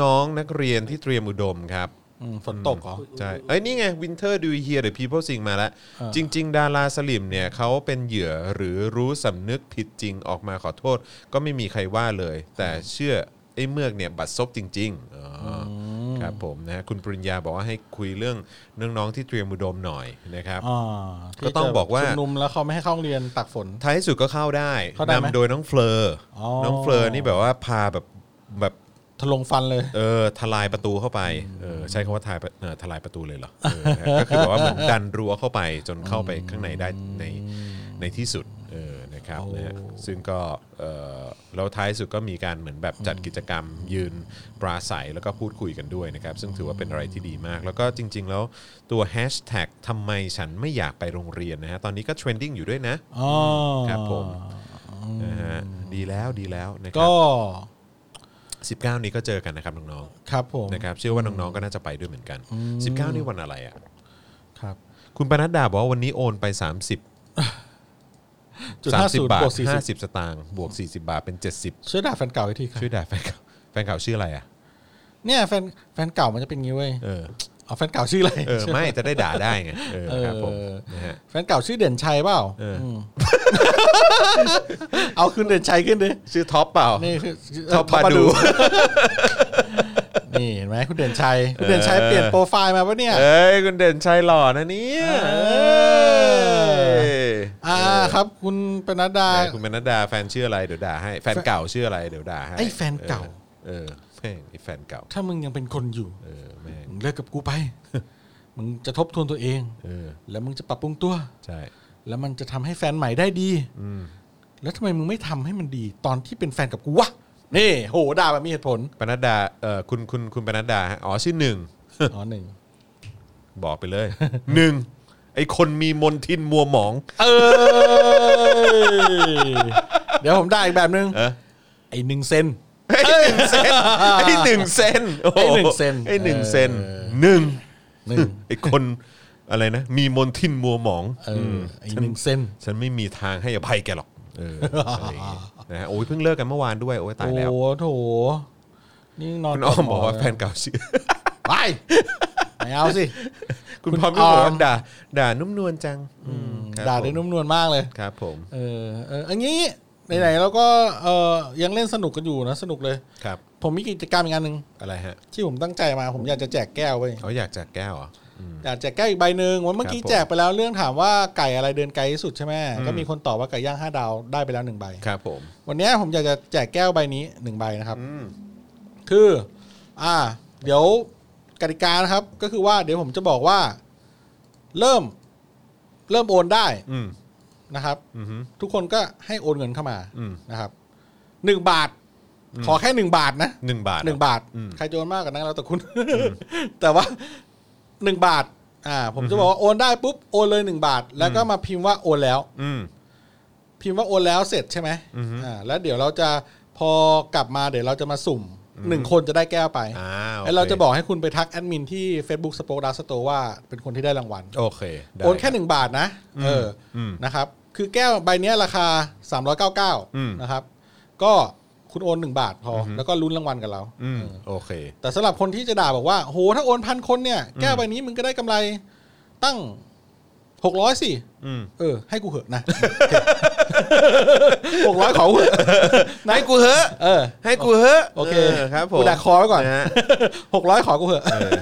S2: น้องๆนักเรียนที่เตรียมอุดมครับ
S3: อืมฝนตกเหรอ
S2: ใช่ เอ้ยนี่ไง Winter Do You Hear the People Sing มาแล้ว จริง ๆ ดาราสลิมเนี่ยเขาเป็นเหยื่อหรือรู้สำนึกผิดจริงออกมาขอโทษ ก็ไม่มีใครว่าเลย แต่เชื่อไอ้เมือกเนี่ยบัดซบจริงๆอ๋ออครับผมนะฮะคุณปริญญาบอกว่าให้คุยเรื่องน้องๆที่เตรียมอุดมหน่อยนะครับ
S3: อ่าที่
S2: ก็ต้องบอกว่า
S3: ชุมนุมแล้วเขาไม่ให้เข้าโรงเรียนตักฝน
S2: ท้ายสุดก็เข้าได้
S3: เข้าได้ไหม
S2: นำโดยน้องเฟลอร์
S3: อ๋อ
S2: น้องเฟลอร์นี่แบบว่าพาแบบแบบ
S3: ทะลงฟันเลย
S2: เออทลายประตูเข้าไปเออใช้คำว่าทลายเออทลายประตูเลยเหรอเออนะฮะก็คือแบบว่าเหมือนดันรั้วเข้าไปจนเข้าไปข้างในได้ในในที่สุดเออนะ นะครับนะฮะซึ่งก็เอ่อแล้วท้ายสุดก็มีการเหมือนแบบจัดกิจกรรมยืนปราศัยแล้วก็พูดคุยกันด้วยนะครับ ซึ่งถือว่าเป็นอะไรที่ดีมาก แล้วก็จริง ๆ แล้วตัวแฮชแท็กทำไมฉันไม่อยากไปโรงเรียนนะฮะตอนนี้ก็เทรนดิ้งอยู่ด้วยนะ
S3: อ๋อ
S2: ครับผม นะฮะดีแล้วดีแล้วนะครั
S3: ก็
S2: บ19 นี้ก็เจอกันนะครับน้อง
S3: ครับผม
S2: ๆนะครับเชื่อว่าน้องๆก็น่าจะไปด้วยเหมือนกัน 19 นี่วันอะไรอ่ะ
S3: ครับ
S2: คุณปนัดดาบอกว่าวันนี้โอนไป 30
S3: จุด
S2: สา
S3: ห้าม
S2: สิ
S3: ศู
S2: บ
S3: นย์
S2: บาท
S3: บวกสี่
S2: ห้า
S3: สิบ
S2: สิบสตางค์บวกสี่สิบาทเป็นเจ็ดสิบ
S3: ช่วยด่าแฟนเก่าอีกทีครับ
S2: ช่วยด่าแฟนเก่าแฟนเก่าชื่ออะไรอ่ะ
S3: เนี่ยแฟนแฟนเก่ามันจะเป็นงี้เว้ย
S2: เออ
S3: เอาแฟนเก่าชื่ออะไร
S2: เออ ไม่จะได้ด่าได้ไงเออ
S3: เอ
S2: ครับผม
S3: อ
S2: นะฮะ
S3: แฟนเก่าชื่อเด่นชัยเปล่า
S2: เอออ
S3: เอาขึ้นเด่นชัยขึ้นดิ
S2: ชื่อท็อปเปล่า
S3: นี่คือ
S2: ท็อป
S3: ท็อป
S2: ปา
S3: ปาดู
S2: ดู
S3: นี่เห็นไหมคุณเด่นชัยคุณเด่นชัยเปลี่ยนโปรไฟล์มาปะเนี่ย
S2: เอ้ยคุณเด่นชัยหล่อนะเนี่ยเอ้ย
S3: อ่าครับ คุณปนัดดา
S2: ไหนคุณมนัดดาแฟนชื่ออะไรเดี๋ยวด่าให้แฟนเก่าชื่ออะไรเดี๋ยวด่าให้
S3: ไอ้แฟนเก่า
S2: เออเออแม่งไอ้แฟนเก่า
S3: ถ้ามึงยังเป็นคนอยู่
S2: เออแม่ง
S3: มึงเลิกกับกูไป มึงจะทบทวนตัวเอง
S2: เออ
S3: แล้วมึงจะปรับปรุงตัว
S2: ใช่
S3: แล้วมันจะทำให้แฟนใหม่ได้ดี
S2: อืม
S3: แล้วทำไมมึงไม่ทำให้มันดีตอนที่เป็นแฟนกับกูวะนี่โหด่าแบบมีเหตุ ผล
S2: ปนัดดาเออคุณคุณคุณปนัดดาฮะอ๋อชื่อหนึ่ง
S3: อ๋อหนึ่ง
S2: บอกไปเลย หนึ่งไอคนมีมนทินมัวหมอง
S3: เออเดี๋ยวผมได้อีกแบบนึง
S2: เออ
S3: ไอหนึ่งเซน
S2: ไอหนึ่งเซนโโ
S3: ไอ้หนึ่งเซน
S2: ไอหนึ่งเซน
S3: เออ
S2: หนึ่ง
S3: หนึ่ง
S2: ไอคนอะไรนะ มีมนทินมัวหมอง
S3: เออ
S2: ม
S3: อไอหนึ่งเซน
S2: ฉันไม่มีทางให้อภัยแกหรอกเอออะไรอย่างงี้นะฮะโอ้ยเพิ่งเลิกกันเมื่อวานด้วย โอ้ยตายแล้ว
S3: โอ้โหโถนี่นอน
S2: คุณอ้อมบอกว่าแฟนเก่าชื่อ
S3: ไปไม่เอาสิ
S2: คุณ
S3: คุณ
S2: พร้อมก็บอก
S3: อ้อ
S2: ว่าม ด่า ด่านุ่มนวลจังอืมครับ
S3: ด่าได้นุ่มนวลมากเลย
S2: ครับผม
S3: เออเอออันนี้ไหนๆเราก็เออยังเล่นสนุกกันอยู่นะสนุกเลย
S2: ครับ
S3: ผมมีกิจกรรมอีกอันหนึ่ง
S2: อะไรฮะ
S3: ที่ผมตั้งใจมา ผมอยากจะแจกแก้วเว้ย
S2: เขาอยากแจกแก้วเหรออืม
S3: อยากแจกแก้วอีกใบหนึ่งวันเมื่อกี้
S2: ครับผม
S3: แจกไปแล้วเรื่องถามว่าไก่อะไรเดินไกลที่สุดใช่ไหมก็มีคนตอบว่าไก่ย่างห้าดาวได้ไปแล้วหนึ่งใบ
S2: ครับผม
S3: วันเนี้ยผมอยากจะแจกแก้วใบนี้หนึ่งใบนะครับ
S2: อืม
S3: คือ อ่า เดี๋ยวกติกานะครับ ก็คือว่าเดี๋ยวผมจะบอกว่า เริ่ม เริ่มโอนได้
S2: อืม
S3: นะครับ
S2: อืมฮึ
S3: ทุกคนก็ให้โอนเงินเข้ามา
S2: อืม
S3: นะครับหนึ่งบาท ขอแค่หนึ่งบาทนะ
S2: หนึ่งบาท
S3: หนึ่งบาท
S2: อืม
S3: ใครจะโอนมากกว่านั้นแล้วแต่คุณ แต่ว่าหนึ่งบาท อ่า ผมจะบอกว่าโอนได้ปุ๊บโอนเลยหนึ่งบาท แล้วก็มาพิมพ์ว่าโอนแล้ว
S2: อืม
S3: พิมพ์ว่าโอนแล้วเสร็จใช่ไหม
S2: อือฮึ
S3: อ่า แล้วเดี๋ยวเราจะพอกลับมาเดี๋ยวเราจะมาสุ่มหนึ่งคนจะได้แก้วไป
S2: อ่าโค
S3: แล้วเราจะบอกให้คุณไปทักแอดมินที่ Facebook s p o k e Dark Store ว่าเป็นคนที่ได้รางวัล
S2: โอเคได้
S3: โอนแค่ 1 บาทนะ เอออ
S2: อืม
S3: นะครับ คือแก้วใบเนี้ยราคา
S2: อืม
S3: 399 นะครับ ก็คุณโอน 1 บาทพออแล้วก็ลุ้นรางวัลกับเรา
S2: อืมโอเค
S3: แต่สำหรับคนที่จะด่าบอกว่า โห ถ้าโอนพันคนเนี่ย แก้วใบนี้มึงก็ได้กำไรตั้ง 600สิ
S2: อืม
S3: เออ ให้กูเหอะนะ หกร้อยขอกู เหอะนะ
S2: ให้กูเหอะ
S3: เออ
S2: ให้กูเหอะ
S3: โอเค
S2: อครับผม
S3: กูดักคอไว้ก่อน
S2: ะฮะ
S3: หกร้อยขอกูเหอะ
S2: เออ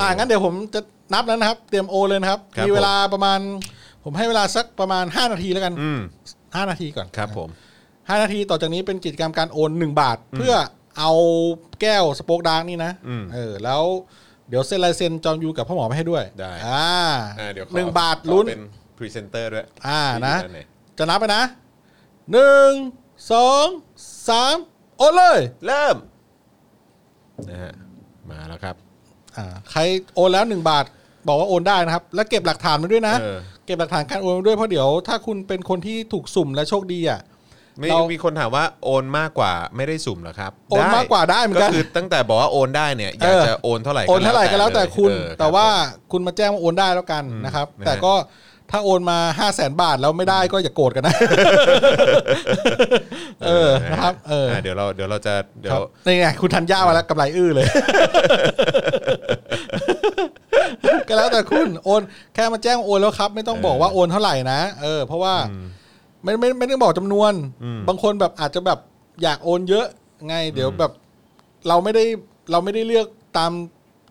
S3: อ่างั้นเดี๋ยวผมจะนับแล้วนะครับ เตรียมโอนเลยนะครับ
S2: ครับ
S3: มีเวลาประมาณ ผมให้เวลาสักประมาณ 5 นาทีแล้วกัน
S2: อืม
S3: 5 นาทีก่อน
S2: ครับผม
S3: ห้านาทีต่อจากนี้เป็นกิจกรรมการโอน 1 บาท เพื่อเอาแก้วสโป็กดาร์กนี่นะ
S2: อืม
S3: เออแล้วเดี๋ยวเซ็นลายเซ็นจอมยูกับพ่อหมอไปให้ด้วย
S2: ได้
S3: อ่า
S2: อ่าเดี๋ยวขอ
S3: หนึ่งบาท
S2: ขอ
S3: ลุ้น
S2: เป็นพรีเซนเตอร์ด้วย
S3: อ่านะ
S2: ที่อยู่ด้ใ
S3: จะนับไปนะหนึ่งสองสามโอนเลย
S2: เริ่มนะฮะมาแล้วครับ
S3: อ่าใครโอนแล้ว 1 บาท บอกว่าโอนได้นะครับ แล้วเก็บหลักฐานมาด้วยนะ
S2: เออ
S3: เก็บหลักฐานการโอนมาด้วยเพราะเดี๋ยวถ้าคุณเป็นคนที่ถูกสุ่มและโชคดีอ่ะ
S2: ไม่
S3: เรา
S2: มีคนถามว่าโอนมากกว่าไม่ได้สุ่มเหรอครับ
S3: โอนมากกว่าได้เหมือนกัน
S2: ก็คือตั้งแต่บอกว่าโอนได้เนี่ยอยากจะโอนเท่าไหร่
S3: โอนเท่าไหร่ก็แล้วแต่คุณ
S2: เออรับ
S3: แต่ว่าคุณมาแจ้งว่าโอนได้แล้วกันนะครับ
S2: นะฮะ
S3: แต่ก็ถ้าโอนมา 5 0 0แสนบาทแล้วไม่ได้ก็อย่าโกรธกันนะ เออนะครับเออ
S2: เดี๋ยวเราเดี๋ยวเราจะเดี๋ย
S3: คว รับนี่ไงคุณทันย่ามาแล้วกำไรอื้อ เลย ก็แล้วแต่คุณโอน แค่มาแจ้งโอนแล้วครับ ไม่ต้องบอกว่าโอนเท่าไหร่นะเออ เพราะว่าไม่ไม่ไม่ต้องบอกจำนวน บางคนแบบอาจจะแบบอยากโอนเยอะไง เดี๋ยวแบบ เราไม่ได้เราไม่ได้เลือกตาม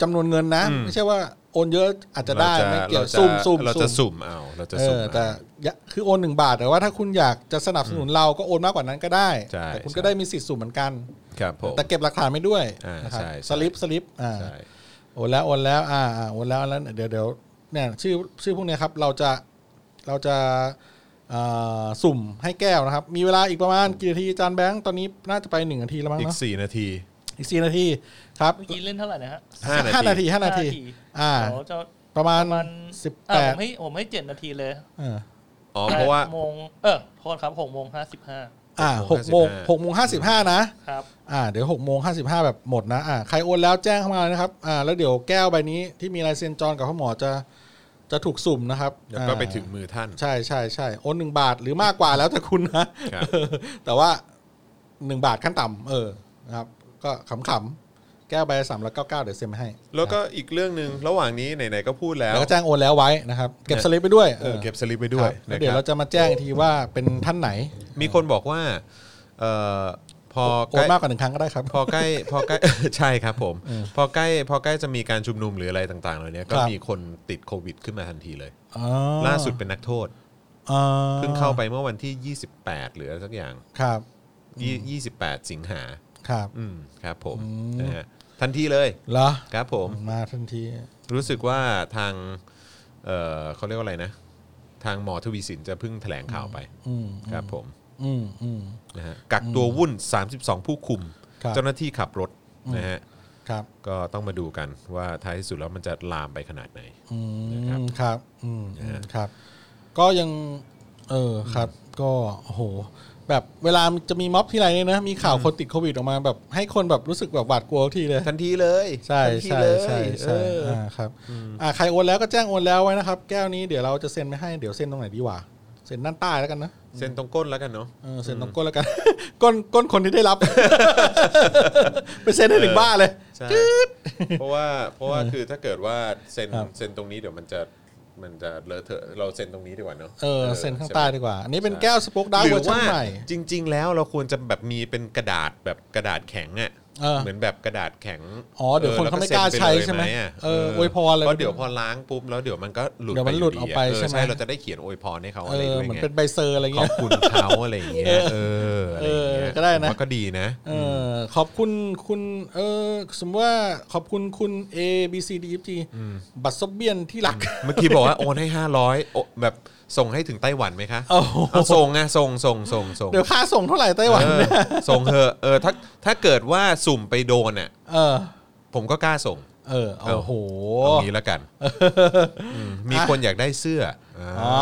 S3: จำนวนเงินนะ
S2: อืม
S3: ไม่ใช่ว่าโอนเยอะอาจจะได้ไม่เกี่ยว
S2: ราจะ
S3: ซุ่มซุ่ม
S2: เราจะ
S3: ซุ่
S2: สุ่
S3: ม
S2: มเอาเราจะ
S3: เอ
S2: สุ่ม
S3: อ
S2: เอา
S3: แต่อย่าคือโอนหนึ่งบาทแต่ว่าถ้าคุณอยากจะสนับสนุนเราก็โอนมากกว่านั้นก็ได้
S2: ใช่
S3: แต่คุณ
S2: ใช่
S3: ก็ได้มีสิทธิ์สุ่มเหมือนกัน
S2: ครับผม
S3: แต่เก็บหลักฐานไม่ด้วย
S2: อ่า
S3: นะครับ
S2: ใช่ใช่
S3: สลิปสลิปอ่า
S2: ใช่
S3: โอนแล้วโอนแล้วอ่าอ่าโอนแล้วแล้วเดี๋ยวเดี๋ยวเนี่ยชื่อชื่อพวกเนี้ยครับ เราจะเราจะ เอ่อสุ่มให้แก้วนะครับ มีเวลาอีกประมาณกี่นาทีอาจานแบงค์ตอนนี้น่าจะไปหนึ่งนาทีแล้วมั้ง
S2: อีก
S3: เนาะ
S2: 4 นาที
S3: อีกสี่นาทีครับ
S6: เมื่อกี้เล่นเท่าไหร่นะฮะ
S2: 5
S3: ห้า
S2: นา
S3: นา
S2: ที
S3: ทีห้านาที อ่า
S6: โอ้เจ้า
S3: ประมาณ
S6: ประมาณ
S3: สิบ
S6: อ่ะ
S3: แป
S6: ผ
S3: ด
S6: มให้ผมให้เจ็ดนาทีเลย
S3: อ่า
S2: อ๋อ เพราะว่า
S6: แปดโมงเออโทษครับหกโมงห้าสิบห้า
S3: อ่าหกโมงหกโมงห้าสิบห้านะ
S6: ครับ
S3: อ่าเดี๋ยว6กโมงห้แบบหมดนะอ่าใครโอนแล้วแจ้งเข้ามาเลยนะครับอ่าแล้วเดี๋ยวแก้วใบนี้ที่มีลายเซ็นจอนกับพ่อหมอจะจะถูกสุ่มนะครับ
S2: เดี๋ยวก็ไป
S3: อ่า
S2: ถึงมือท่าน
S3: ใช่ใช่ใช่โอนหนึ่งบาทหรือมากกว่าแล้วแต่คุณนะครับ เออ แต่ว่า 1 บาทขั้นต่ำเออนะครับ ก็ขำๆแก้วใบสามร้อยเก้าเก้าเดี๋ยวเซ็นมาให้
S2: แล้วก็อีกเรื่องหนึ่งระหว่างนี้ไหนๆก็พูดแล้ว
S3: แล้วก็แจ้งโอนแล้วไว้นะครับ เก็บสลิปไปด้วย
S2: เออเก็บ
S3: ออ
S2: สลิปไปด้วย
S3: ครับแล้
S2: นะ
S3: วเดี๋ย
S2: ควรับ
S3: เราจะมาแจ้งอีกทีว่าเป็นท่านไหน
S2: มีคนบอกว่าเอ่อพอ
S3: โอ
S2: ใก
S3: น
S2: ล้
S3: มากกว่าหนึ่งครั้งก็ได้ครับ
S2: พอใกล้พอใกล้ ใช่ครับผม พอใกล้พอใกล้จะมีการชุมนุมหรืออะไรต่างๆเหล่านี้ก็
S3: ครับ
S2: มีคนติดโควิดขึ้นมาทันทีเลย
S3: อ๋อ
S2: ล่าสุดเป็นนักโทษ
S3: อ๋อ
S2: เพิ่งเข้าไปเมื่อวันที่ 28 หรืออะไรสักอย่าง
S3: ครับ
S2: ยี่ยี่สิบแปดสิงหา
S3: ครับ
S2: อืมครับผมนะฮะทันทีเลย
S3: เหรอ
S2: ครับผม
S3: มาทันที
S2: รู้สึกว่าทางเออเขาเรียกว่าอะไรนะ ทางหมอทวีสินจะเพิ่งแถลงข่าวไป
S3: อืม
S2: ครับผม
S3: อืมอืม
S2: นะฮะกักตัววุ่น 32 ผู้คุม
S3: ครับ
S2: เจ้าหน้าที่ขับรถนะฮะ
S3: ครับ
S2: ก็ต้องมาดูกันว่าท้ายที่สุดแล้วมันจะลามไปขนาดไหน
S3: อื
S2: นะครับ
S3: ม ครับ อืมครับ ก็ยัง เออ ครับ ก็โอ้โห แบบเวลาจะมีม็อบที่ไรเนี่ยนะ มีข่าวคนติดโควิดออกมาแบบ ให้คนแบบรู้สึกแบบหวาดกลัวทุกทีเลย
S2: ทันทีเลย
S3: ใช่
S2: ทันที
S3: ใช่
S2: เลย
S3: ใช่ใช่
S2: เอออ
S3: อ่าครับ อ่า ใครโอนแล้วก็แจ้งโอนแล้วไว้นะครับ แก้วนี้เดี๋ยวเราจะเซ็นไม่ให้ เดี๋ยวเซ็นตรงไหนดีวะเซ็นด้านใต้แล้วกันนะ
S2: เส้นตรงก้นแล้วกันเนาะ
S3: เออเซ็นตรงก้นแล้วกัน ก้นก้นคนที่ได้รับ ไปเซ็นให้ถึงบ้านเลย
S2: ใช่เพราะว่าเพราะว่าคือถ้าเกิดว่าเซ็น
S3: ครับ
S2: เซ็นตรงนี้เดี๋ยวมันจะมันจะเลอะเทอะเราเซ็นตรงนี้ดีกว่าเนาะ
S3: เออเซ็นข้าง
S2: ใช่ไหม
S3: ใต้ดีกว่า อันนี้เป็นแก้วสป็อกดาร์
S2: หรื
S3: เวอร์ชัน
S2: ว่า
S3: ใหม่
S2: จริง ๆ แล้วเราควรจะแบบมีเป็นกระดาษแบบกระดาษแข็งอ่ะ
S3: เออ
S2: เหมือนแบบกระดาษแข็ง
S3: อ๋อเดี๋ยวคนเขาไม่กล้าใช้ใช่ไหม
S2: แล้วก็เซ็นปเลยะ
S3: เอออวยพรอะไร
S2: เพราะเดี๋ยวพอล้างปุ๊บแล้วเดี๋ยวมันก็หลุด
S3: เดี๋ยวมันหลุดออกไป
S2: ยู่ะ
S3: ใช่ไหม
S2: เเราจะได้เขียนอวยพรให้เขา
S3: เอ
S2: อะไร
S3: อ
S2: ด้วย
S3: เหมือน
S2: ไง
S3: เป็นใบเซอร์อะไร
S2: ขอ
S3: เงี้
S2: บ
S3: ย
S2: คุณเขาอะไรอย่างเงี้ยเอออะไรอย่างเงี้ย
S3: เออก็ได้
S2: ผ
S3: นะ
S2: มว่าก็ดีนะ
S3: เออขอบคุณคุณเออสมมติว่าขอบคุณคุณ A B C D F G บัตรซบเบียนที่รัก
S2: เมื่อกี้บอกว่าโอนให้ 500โอแบบส่งให้ถึงไต้หวันไหมคะ
S3: โอ้โห
S2: เอาส่งไงส่งส่งส่งส่ง
S3: เดี๋ยวค่าส่งเท่าไหร่ไต้หวัน
S2: เออ
S3: เนี่ย
S2: ส่งเถอะเออถ้าถ้าเกิดว่าสุ่มไปโดนอ่ะ
S3: เออ
S2: ผมก็กล้าส่ง
S3: เออ โอ้โห
S2: เอางี้แล้ว กันมมีคนอยากได้เสื้ออ่า
S3: อ๋อ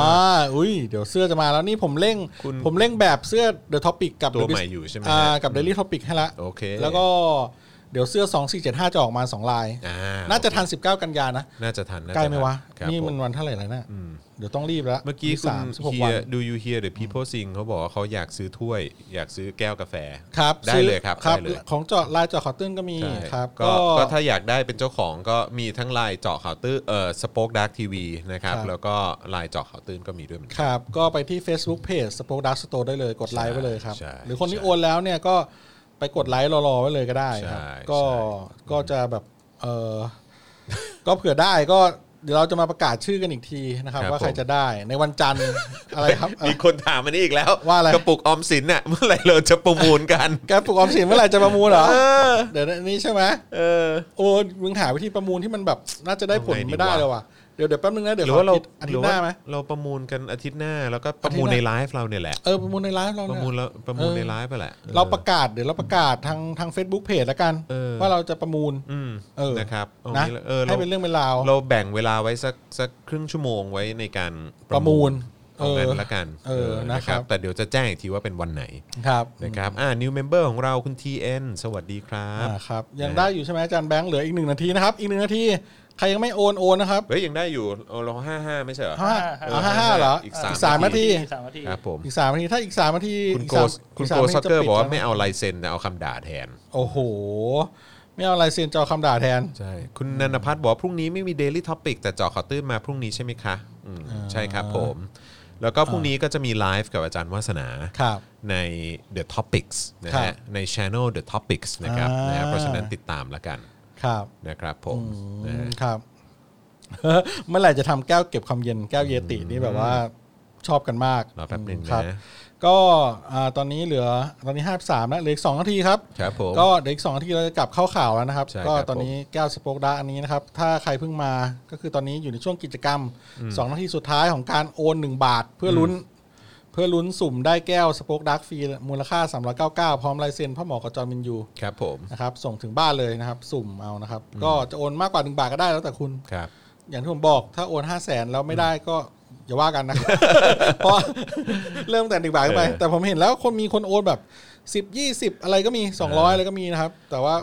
S3: อุ้ย เดี๋ยวเสื้อจะมาแล้วนี่ผมเร่ง
S2: คุณ
S3: ผมเร่งแบบเสื้อ The Topic กับ
S2: ตัว
S3: The Biz-
S2: ใหม่อยู่ใช่ไหมฮะ
S3: อ่า กับ Daily Topic ให้ละ
S2: โอเค
S3: แล้วก็เดี๋ยวเสื้อ 2475 จะออกมา 2 ลาย
S2: อ่
S3: น่าจะทัน 19 กันยานะ
S2: น่าจะทันน่าจ
S3: ใกล้ไหมวะ
S2: ครับ
S3: นี่มัน
S2: ผ
S3: วันเท่าไหร่แล้วนะเดี๋ยวต้องรีบแล้ว
S2: เมื่อกี้คุณ
S3: สามสิบหก
S2: เฮี
S3: วั
S2: ย
S3: น
S2: ดูยูเฮียเด e ะพีโพซิงเขาบอกว่าเขาอยากซื้อถ้วย อยากซื้อแก้วกาแฟ
S3: ครับ
S2: ได้
S3: ซื้อ
S2: เลยครับ
S3: ครับ
S2: ได้เลย
S3: ของเจาะลายเจาะขอตื้นก็มี
S2: ใช่
S3: ครับ
S2: ก็ก็ถ้าอยากได้เป็นเจ้าของก็มีทั้งลายเจาะข่าวตื้อเอ่อสป็อคดักทีวีนะครับ
S3: ครับ
S2: แล้วก็ลายเจาะข่าวตื้นก็มีด้วยเหมือนกัน
S3: ครับ ก็ไปที่ Facebook Page Spoke Dark Store ได้เลย กดไลค์ไว้เลยครับ
S2: ใช่
S3: หรือคนที่
S2: ใช่
S3: โอนแล้วเนี่ยก็ไปกดไลค์รอๆไว้เลยก็ได้ครับ
S2: ใช่
S3: ก็
S2: ใช่
S3: ก็จะแบบเออ ก็เผื่อได้ก็เดี๋ยวเราจะมาประกาศชื่อกันอีกทีนะครับ ว่าใครจะได้ในวันจันทร์ อะไร ครับเอ่อ
S2: มีคนถามมานี่อีกแล้ว
S3: ว่าอะไร
S2: กระปุกออมสินน่ะเมื่อไหร่เราจะประมูลกัน
S3: แกปลุกออมสินเมื่อไหร่จะประมูลเหรอเดี๋ยวนี้ใช่ไหม
S2: เออ
S3: โอ้มึงหาวิธีประมูลที่มันแบบน่าจะได้ผล
S2: ทำไงดี
S3: ไม่ได้
S2: วะ
S3: เลยว่ะเดี๋ยวเดี๋ยวแป๊บนึงนะเดี๋ยว
S2: หรือว่าเรา
S3: ขอคิดอาทิต
S2: รือ
S3: ย์ห
S2: ว่า
S3: น้าไหม
S2: เราประมูลกันอาทิตย์หน้าแล้วก็ประมูล
S3: อาทิตย์ห
S2: ใน
S3: น้า
S2: ไลฟ์เราเนี่ยแหละ
S3: เออประมูลในไลฟ์เรา
S2: ป
S3: เนี่
S2: ระ
S3: ย
S2: มูลแล้วประมูล
S3: เออ
S2: ในไลฟ์ไปแหละ
S3: เราประกาศเดี๋ยวเราประกาศทางทาง Facebook Page แล้วกัน ว่าเราจะประมูล
S2: อืม
S3: เออ
S2: นะครับเอา
S3: นะ
S2: งี้แล้วเออเรา
S3: ให้เป็นเรื่องเป็นราว
S2: เราแบ่งเวลาไว้สักสักครึ่งชั่วโมงไว้ในการ
S3: ประมูล
S2: เอางั้น
S3: เออ
S2: ละกัน
S3: เออนะครับ
S2: แต่เดี๋ยวจะแจ้งอีกทีว่าเป็นวันไหน
S3: ครับ
S2: นะครับอ่า new member ของเราคุณ TN สวัสดีครับ
S3: อ่าครับ ยังได้อยู่ใช่ไหมอาจารย์แบงค์เหลืออีกหนึ่งนาทีนะครับ อีกหนึ่งนาที ใครยังไม่โอนโอนนะครับ
S2: เฮ้ยยังได้อยู่เอาเราห้าห้าไม่ใช่เหรอ
S3: ห้า
S2: เออ
S3: ห้าห้าเหรอ
S2: อี
S3: อี
S2: กสาม
S3: กสามนาที
S6: สามนาที
S2: ครับผม
S3: อีกสามนาทีถ้าอีกสามนาที
S2: คุณ
S3: อี
S2: โก
S3: สาม
S2: สคุณ
S3: สาม
S2: โก
S3: นาที
S2: ซ็อกเกอร์
S3: จะ
S2: บ
S3: ปิด
S2: อกว่า
S3: แล้ว
S2: ไม่เอาลายเซ็นแต่เอาคำด่าแทน
S3: โอ้โห ไม่เอาลายเซ็นจะเอาคำด่าแทน
S2: ใช่ คุณนันทพัฒน์บอกว่าพรุ่งนี้ไม่มี Daily Topic แต่เจอข่าวตื้นมาพรุ่งนี้ใช่ไหมคะอืมใช่ครับผม แล้วก็พรุ่งนี้ก็จะมีไลฟ์กับอาจารย์วาสนา
S3: ครับ
S2: ใน The Topics นะ
S3: ครั
S2: ฮะ
S3: บ
S2: ใน Channel The Topics นะครับ
S3: อ่าน
S2: นะฮะเพราะฉะนั้นติดตามแล้วกัน
S3: ครับ
S2: นะครับผม
S3: อื
S2: นะ
S3: ม
S2: ฮะ
S3: ครับ เมื่อไหร่จะทำแก้วเก็บความเย็นแก้วเยตินี่แบบว่าชอบกันมาก
S2: รอแป๊บหนึง
S3: ครั
S2: นะ
S3: ก็อ่าตอนนี้เหลือตอนนี้ห้าสามแล้วเหลืออีกสองนาทีครับ
S2: ครับผม
S3: ก็เดี๋ยวอีกสองนาทีเราจะกลับเข้าข่าวแล้วนะครับ
S2: ใช่ครับ
S3: ก็ตอนนี้แก้วสโปกดาอันนี้นะครับ ถ้าใครเพิ่งมาก็คือตอนนี้อยู่ในช่วงกิจกรรมสองนาทีสุดท้ายของการโอนหนึ่งบาทเพื่อลุ้น พื่อลุ้นสุ่มได้แก้วสป็อกดักฟรีมูลค่า 399 พร้อมลายเซ็นพ่อหมอกับจอร์นวินยู
S2: ครับผม
S3: นะครับส่งถึงบ้านเลยนะครับ สุ่มเอานะครับ ก็จะโอนมากกว่า 1 บาทก็ได้แล้วแต่คุณ
S2: ครับ
S3: อย่างที่ผมบอกถ้าโอน 5 0 0แสนแล้วไม่ได้ก็อย่าว่ากันนะ เพราะเริ่มแต่หนึ่งบาทขึ้นไป
S2: เออ
S3: แต่ผมเห็นแล้วคนมีคนโอนแบบ 10 20 อะไรก็มี 200 อะไรก็มีนะครับ แต่ว่า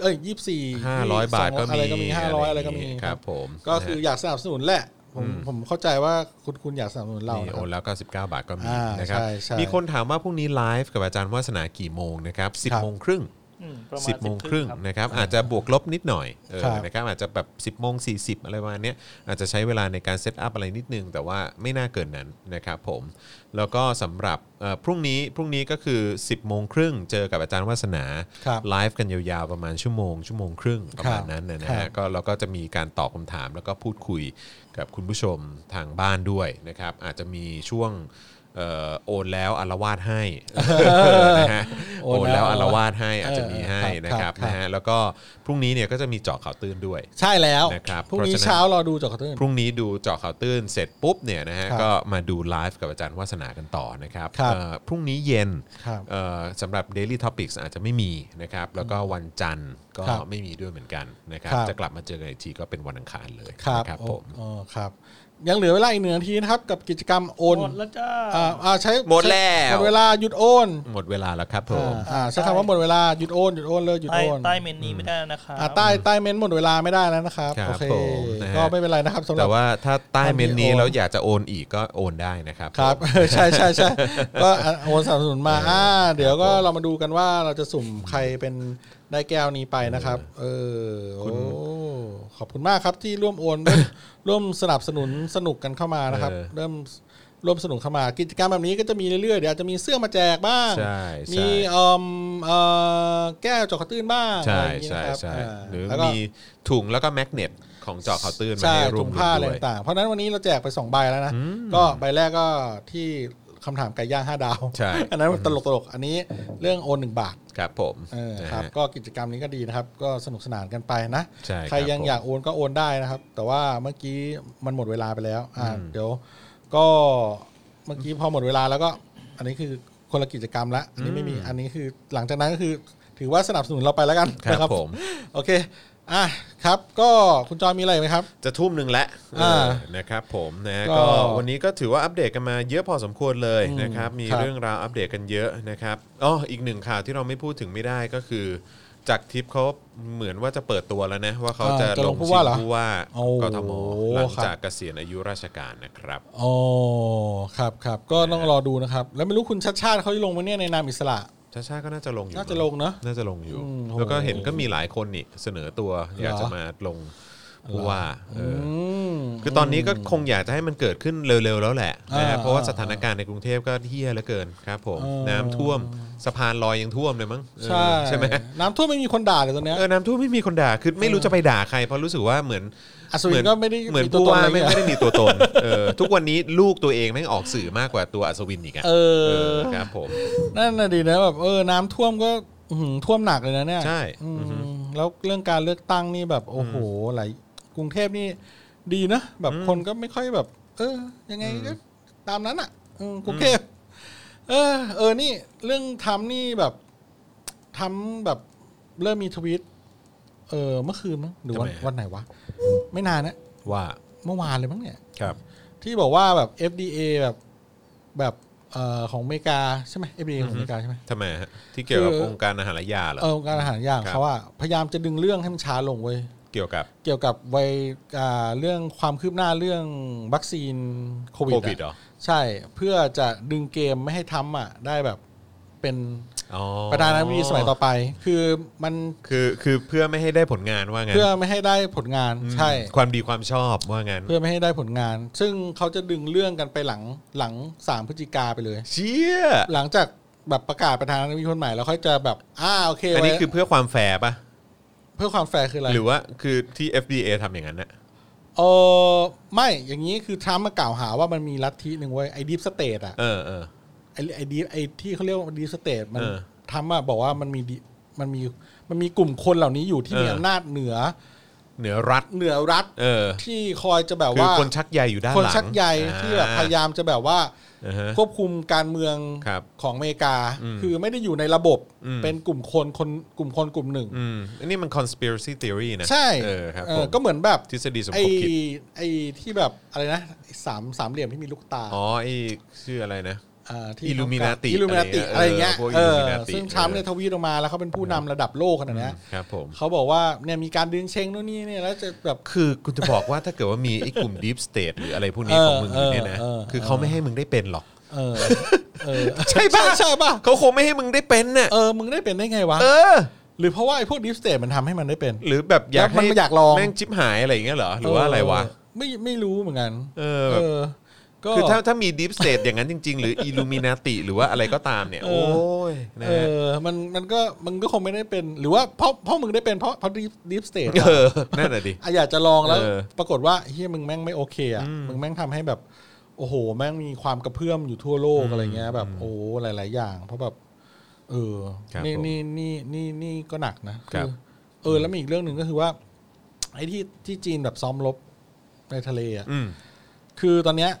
S3: เอ้ยยี่สี่
S2: ห้าร้อยบาทก็มี
S3: อะไรก็มีห้าร้อยอะไรก็มี
S2: ครับผม
S3: ก็คือ
S2: นะฮะ
S3: อยากสนับสนุนแหละ ผมผมเข้าใจว่าคุณคุณอยากสนับสนุนเรา
S2: นี่
S3: นะค
S2: โอ
S3: รับ
S2: นแล้ว 99 บาทก็มี
S3: อ่า
S2: นะครับ
S3: ใช่ใช่
S2: มีคนถามว่าพรุ่งนี้ไลฟ์กับอาจารย์วาสนากี่โมงนะครับ
S3: ค
S2: 10
S3: รับ
S2: โมงครึ่ง
S6: อืมประมาณ
S2: 10โมงครึ่ง
S6: บ
S2: นะครับอาจจะบวกลบนิดหน่อยเออ
S3: ครับ
S2: นะครับอาจจะแบบ10โมง40 อะไรประมาณเนี้ยอาจจะใช้เวลาในการเซตอัพอะไรนิดนึง แต่ว่าไม่น่าเกินนั้นนะครับผมแล้วก็สำหรับเอ่อพรุ่งนี้พรุ่งนี้ก็คือ 10โมงครึ่งเจอกับอาจารย์วาสนา
S3: ครับ
S2: ไลฟ์กันยาวๆประมาณชั่วโมง ชั่วโมงครึ่งประมาณนั้นนะ
S3: ครั
S2: ฮะ
S3: บ
S2: ก็เราก็จะมีการตอบคำถามแล้วก็พูดคุยกับคุณผู้ชมทางบ้านด้วยนะครับอาจจะมีช่วงเอ่อโอนแล้วอารวาสให้ นะฮะโอ
S3: โอน
S2: น
S3: แล้
S2: แล้ว
S3: ว
S2: อารวาสให้อาจจะมีให้
S3: เออ
S2: นะค
S3: ครั
S2: รับบ
S3: ครับ
S2: นะฮะแล้วก็พรุ่งนี้เนี่ยก็จะมีเจาะข่าวตื้นด้วย
S3: ใช่แล้ว
S2: นะครับ
S3: พรุ่ง
S2: เพ
S3: นี้
S2: ราะฉะนั้น
S3: เช้ารอดูจากกระตุ้น
S2: พรุ่งนี้ดูเจาะข่าวตื้นเสร็จปุ๊บเนี่ยนะฮะ
S3: ครับ
S2: ก็มาดูไลฟ์กับอาจารย์วาสนากันต่อนะครับ
S3: ครับ
S2: เอ่อพรุ่งนี้เย็น
S3: ครับ
S2: เอ่อสำหรับ Daily Topics อาจจะไม่มีนะครับแล้วก็วันจันทร์ก็
S3: ครับ
S2: ไม่มีด้วยเหมือนกันนะครับ
S3: ครับ
S2: จะกลับมาเจอกันอีกทีก็เป็นวันอังคารเลย
S3: ครับ
S2: นะ
S3: โอ้
S2: ผม
S3: อ๋อครับ ยังเหลือเวลาอีกหนึ่งนาทีนะครับกับกิจกรรมโอน
S6: หมดแล้วจ้า
S3: อ่าอ่าใช้
S2: หมดแล้ว
S3: หมดเวลาหยุดโอน
S2: หมดเวลาแล้วครับผม
S3: อ่าอ่าใช้คำว่าหมดเวลาหยุดโอนหยุดโอนเลยหยุด
S6: ใต้
S3: โอน
S6: ใต้เมนนี้ไม่ได้นะครับ
S3: อ่าใต้ใต้เมนต์หมดเวลาไม่ได้แล้วนะครับ
S2: ครับ
S3: โอเค
S2: ผมนะฮะ
S3: ก็ไม่เป็นไรนะครับสำหรั
S2: แต่
S3: บ
S2: ว่าถ้าใต้เมนนี้
S3: ท่านที่โอน
S2: แล้วอยากจะโอนอีกก็โอนได้นะครับ
S3: ครับ ใช่ใช่ใช่ ก็อ่ะโอนสนับสนุนมาอ่าเดี๋ยวก็เรามาดูกันว่าเราจะสุ่มใครเป็นได้แก้วนี้ไปนะครับ เออโอ้ขอบคุณมากครับที่ร่วมโอน ร่วมร่วมสนับสนุนสนุกกันเข้ามานะครับ
S2: เออ
S3: เริ่มร่วมสนุกเข้ามา กิจกรรมแบบนี้ก็จะมีเรื่อยๆเดี๋ยวอาจจะมีเสื้อมาแจกบ้าง
S2: ใช่ใช่
S3: มีเอิ่มเอ่อแก้วจอกระตื้นบ้าง
S2: ใช่
S3: อะไรอย่างงี้
S2: ใช่
S3: นะครับ
S2: ใช่
S3: อ่า
S2: หรือ
S3: แล้วก็
S2: มีถุงแล้วก็แมกเนตของเจาะข่าวตื้นมา
S3: ใช่
S2: ให้ร่ว
S3: ถุ
S2: ม
S3: ง
S2: รุ้น
S3: ผ้าอะไร
S2: ด้วย
S3: ต่างๆเพราะฉะนั้นวันนี้เราแจกไป 2 ใบแล้วนะ ก็ใบแรกก็ที่คำถามไก่ย่าง 5 ดาว
S2: ใช่
S3: อันนั้นตลกตลกๆอันนี้เรื่องโอนหนึ่งบาท
S2: ครับผม
S3: เออ
S2: นะฮะ
S3: ครับก็กิจกรรมนี้ก็ดีนะครับ ก็สนุกสนานกันไปนะ
S2: ใช่ครับ
S3: รยัง
S2: ผม
S3: อยากโอนก็โอนได้นะครับ แต่ว่าเมื่อกี้มันหมดเวลาไปแล้วอ่าเดี๋ยวก็เมื่อกี้พอหมดเวลาแล้วก็ อันนี้คือคนละกิจกรรมละอันนี้ไม่มีอันนี้คือหลังจากนั้นก็คือถือว่าสนับสนุนเราไปแล้วกัน
S2: ครับ
S3: นะครับ
S2: ผม
S3: โอเคอ่ะครับ ก็คุณจอยมีอะไรไหมครับ
S2: จะทุ่มหนึ่งแล้ว
S3: อ่า
S2: เออนะครับผมนะ
S3: ก็
S2: ก็วันนี้ก็ถือว่าอัปเดตกันมาเยอะพอสมควรเลยนะครับ มี
S3: ครับ
S2: เรื่องราวอัปเดตกันเยอะนะครับอ๋ออีกหนึ่งข่าวที่เราไม่พูดถึงไม่ได้ก็คือจากทิปเขาเหมือนว่าจะเปิดตัวแล้วนะ ว่าเขา
S3: อ่า
S2: จะ
S3: จะ
S2: ล
S3: ล
S2: ง
S3: งผู้
S2: ชิ
S3: ว่าง เหรอ
S2: ผู้ว่า
S3: โอ้
S2: กทมหลัง
S3: ครับ
S2: จากเกษียณอายุราชการนะครับ
S3: อ๋อครับครับก็ต้องรอดูนะครับ แล้วไม่รู้คุณชัดชาติเขาจะลงมาเนี่ยในนามอิสระ
S2: ชาชาก็น่าจะลงอยู่
S3: น่าจะลงเนอะ
S2: น่าจะลงอยู่
S3: อืมโห
S2: แล้วก็เห็นก็มีหลายคนนี่เสนอตัวอยากจะมาลงผู้ว่าเอออ
S3: ืม
S2: คือตอนนี้ก็คงอยากจะให้มันเกิดขึ้นเร็วๆแล้วแหละนะฮะ
S3: อ่า
S2: เพราะว่าสถานการณ์ในกรุงเทพก็เฮี้ยเหลือเกินครับผม
S3: อ่า
S2: น้ำท่วมสะพานลอยยังท่วมเลยมั้งเออ
S3: ใช่
S2: ใช่ไหม
S3: น้ำท่วมไม่มีคนด่าเลยตอนเนี้ย
S2: เออน้ำท่วมไม่มีคนด่าคือไม่รู้จะไปด่าใครเพราะรู้สึกว่าเหมือน
S3: อัศวินก็ไม่ได้
S2: เหมือน
S3: ตัว
S2: ผู้
S3: ตน
S2: ว่า
S3: อะไร
S2: ไม่ไม่
S3: เงี้ย
S2: ได้มีตัวตนเออทุกวันนี้ลูกตัวเองแม่งออกสื่อมากกว่าตัวอัศวินอีกอะ
S3: เอ
S2: เอ
S3: อ
S2: อครับผม
S3: นั่นน่ะดีนะแบบเออน้ำท่วมก็อื้อหือท่วมหนักเลยนะเนี่ย
S2: ใช่
S3: อืม
S2: อือหือ
S3: แล้วเรื่องการเลือกตั้งนี่แบบโอ้โหหลายกรุงเทพนี่ดีนะแบบคนก็ไม่ค่อยแบบ เออ ยังไงก็ตามนั้นอ่ะอืมกรุงเทพเออ เออนี่ เรื่องทำนี่แบบทำแบบเริ่มมีทวิตเออเมื่อคืนมั้งหรือวันวันไหนวะไม่นานนะ
S2: ว่า
S3: เมื่อวานเลยมั้งเนี่ย
S2: ครับ
S3: ที่บอกว่าแบบ FDA แบบแบบเอ่อของอเมริกาใช่ไหม FDA ของอเมริกาใช่ไหม
S2: ทำไมฮะที่เกี่ยวกับ
S3: คือ
S2: องค์การอาหารและยาเหรอ
S3: เออองค์การอาหารอย่าง
S2: ครับ
S3: เขาอะพยายามจะดึงเรื่องให้มันช้าลงเว้ย
S2: เกี่ยวกับ
S3: เกี่ยวกับไวอ่าเรื่องความคืบหน้าเรื่องวัคซีนโควิ
S2: โค
S3: ด
S2: วิดเหร
S3: อะ
S2: อ
S3: ใช่เพื่อจะดึงเกมไม่ให้ทำอ่ะ ได้แบบเป็น
S2: อ๋อ
S3: ประธานาธิบดีสมัยต่อไป คือมัน
S2: คือคือเพื่อไม่ให้ได้ผลงานว่างั้น
S3: เพื่อไม่ให้ได้ผลงานใช่
S2: ความดีความชอบว่างั้น
S3: เพื่อไม่ให้ได้ผลงาน ซึ่งเขาจะดึงเรื่องกันไปหลังหลังสามพฤศจิกาไปเลย
S2: เชี่ย
S3: หลังจากแบบประกาศประธานาธิบดีคนใหม่แล้วค่อยจะแบบอ่าโอเค
S2: อันนี้
S3: ไว้
S2: คือเพื่อความแฟร์ปะ
S3: เพื่อความแฟร์คืออะไร
S2: หรือว่าคือที่ FDA ทำอย่างนั้นน่ะ
S3: เออไม่อย่างนี้คือทรัมป์มากล่าวหาว่ามันมีลัทธิหนึ่งเว้ยไอ้ดีฟสเตทอะ
S2: เออเออ
S3: ไอ้ไอ้ดีไอ้ที่เขาเรียกว่าดีฟสเตทมัน
S2: เออ
S3: ทรัมป์อะบอกว่ามันมี deep- มันมีมันมีกลุ่มคนเหล่านี้อยู่ที่มี
S2: เอออ
S3: อำนาจเหนือ
S2: เหนือรัฐ
S3: เหนือรัฐ
S2: เออ
S3: ที่คอยจะแบบ
S2: คือ
S3: ว่า
S2: คนชักใยอยู่ด้านห
S3: ค
S2: ลั
S3: น
S2: ง
S3: ชักใยที่แบบพยายามจะแบบว่า
S2: อ่าฮะ
S3: ควบคุมการเมือง
S2: ครับ
S3: ของอเมริกา
S2: อืม
S3: คือไม่ได้อยู่ในระบบ
S2: อืม
S3: เป็นกลุ่มคนคนกลุ่มคนกลุ่มหนึ่ง
S2: อืมอันนี้มัน conspiracy theory นะ
S3: ใช่
S2: เออครับ
S3: เอ
S2: ผ
S3: อ
S2: ม
S3: ก็เหมือนแบบ
S2: ทฤษฎีสม
S3: ไอ
S2: คบคิด
S3: ไอที่แบบอะไรนะไอ้สามสามเหลี่ยมที่มีลูกตา
S2: อ๋อไอชื่ออะไรนะ
S3: าที่
S2: Illuminati
S3: อิลูมินาติ
S2: อะ
S3: อะไร ไร
S2: เงี้ย
S3: เงี้ย
S2: เออพวก
S3: เออ
S2: Illuminati
S3: ซึ่งทรัมป์เนี่ยทวีตออกมาแล้วเขาเป็นผู้นำระดับโลกขนาดเนี้ย
S2: ครับผม
S3: เขาบอกว่าเนี่ยมีการดึงเชงนู่นนี่เนี่ยแล้วจะแบบ
S2: คือคุณจะบอกว่าถ้าเกิดว่ามีไอ้กลุ่ม deep state หรืออะไรพวกนี้
S3: เออ
S2: ของมึงอยู่เนี่ยนะ
S3: เออเออ
S2: คือเขาไม่ให้มึงได้เป็นหรอก
S3: เออเออ
S2: ใช่ปะ
S3: ใช่ป่ะ
S2: เขาคงไม่ให้มึงได้เป็นน่ะ
S3: เออมึงได้เป็นได้ไงวะ
S2: เออ
S3: หรือเพราะว่าไอ้พวกดิฟสเตทมันทำให้มันได้เป็น
S2: หรือแบบอยาก
S3: แล้วมัน
S2: ให้
S3: อยากลอง
S2: แม่งชิบหายอะไรอย่างเงี้ยเหรอ หรือว่าอะไรวะ
S3: เไม่ไม่รู้เหมือนกัน
S2: เออแบบ
S3: ก็
S2: คือถ้าถ้ามี deep state อย่างนั้นจริง ๆ หรือ illuminati หรือว่าอะไรก็ตามเนี่ย
S3: เออ
S2: โอ้ยนะ
S3: เอ
S2: ฮะ
S3: อมันมันก็มันก็คงไม่ได้เป็นหรือว่าเพราะเพราะมึงได้เป็นเพราะเพราะดีดีสเตท
S2: เออนั่นแหะดิ
S3: อ่ะอยากจะลองแล้ว
S2: เออ
S3: ปรากฏว่าเฮียมึงแม่งไม่โอเคอ่ะมึงแม่งทำให้แบบ โอ้โห แม่งมีความกระเพื่อมอยู่ทั่วโลกอะไรเงี้ย แบบโอ้โหหลาย ๆ อย่าง เพราะแบบ เออ
S2: ครับ
S3: นี่
S2: ผม
S3: นี่นี่นี่นี่ก็หนักนะครับ เออแล้วมีอีกเรื่องหนึ่งก็คือว่าไอ้ที่ที่จีนแบบซ้อมรบในทะเลอ่ะ
S2: อืม
S3: คือตอนเนี้ย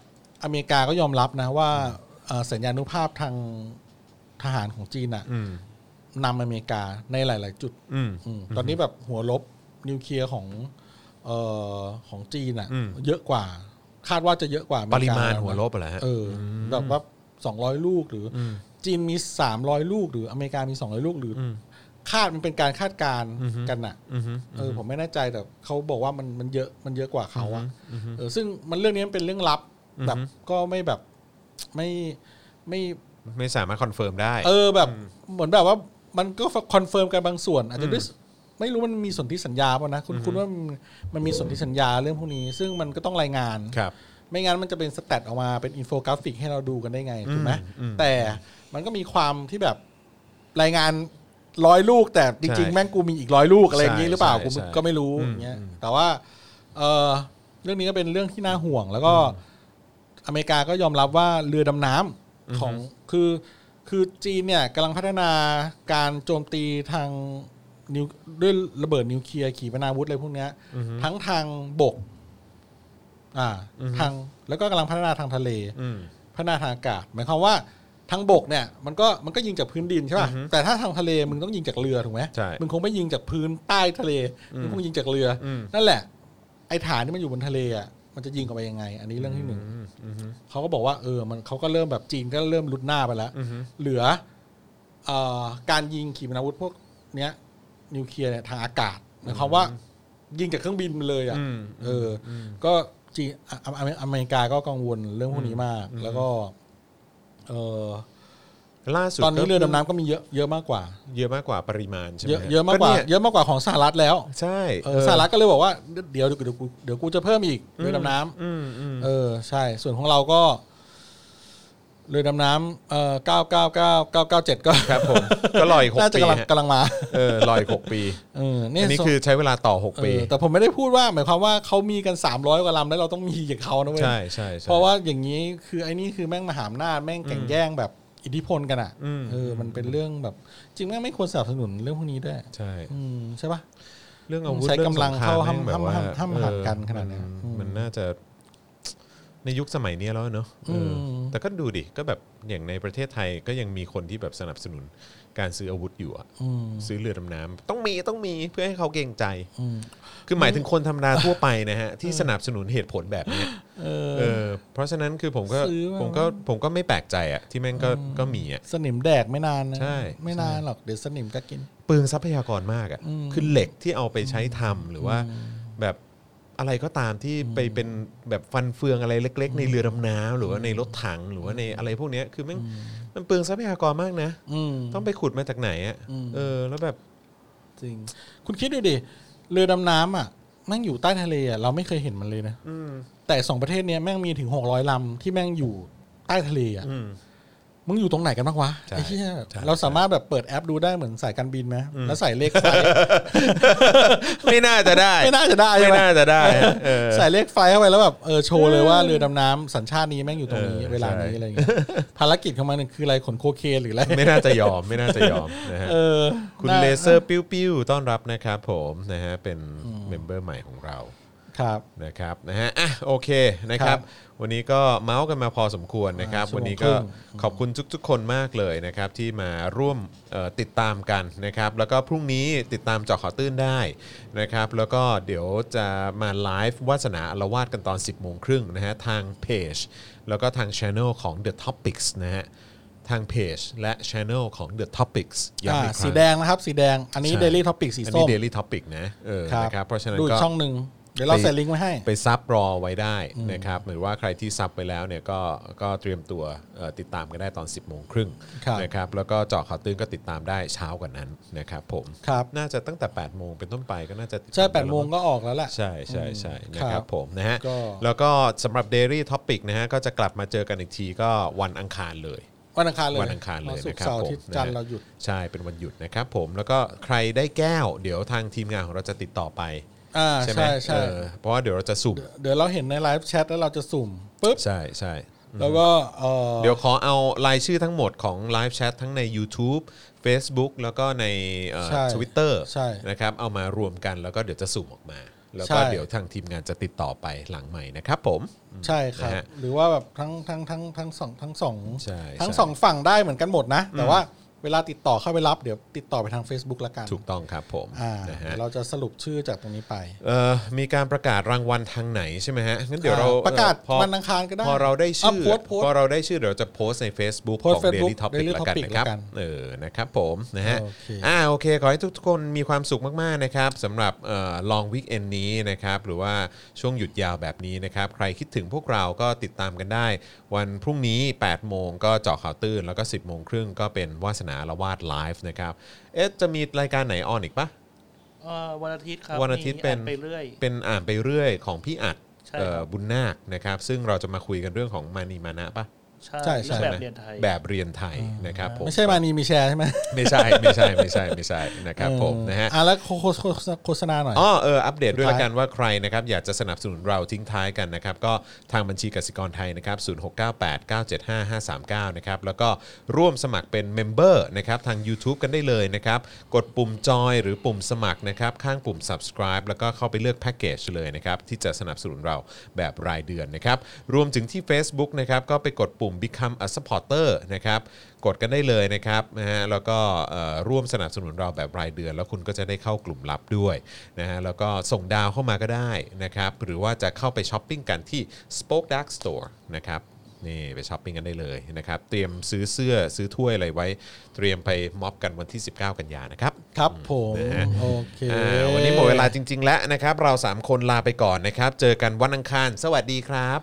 S3: อเมริกาก็ยอมรับนะว่าเอ่อสัญญาณุภาพทางทหารของจีนอะ
S2: อืม
S3: นำอเมริกาในหลาย ๆ จุด
S2: อืม
S3: อืมตอนนี้แบบหัวลบนิวเคลียร์ของเออของจีนอะ
S2: อืม
S3: เยอะกว่า คาดว่าจะเยอะกว่าอเก
S2: ปริมาณ
S3: แนะ
S2: หัวลบเหรอฮะ
S3: เอออแบบว่าสองร้อยลูกหรืออจีนมีสามร้อยลูก หรืออเมริกามีสองร้อยลูกหรืออคาดมันเป็นการคาดการณ์กันอะ
S2: อือฮึ
S3: เออผมไม่แน่ใจแต่เขาบอกว่ามันมันเยอะมันเยอะกว่าเขาอะเออซึ่งมันเรื่องนี้มันเป็นเรื่องลับแบบก็ไม่แบบไม่ไม่
S2: ไม่สามารถคอนเฟิร์มได้
S3: เออแบบเหมือนแบบว่ามันก็คอนเฟิร์มกันบางส่วน อาจจะด้วยไม่รู้มันมีสนธิสัญญาป่ะนะคุณคุณว่ามันมันมีสนธิสัญญาเรื่องพวกนี้ ซึ่งมันก็ต้องรายงาน
S2: ครับ
S3: ไม่งั้นมันจะเป็นสแตทออกมาเป็นอินโฟกราฟิกให้เราดูกันได้ไงถูกไหมแต่มันก็มีความที่แบบรายงานร้อยลูก แต่จริง
S2: ใช่
S3: ๆ แม่งกูมีอีกร้อยลูกอะไรอย่างนี้
S2: ใช่
S3: หรือเปล่า
S2: ใช่
S3: กู
S2: ใช่
S3: ก็ไม่รู้
S2: อืม
S3: อย่างเงี้ยแต่ว่าเอ่อเรื่องนี้ก็เป็นเรื่องที่น่าห่วง แล้วก็อเมริกาก็ยอมรับว่าเรือดำน้ำของคือคือจีนเนี่ยกำลังพัฒนาการโจมตีทางนิวด้วยระเบิดนิวเคลียร์ขีปนาวุธอะไรพวกเนี้ยทั้งทางบก อ่าทางแล้วก็กำลังพัฒนาทางทะเล
S2: อืม
S3: พัฒนาทางอากาศ หมายความว่าทางบกเนี่ยมันก็มันก็ยิงจากพื้นดินใช่ป่ะแต่ถ้าทางทะเลมึงต้องยิงจากเรือถูกไหม
S2: ใช่
S3: มึงคงไม่ยิงจากพื้นใต้ทะเลมึงคงยิงจากเรืออ
S2: ม
S3: นั่นแหละ ไอ้ฐานที่มันอยู่บนทะเลอ่ะมันจะยิงออกไปยังไง อันนี้เรื่องที่หนึ่งเขาก็บอกว่าเออมันเขาก็เริ่มแบบจีนก็เริ่มลุดหน้าไปแล้วเหลือเอ่อการยิงขีปนาวุธพวกเนี้ยนิวเคลียร์เนี่ยทางอากาศหมายความว่า ยิงจากเครื่องบินไปเลยอ่ะ เอออก็จีนอ่ะอ่ะอ่ะอเมริกาก็กังวลเรื่องพวกนี้มาก แล้วก็ เออ
S2: ล่าสุด
S3: ตอนนี้
S2: ก็
S3: เรือดำน้ำก็มีเยอะเยอะมากกว่า
S2: เยอะมากกว่าปริมาณใช่ไหม
S3: เยอะ
S2: ฮ
S3: เยอะมากกว่า
S2: นี่
S3: เยอะมากกว่าของสหรัฐแล้ว
S2: ใช่
S3: เออสหรัฐก็เลยบอกว่าเดี๋ยวเดี๋ยวเดี๋ยวกูเดี๋ยวกูจะเพิ่มอีกเรือดำน้ำ
S2: อืมอืม
S3: เออใช่ ส่วนของเราก็ เรือดำน้ำเอ่อเก้าเก้าเก้าเก้าเก้าเจ็ดก็
S2: ครับผม ก็ลอยหก
S3: น่าจะ
S2: ปี
S3: กำลัง
S2: ฮะ
S3: กำลังมา
S2: เออลอยหกปี
S3: เออเนี่
S2: อั
S3: ย
S2: นนี้คือใช้เวลาต่อหก
S3: เออ
S2: ปี
S3: แต่ผมไม่ได้พูดว่าหมายความว่าเขามีกัน 300กว่าลำแล้วเราต้องมีอย่างเขานะเว้ย
S2: ใช่ใช่ใช่
S3: เพราะว่าอย่างนี้คือไอ้นี่คือแม่งมหาอำนาจแม่งแก่งแย่งแบบอิทธิพลกันอ่ะ
S2: อืม
S3: เออมันเป็นเรื่องแบบ จริงแม่งไม่ควรสนับสนุนเรื่องพวกนี้ด้วย
S2: ใช่
S3: อืมใช่ปะ
S2: เรื่องอาวุธ
S3: ใช้กำลังเข้า
S2: รื่องสครม
S3: ห้ำ
S2: แม่งแบบว่า
S3: ห้ำห้ำหันกันขนาดเนี้ย
S2: เออ
S3: อืม
S2: มันน่าจะในยุคสมัยเนี้ยแล้วเนอะเอออ
S3: ม
S2: แต่ก็ดูดิ ก็แบบอย่างในประเทศไทยก็ยังมีคนที่แบบสนับสนุนการซื้ออาวุธอยู่อะ
S3: อืม
S2: ซื้อเรือดำน้ำต้องมีต้องมีเพื่อให้เขาเกรงใจ
S3: อืม
S2: คือหมายถึงคนธรรมดาทั่วไปนะฮะ ที่สนับสนุนเหตุผลแบบเนี้ย
S3: เออ
S2: เออ เพราะฉะนั้นคือผมก็
S3: ซื้อมา
S2: ผมก็ผมก็ไม่แปลกใจอะที่แม่งก็ก็มีอะ
S3: สนิมแดกไม่นานนะ
S2: ใช่
S3: ไม่นานหรอกเดี๋ยวสนิมก็กิน
S2: เปลืองทรัพยากรมากอะ่ะ
S3: อืม
S2: คือเหล็กที่เอาไปใช้ทำหรือว่าแบบอะไรก็ตามที่ไปเป็นแบบฟันเฟืองอะไรเล็ก ๆ ในเรือดำน้ำหรือว่าในรถถังหรือว่าในอะไรพวกเนี้ยคือมันมันเปลืองทรัพยากรมากนะ
S3: อืม
S2: ต้องไปขุดมาจากไหนอะ่ะ
S3: อืม
S2: เออ แล้วแบบ
S3: จริง คุณคิดดูดิเรือดำน้ำอ่ะแม่งอยู่ใต้ทะเลอ่ะเราไม่เคยเห็นมันเลยนะ
S2: อืม
S3: แต่สองประเทศเนี้ยแม่งมีถึงหกร้อยลำที่แม่งอยู่ใต้ทะเลอ่ะ
S2: อืม
S3: มึงอยู่ตรงไหนกันบ้างวะ
S2: ใช่
S3: ไอ้เหี้ย
S2: ใช่
S3: เราสามารถแบบเปิดแอปดูได้เหมือนสายการบินไหมแล้วใส่เลขไฟ
S2: ไม่น่าจะได้
S3: ไม่น่าจะได้ใช่
S2: ไม่
S3: ไหม
S2: น่าจะได้ฮะเออ
S3: ใส่เลขไฟเข้าไปแล้วแบบเออโชว์เลยว่าเรือดำน้ำสัญชาตินี้แม่งอยู่ตรงนี้
S2: เออ
S3: เวลานี้
S2: ใช่
S3: อะไรอย่างเงี้ยภารกิจของมันคืออะไรขนโคเคนหรืออะไร
S2: ไม่น่าจะยอมไม่น่าจะยอมนะฮะ
S3: เออ
S2: คุณ
S3: น่า
S2: เลเซอร์ปิ้วปิ้วต้อนรับนะครับผมนะฮะเป็นเมมเบอร์ใหม่ของเรา
S3: ครับ
S2: นะครับนะฮะอ่ะโอเคนะครับ วันนี้ก็เมาส์กันมาพอสมควรนะครับ
S3: อ่าชั่วโม
S2: วั
S3: ง
S2: นนี้ก็
S3: ครึ่ง
S2: ขอบคุณทุกๆ คนมากเลยนะครับ ที่มาร่วมเอ่อติดตามกันนะครับ แล้วก็พรุ่งนี้ติดตามเจาะข่าวตื้นได้นะครับ แล้วก็เดี๋ยวจะมาไลฟ์วาสนาอารวาสกันตอน 10บโมงครึ่งนะฮะทางเพจแล้วก็ทางช anel ของ The Topics นะฮะทางเพจและช anel ของ The Topics ย้ำ
S3: อ่า
S2: อีกครั้ง
S3: สีแดงนะครับ สีแดงอันนี้
S2: ใช่
S3: Daily Topic สี
S2: อัน
S3: ส้
S2: นี้
S3: ม
S2: Daily Topic นะเออ
S3: ครับ
S2: นะครับเพราะฉะนั้น
S3: ดูอี
S2: ก็
S3: กช่องหนึ่งเดี๋ยวเรา
S2: ไป
S3: ใส่ลิงก์ไว้ให้
S2: ไปซับรอไว้ได้นะครับหรือว่าใครที่ซับไปแล้วเนี่ยก็ก็เตรียมตัวเอ่อติดตามกันได้ตอน 10บโมงครึ่ง
S3: ครับ
S2: นะครับแล้วก็เจาะข่าวตื้นก็ติดตามได้เช้ากว่านั้นนะครับผม
S3: ครับ
S2: น่าจะตั้งแต่8ปดโมงเป็นต้นไปก็น่าจะติตาม
S3: ใช่แปด
S2: ล้ว
S3: โมง
S2: ง
S3: ก็ออกแล้วแหละ
S2: ใช่ใช่ใช่
S3: อืม
S2: นะค
S3: ครั
S2: รับบผมนะฮะ
S3: ก็
S2: แล้วก็สำหรับ Daily Topic นะฮะก็จะกลับมาเจอกันอีกทีก็วันอังคารเลย
S3: วันอังคารเลย
S2: วันอังคารเลย
S3: ศุก
S2: นะ
S3: ร์
S2: ครับ
S3: เสาร์
S2: ผ
S3: อาม ทิตย์จันท
S2: ะฮะ
S3: ร์เราหยุด
S2: ใช่เป็นวันหยุดนะครับผมแล้วก็ใครได้แก้ว เดี๋ยวทางทีมงานของเราจะติดต่อไป
S3: อ่า
S2: ใช่ไหม
S3: ใช่ใช่
S2: เออเพราะว่าเดี๋ยวเราจะสุ่ม
S3: เดี๋ยวเราเห็นในไลฟ์แชทแล้วเราจะสุ่มปุ๊บ
S2: ใช่ใช่
S3: แล้วก็เออ
S2: เดี๋ยวขอเอารายชื่อทั้งหมดของไลฟ์แชททั้งใน YouTube Facebook แล้วก็ใน
S3: ใช่
S2: ทวิตเตอร์
S3: ใช่
S2: นะครับเอามารวมกันแล้วก็เดี๋ยวจะสุ่มออกมา แล้ว
S3: ใช่
S2: ก็เดี๋ยวทางทีมงานจะติดต่อไปหลังใหม่นะครับผม
S3: ใช่ครับ
S2: นะฮะ
S3: หรือว่าแบบทั้งทั้งทั้งทั้งสองทั้งสอง
S2: ใช่
S3: ทั้ง
S2: ใช่
S3: สองฝั่งได้เหมือนกันหมดนะ แต่ว่าเวลาติดต่อเข้าไปรับเดี๋ยวติดต่อไปทาง Facebook ละกัน
S2: ถูกต้องครับผม
S3: อ่า
S2: นะฮะ
S3: เดี๋ยวเราจะสรุปชื่อจากตรงนี้ไป
S2: เอ่อมีการประกาศรางวัลทางไหนใช่ไหมฮะงั้นเดี๋ยวเรา
S3: อ่าประกาศ
S2: เอ่อพอ
S3: วันอังคารก็ได้
S2: พอเราได้ชื่อ
S3: เอาโพสต์โพสต์
S2: พอเราได้ชื่อเดี๋ยวจะโพสต์ใน Facebook
S3: โพสต์
S2: ของ
S3: Facebook
S2: Daily Topic
S3: Daily
S2: แล้วกัน
S3: Topic
S2: นะครับ
S3: แล้วกัน
S2: เออนะครับผมนะฮะ
S3: โอเค
S2: อ่าโอเค ขอให้ทุกๆคนมีความสุขมากๆนะครับสำหรับลองวิกเอนนี้นะครับ หรือว่าช่วงหยุดยาวแบบนี้นะครับ ใครคิดถึงพวกเราก็ติดตามกันได้ วันพรุ่งนี้ 8 โมงก็เจาะข่าวตื่นแล้วก็ 10 โมงครึ่งก็เป็นวาสนาละวาดไลฟ์นะครับเอ๊ะจะมีรายการไหนออนอีกปะ
S6: เอ่อวันอาทิตย์ครับ
S2: วันอาทิตย์
S6: มี
S2: เป็น
S6: อ่ไปเรื่อย
S2: นอ่านไปเรื่อยของพี่อัด
S6: ใช่
S2: เอ่อ
S6: ครับ
S2: บุญนาคนะครับซึ่งเราจะมาคุยกันเรื่องของมานีมานะปะ
S3: ใช่
S6: ใช่
S3: ใช่
S6: เรื่อ
S2: ใช่
S6: งแบ
S2: ไหม
S6: บเรียนไทย
S2: แบบเรียนไทยนะครับผม
S3: ไม่ใช่มานีมีแชร์ใช่ไหม
S2: ไม่ใช่ไม่ใช่ไม่ใช่ไม่ใช่นะครับผมนะฮะ
S3: อ่าแล้วโฆษโฆษโฆษณาหน่อย
S2: อ๋อเอออัปเดตด้วย
S3: สุด
S2: ละ
S3: ท้าย
S2: กันว่าใครนะครับอยากจะสนับสนุนเราทิ้งท้ายกันนะครับ ก็ทางบัญชีกสิกรไทยนะครับ0698975539 นะครับแล้วก็ร่วมสมัครเป็นเมมเบอร์นะครับทาง YouTube กันได้เลยนะครับ กดปุ่มจอยหรือปุ่มสมัครนะครับ ข้างปุ่ม subscribe แล้วก็เข้าไปเลือกแพ็กเกจเลยนะครับ ที่จะสนับสนุนเราแบบรายเดือนนะครับ รวมถึงที่ Facebook นะครับก็ไปกดปุ่ม Become a supporter นะครับ กดกันได้เลยนะครับนะฮะแล้วก็เอ่อร่วมสนับสนุนเราแบบรายเดือน แล้วคุณก็จะได้เข้ากลุ่มลับด้วยนะฮะแล้วก็ส่งดาวเข้ามาก็ได้นะครับ หรือว่าจะเข้าไปช้อปปิ้งกันที่ Spoke Dark Store นะครับนี่ไปช้อปปิ้งกันได้เลยนะครับ เตรียมซื้อเสื้อซื้อถ้วยอะไรไว้ เตรียมไปม็อบกันวันที่ 19 กันยานะครับ
S3: ครับผมโอเค
S2: อ่าวันนี้หมดเวลาจริง ๆ แล้วนะครับ เรา 3 คนลาไปก่อนนะครับ เจอกันวันอังคาร สวัสดีครับ